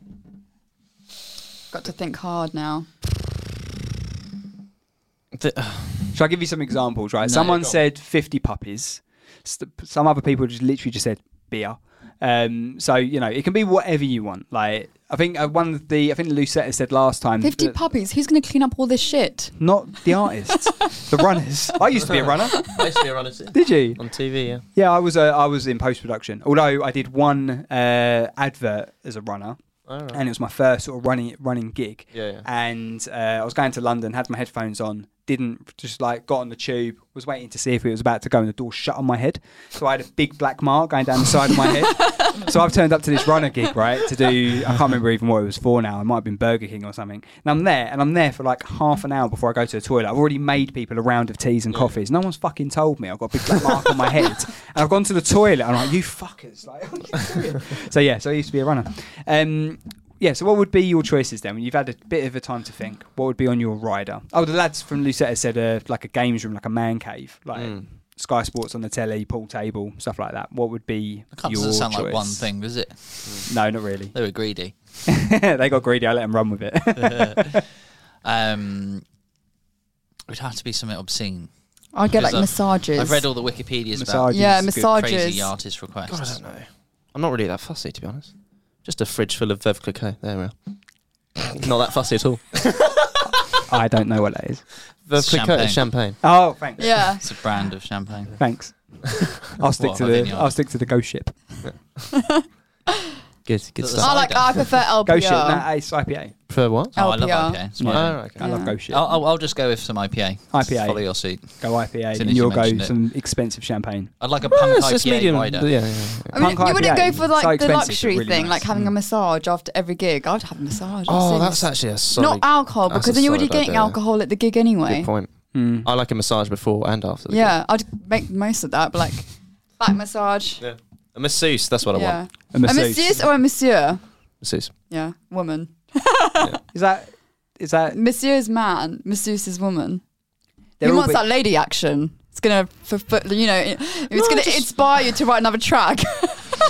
Got to think hard now.
the,
Shall I give you some examples? Right,
No,
someone
go on.
said fifty puppies. St- some other people just literally just said beer. Um, so you know, it can be whatever you want. Like I think uh, one of the I think Lucetta said last time
50
that-
puppies. Who's going to clean up all this shit?
Not the artists, the
<laughs>
runners. I used to be a runner.
I used to be a runner too.
Did you?
on TV. Yeah.
Yeah, I was. Uh, I was in post production. Although I did one uh, advert as a runner, and it was my first sort of running running gig.
Yeah, yeah.
And uh, I was going to London, had my headphones on, didn't just like got on the tube, was waiting to see if it was about to go, and the door shut on my head. So I had a big black mark going down the side of my
<laughs>
head. <laughs> So I've turned up to this runner gig, right, to do I can't remember even what it was for now. It might have been Burger King or something. And I'm there, and I'm there for like half an hour before I go to the toilet. I've already made people a round of teas and coffees. No one's fucking told me. I've got a big black mark on my head, and I've gone to the toilet. I'm like, you fuckers, like, <laughs> what are you doing? so yeah, so I used to be a runner. Um, yeah, so what would be your choices then? When you've had a bit of a time to think, what would be on your rider? Oh, the lads from Lucetta said uh, like a games room, like a man cave, like
Hmm.
Sky Sports on the telly, pool table, stuff like that. What would be
That can't-
your
doesn't sound
choice?
like one thing, does it?
No, not really.
They were greedy.
<laughs> they got greedy. I let them run with it. <laughs>
Um, it would have to be something obscene.
I'd get like
Because I've-
massages.
I've read all the Wikipedia's
Massages.
yeah,
Good
about
massages.
crazy artist requests.
God, I don't know. I'm not really that fussy, to be honest. Just a fridge full of Veuve Clicquot. There we are. <laughs> not that fussy at all.
I don't know what that is.
Veuve
It's
Clicquot is champagne.
Oh, thanks.
<laughs>
Yeah.
It's a brand of champagne.
Thanks. I'll stick
What,
to
I
the
didn't know.
I'll stick to the ghost ship.
Good, good
Does it
stuff.
I like. I prefer LPR.
Ghost ship, nah, it's IPA.
For what?
Oh, I love
LPR.
IPA. It's
Yeah.
fine.
Oh, okay.
I love
Yeah.
ghost ship.
I'll, I'll, I'll just go with some IPA.
IPA.
Follow your suit.
Go IPA,
Soon
and
as you
you'll go
mentioned it.
some expensive champagne.
I'd like a
Well,
punk
it's just
IPA
medium.
rider.
Yeah, yeah, yeah.
I mean,
Punk
you wouldn't
IPA,
go for
so
like the
expensive, but
luxury
really
thing,
nice.
like having a massage after every gig. I'd have a massage.
Oh,
I'd say
that's
this.
actually a solid.
not alcohol
that's
because
a
then you're already
solid
getting
idea.
alcohol at the gig anyway.
Good point. I like a massage before and after. The
Yeah, I'd make the most of that, but like back massage.
gig. Yeah. A masseuse. That's what I
yeah,
want.
A masseuse.
masseuse or a monsieur.
<laughs> Masseuse.
Yeah, woman.
Is that is that
Monsieur is man. Masseuse is woman.
they're
Who
all
wants
bit-
that lady action? It's gonna, for, for, you know, it- it's gonna
just-
inspire you to write another <laughs> track.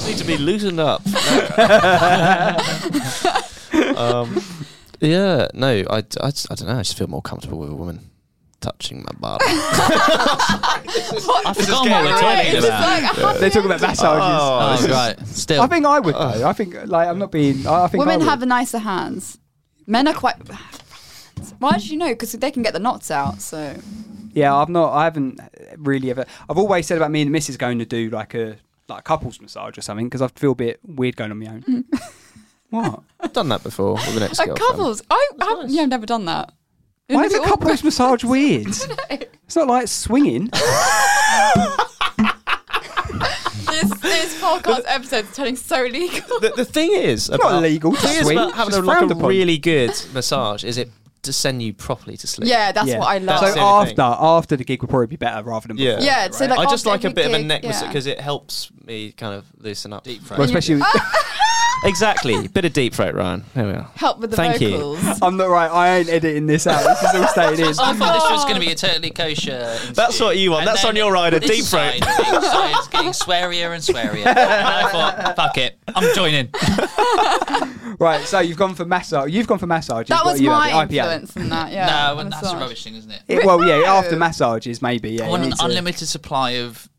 need to be loosened up. um, yeah, no, I, I, just- I don't know. I just feel more comfortable with a woman touching my body.
I forgot what we're talking
It's just
about.
like a happy
They're talking about
ending.
massages.
Oh, right. Still.
I think I would though. I think like I'm not being. I I think I
Women
would.
have nicer hands. Men are quite. <laughs> Why did you know? Because they can get the knots out. So
Yeah, I've not. I haven't really ever. I've always said about me and the missus going to do like a like a couples massage or something because I feel a bit weird going on my
Mm.
own. <laughs>
<laughs>
what?
I've done that before with an ex
a Oh, couples. I have yeah, I've never done that.
Why is a
It'd be awkward.
couples massage
<laughs>
weird? It's not like swinging.
This, this <laughs> podcast episode is turning so legal.
The, the thing is,
not
about,
illegal
The
to
thing is
swing,
about having
just
a, like
frowned
a
upon.
really good massage is it to send you properly to sleep.
Yeah, that's
Yeah.
what I love.
That's
So
the only
after
thing.
after the gig would probably be better rather than
Yeah.
before.
yeah, so like
I just
after
like a
every
bit of a
gig,
neck massage
yeah.
because it helps me kind of loosen up.
Deep
Deep
throat.
Well, especially
exactly. Bit of deep throat, Ryan. There we are.
Help with the
Thank you.
vocals.
<laughs>
<laughs>
I'm not right. I ain't editing this out. This is all staying in.
<laughs>
I thought this was going
<laughs>
to be a totally kosher. interview.
That's what you want.
And
That's
then
on your rider,
this
deep throat.
side being- so It's getting swearier and swearier. And I thought, fuck it, I'm joining.
Right. So you've gone for massage. You've gone for massage.
That
You've got-
was
you have
my
the IPA.
influence in that. <laughs> Yeah.
no,
on the
that's
song.
a rubbish thing, isn't it?
It- well, yeah. After
No.
massages, maybe. Yeah.
I
you
want an
need to-
unlimited supply of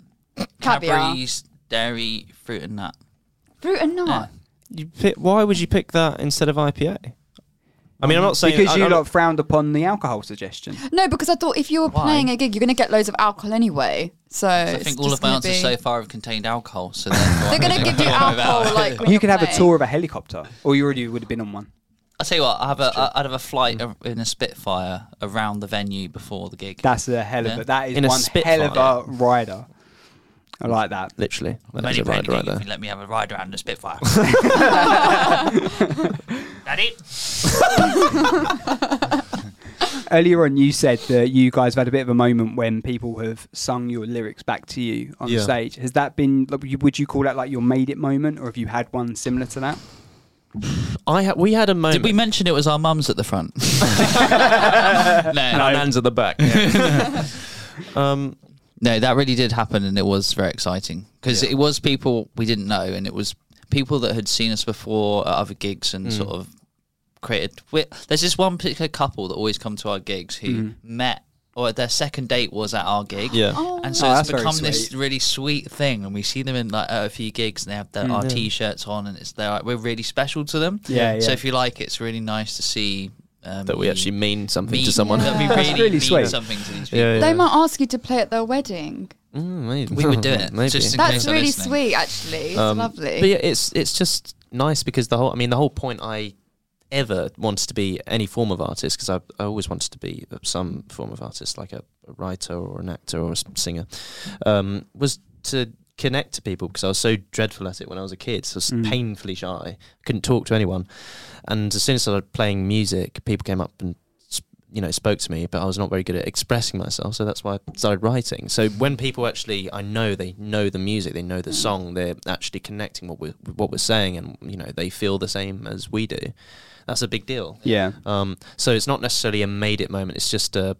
Caviar.
Cadbury's dairy fruit and nut.
Fruit and nut.
You pick, why would you pick that instead of IPA? I mean, I'm not saying
Because
I-
you
I'm
lot frowned upon the alcohol suggestion.
No, because I thought if you were playing a gig, you're going to get loads of alcohol anyway. So
I
it's
think all
just
of my
gonna
answers
be-
so far have contained alcohol, so therefore
They're <laughs> going to give you alcohol. Like when
You
you're
could have a
playing.
tour of a helicopter, or you already would have been on one.
I'll tell you what, I have a, I- I'd have a flight of- in a Spitfire around the venue before the gig.
That's a hell of
Yeah.
a. That is
In a
one
Spitfire.
hell of a rider. I like that.
literally. That
Many
is a rider right there.
Let me have a ride around the Spitfire. that it?
Earlier on, you said that you guys have had a bit of a moment when people have sung your lyrics back to you on
Yeah.
stage. Has that been? like, would you- Would you call that like your made it moment, or have you had one similar to that?
I ha- we had a
Did
moment.
we mention it was our mums at
<laughs>
the front? <laughs> no,
and
no,
hands at the back.
<laughs>
um,
that really did happen, and it was very exciting because it was people we didn't know, and it was people that had seen us before at other gigs
Mm.
and sort of created. we there's this one particular couple that always come to our gigs who
Mm-hmm.
met, or their second date was at our gig.
yeah.
And so
Oh,
it's
that's very
become this
sweet.
really sweet thing, and we see them in like at a few gigs, and they have their,
Mm,
our t-shirts on, and it's they're like, we're really special to them.
Yeah,
So
yeah.
if you like, it's really nice to see um,
That we
you
actually mean something
mean
to someone.
That we
That's
really,
really
mean
sweet.
something to these people.
<laughs> Yeah, Mm,
They might ask you to play at their wedding.
We would do
<laughs>
it. Just
That's
in case they're
really
listening.
sweet, actually. It's
Um,
lovely.
But yeah, it's it's just nice because the whole I mean the whole point I ever wanted to be any form of artist because I, I always wanted to be some form of artist like a, a writer or an actor or a s- singer um, was to connect to people because I was so dreadful at it when I was a kid so I was painfully shy couldn't talk to anyone and as soon as I started playing music people came up and s- you know spoke to me but I was not very good at expressing myself so that's why I started writing so when people actually I know they know the music they know the song they're actually connecting what we're what we're saying and you know they feel the same as we do that's a big deal
Yeah.
um, so it's not necessarily a made it moment. It's just a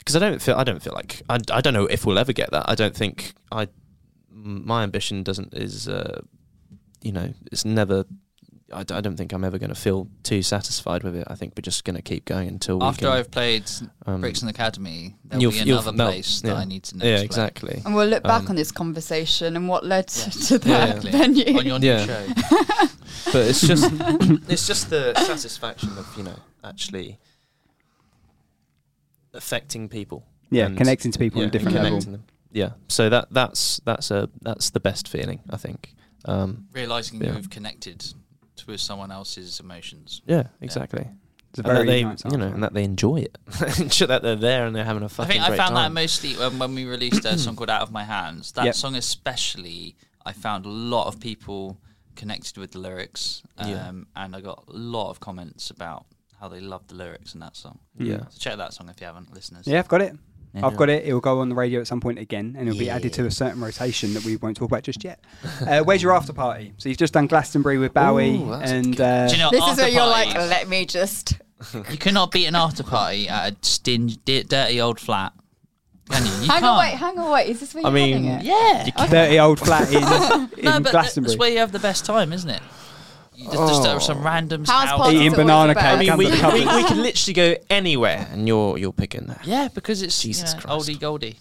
because I don't feel I don't feel like I, I don't know if we'll ever get that. I don't think I m- my ambition doesn't is uh, you know it's never. I, d- I don't think I'm ever going to feel too satisfied with it. I think we're just going to keep going until we
After
can,
I've played
um,
Brixton Academy, there'll
you'll
be
f- you'll
another
f- no,
place that
yeah.
I need to know.
yeah
to play. <laughs>
exactly.
and we'll look back
um,
on this conversation and what led
Yeah.
<laughs> to that
Exactly.
venue.
On your new
Yeah.
show.
but
<laughs>
it's just it's just the satisfaction of you know actually affecting people.
Yeah,
and-
connecting to people on a different level.
connecting them. Yeah, so that that's that's a that's the best feeling I think. Um,
Realizing
Yeah.
you've connected to someone else's emotions.
yeah, exactly.
It's a
And that
very
they
nice
you know
answer.
and that they enjoy it, <laughs> Sure that they're there and they're having a
I
fucking
think I
great
found that
time.
mostly um, when we released a song called Out of My Hands. That
Yep.
song, especially, I found a lot of people connected with the lyrics. Um,
Yeah.
And I got a lot of comments about how they loved the lyrics in that song.
Yeah.
So check that song if you haven't, listeners.
Yeah, I've got it.
Yeah.
I've got it. It will go on the radio at some point again, and it'll be added to a certain rotation that we won't talk about just yet. Uh, where's your after party? So you've just done Glastonbury with Bowie,
Ooh, that's
and uh,
Do you know,
this is
after
where you're like,
parties-
let me just.
You cannot beat an after party at a stingy, di- dirty old flat. Can you? You
Hang on,
can't.
wait, hang on, wait. Is this where
I
you're having
mean,
it?
Yeah.
dirty old flat in, in
No, but that's
Glastonbury.
where you have the best time, isn't it? You just, just uh, some random
House
house
parties
Eating
are
banana
always the
cake
best.
I mean,
we,
under the
we,
covers.
we can literally go anywhere and you're you're picking that.
Yeah, because it's
Jesus
Jesus you know,
Christ.
oldie goldie.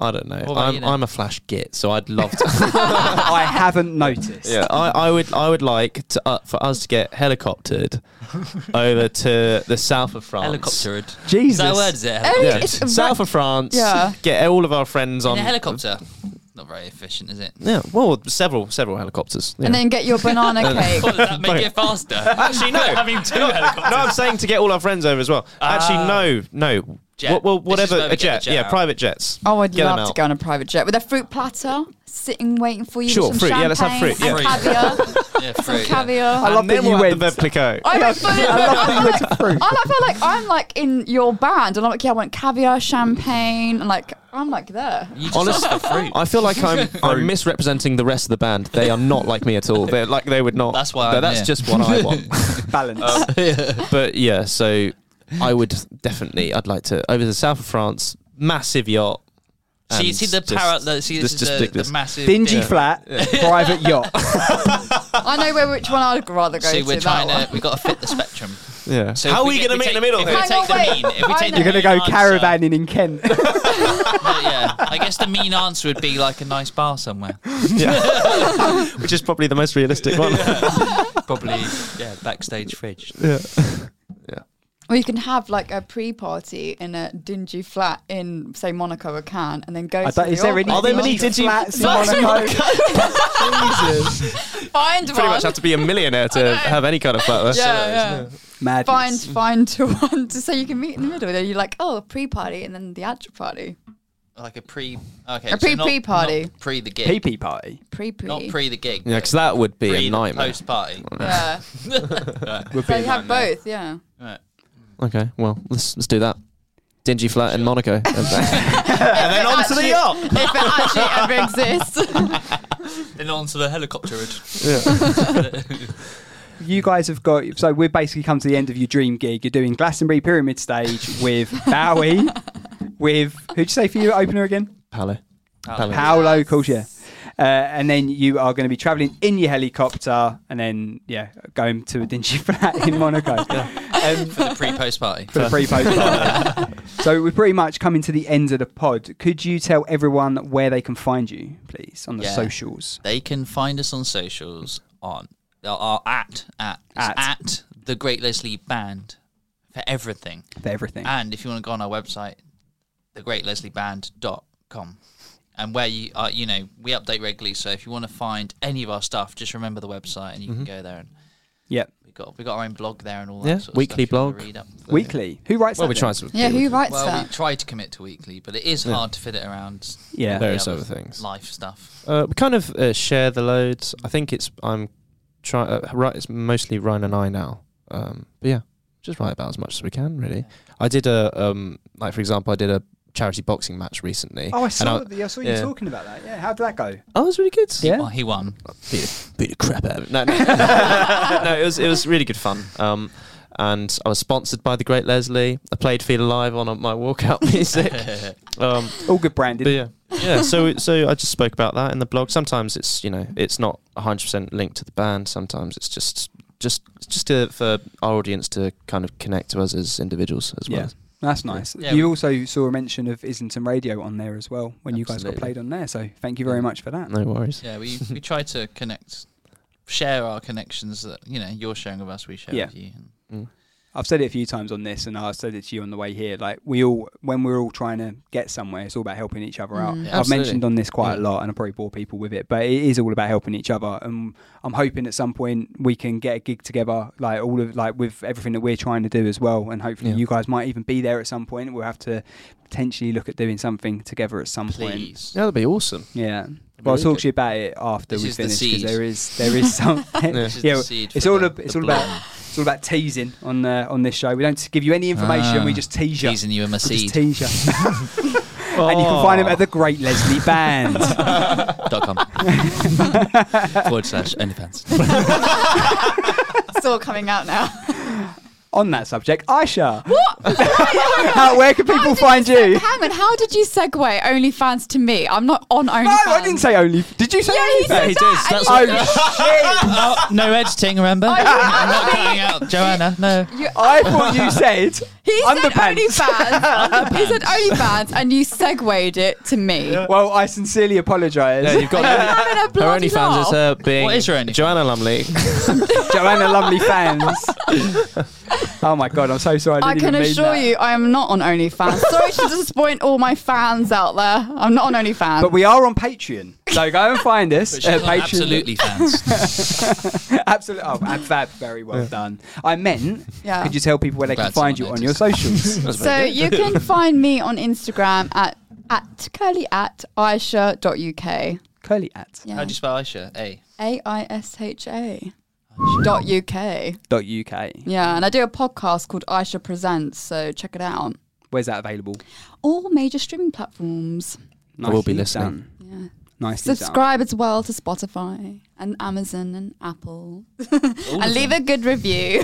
I don't know.
about
I'm
you then?
I'm a flash git, so I'd love
<laughs>
to.
I haven't noticed.
<laughs> yeah, I, I would I would like to uh, for us to
<laughs>
get helicoptered over to the south of France.
Helicoptered. Is
Jesus.
that a word? Is it?
Oh,
helicoptered?
Yeah.
It's a
South
ra-
of France.
Yeah.
Get all of our friends
Oh.
on
In a helicopter. Not very efficient, is it?
Yeah, well, several several helicopters. yeah.
And then get your <laughs> banana cake.
Well, does that make it faster? Actually,
<laughs> no.
Having <laughs> two helicopters.
no, I'm saying to get all our friends over as well. Actually, no, no.
Ah. Jet.
Well, well,
This is
whatever.
where we get
A
the
jet.
jet
yeah,
out.
private jets.
Oh, I'd
Get them
love to
out.
go on a private jet with a fruit platter sitting waiting for you.
Sure,
with some
fruit. Yeah, let's have
champagne
<laughs> fruit,
and
yeah.
Fruit.
Caviar.
Yeah,
some
fruit, yeah.
caviar.
I love
And then
that you
we'll
went.
have the Veplico.
I went fully
I love that you went
loaded.
to fruit.
I like, I feel like I'm like in your band, and I'm like, yeah, I want caviar, champagne, and like I'm like there.
You just
Honestly,
asked for fruit.
I feel like I'm I'm misrepresenting the rest of the band. They are not like me at all. They're like they would not.
That's why
No,
I'm
that's
here. Um,
just what
<laughs>
I want.
balance.
but <laughs> yeah, so I would definitely. I'd like to over the south of France, massive yacht.
<laughs> So you
and
see the
just-
parrot. the- See this
just- just
is
stick
the,
this.
the massive
Dingy
thing.
flat, <laughs> private yacht.
I know where which one I'd rather go
See,
to.
we're
that
trying
one.
to. We got to fit the spectrum. <laughs>
Yeah. <laughs>
So
How
if
are we
get-
going to meet in the
take- If
middle
we
here?
Hang on,
take the
wait.
mean, if we
I
take
know.
You're
the
gonna go
mean answer-
caravanning in Kent.
But yeah, I guess the mean answer would be like a nice bar somewhere. <laughs>
Which is probably the most realistic one.
Probably, yeah, backstage fridge.
Or you can have like a pre-party in a dingy flat in, say, Monaco or Cannes, and then go.
I
to
thought-
the
is there any
yacht
Are there
party.
many dingy <laughs>
flats in
Flats in
Monaco?
Find
<laughs> Pretty
one.
much have to be a
<laughs>
millionaire to have any kind of flat.
yeah, yeah.
Madness.
Find find <laughs> to one to so you can meet in the middle. Then you're like, oh, pre-party, and then the actual party,
Like a pre. Okay.
A
so not-
pre-pre party.
not Pre the gig.
Pee pee party
pre-pre.
Not pre the gig.
Yeah, because that would be
Pre
a
the
nightmare.
post <laughs>
<laughs>
party.
<laughs> Yeah.
would
so
be
you have both. Yeah.
Right.
Okay, well let's let's do that. Dingy flat in Monaco.
<laughs>
And then
onto the yacht.
<laughs> If it actually ever exists.
Then on to the helicopter. route.
you guys have got so we've basically come to the end of your dream gig. You're doing Glastonbury Pyramid Stage with Bowie, with who'd you say for your opener again?
Palo.
Palo.
Paolo Courtier. Uh, and then you are going to be traveling in your helicopter, and then yeah, going to a dingy <laughs> flat in Monaco
<laughs>
um,
For the pre post party.
for the pre-post party. so we're pretty much coming to the end of the pod. Could you tell everyone where they can find you, please, on the
Yeah.
socials?
They can find us on socials on uh, are at at it's
At.
at the Great Leslie Band for everything.
for everything.
Uh,
And if you want to go on our website, thegreatleslyband.com. And where you are, you know, we update regularly. So if you want to find any of our stuff, just remember the website and you can go there. And
yep.
we got we got our own blog there and all that.
Yeah,
sort of stuff
weekly
if you wanna
blog.
Read up.
Weekly. Who writes
Well,
that?
we
then?
try to.
Yeah. Who writes
Well, we
that?
try to commit to weekly, but it is hard to fit it around
Yeah.
the
Various other things.
life stuff.
Uh, we kind of uh, share the loads. I think it's I'm trying. Uh, right, it's mostly Ryan and I now. Um, but yeah, just write about as much as we can. Really, I did a um, like for example, I did a charity boxing match recently.
Oh, I
and
saw. I, I saw you
yeah.
talking about that. Yeah. How did that go?
Oh, it was really good.
Yeah.
Well, he won.
beat, beat the crap eh? out of it. <laughs> No, no. <laughs> no, it was it was really good fun. Um, and I was sponsored by the Great Leslie. I played Feel Alive on uh, my walkout <laughs> music. um,
All good branding.
but yeah, yeah. <laughs> So so I just spoke about that in the blog. Sometimes it's you know it's not hundred percent linked to the band. Sometimes it's just just it's just to, for our audience to kind of connect to us as individuals as well.
Yeah. That's nice.
Yeah,
you
we-
also saw a mention of Islington Radio on there as well when you guys got
Absolutely.
played on there. So thank you very much for that.
No worries.
Yeah, we we try to connect, share our connections that you know you're sharing with us, we share
Yeah.
with you. And
I've said it a few times on this, and I said it to you on the way here. Like we all, when we're all trying to get somewhere, it's all about helping each other out. I've
Absolutely.
mentioned on this quite a
Yeah.
lot, and I probably bore people with it, but it is all about helping each other. And I'm hoping at some point we can get a gig together, like all of like with everything that we're trying to do as well. And hopefully,
Yeah.
you guys might even be there at some point. We'll have to potentially look at doing something together at some point.
please,
Yeah, that'd be awesome.
Yeah. Well, I'll
Very
talk
good.
to you about it after
This
we
is the
finish because
seed.
there is there
<laughs>
is some yeah.
This is
yeah,
the seed
it's
for
all
the-
ab- it's
the
all about
blog.
it's all about teasing on uh, on this show. We don't give you any information. we
Ah,
just tease you.
teasing you in my
We just
seed.
tease you.
<laughs>
and you can find him at the Great Leslie Band.
<laughs>
<laughs>
dot <laughs> com forward slash OnlyFans.
It's all coming out now.
on that subject, Aisha,
<laughs>
How, <laughs> where can people find you?
Hang on, how did you segue OnlyFans to me? I'm not on OnlyFans.
No, I didn't say only. Did you say
Yeah, he
only?
said
he
that.
did.
and
That's
you-
oh shit!
No, no editing, remember? I'm not cutting out Joanna. No.
you-
I thought you said
He said
<laughs> underpants.
OnlyFans. he said OnlyFans, and you segued it to me.
well, I sincerely apologise.
Yeah, you've got.
Having a
Her
bloody
OnlyFans is
laugh.
her being
What is her OnlyFans?
Joanna <laughs> Lumley.
Joanna Lumley fans. oh my god, I'm so sorry. I,
I
didn't
can
even mean
assure
that.
you, I am not
<laughs>
on OnlyFans. Sorry to disappoint all my fans out there. I'm not on OnlyFans.
But we are on Patreon, so go and find us.
But she's not
Patreon. <laughs>
absolutely fans. <laughs>
absolutely. Oh, ab- fab, very well done. I meant,
Yeah.
could you tell people where they can
Glad
find you
someone
on your
<laughs>
socials?
so you
<laughs>
can find me on Instagram at at curly at aisha.uk.
Curly at
Yeah.
How do you spell Aisha? A.
A I S H A dot UK.
dot uk.
Yeah, and I do a podcast called Aisha Presents, so check it out.
Where's that available?
All major streaming platforms.
I will be
Nicely
listening.
done.
Yeah.
Nicely done.
Subscribe as well to Spotify and Amazon and Apple. <laughs> and leave a
<laughs>
good review.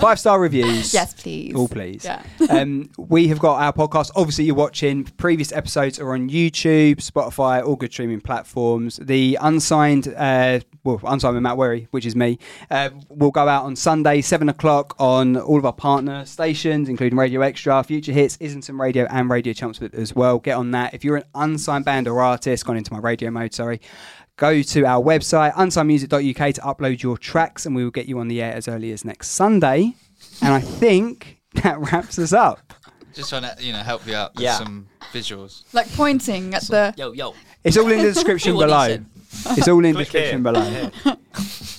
Five star reviews.
yes, please.
All Oh, please.
Yeah.
<laughs> um, we have got our podcast. Obviously, you're watching. Previous episodes are on YouTube, Spotify, all good streaming platforms. The unsigned, uh, well, unsigned with Matt Werry, which is me, uh, will go out on Sunday, seven o'clock, on all of our partner stations, including Radio Extra, Future Hits, Islington Radio, and Radio Chelmsford as well. Get on that. If you're an unsigned band or artist, gone into my radio mode, sorry. Go to our website, unsignedmusic.uk, to upload your tracks, and we will get you on the air as early as next Sunday. And I think that wraps us up.
Just trying to you know help you out with
Yeah.
some visuals.
Like pointing at the.
Yo yo.
It's all in the description
Do what he
below.
said.
It's all in the description below.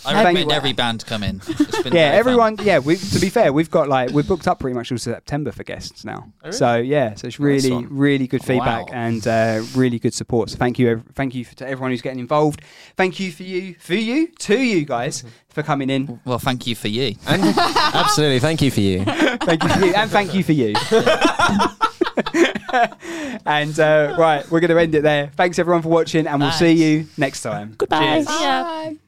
I recommend
you.
every band to come in. It's been
Yeah,
very
everyone. Yeah, we, to be fair, we've got like we're booked up pretty much all September for guests now. So yeah, so it's really,
one.
really good feedback
Wow.
and uh, really good support. So thank you, ev- thank you to everyone who's getting involved. Thank you for you, for you, to you guys for coming in.
<laughs> Fun. Well, thank you for ye.
And absolutely, thank you for you.
Thank you for you, and thank you for you. <laughs> and uh, right, we're going to end it there. Thanks everyone for watching, and we'll see you next time.
Bye.
Cheers.
Bye.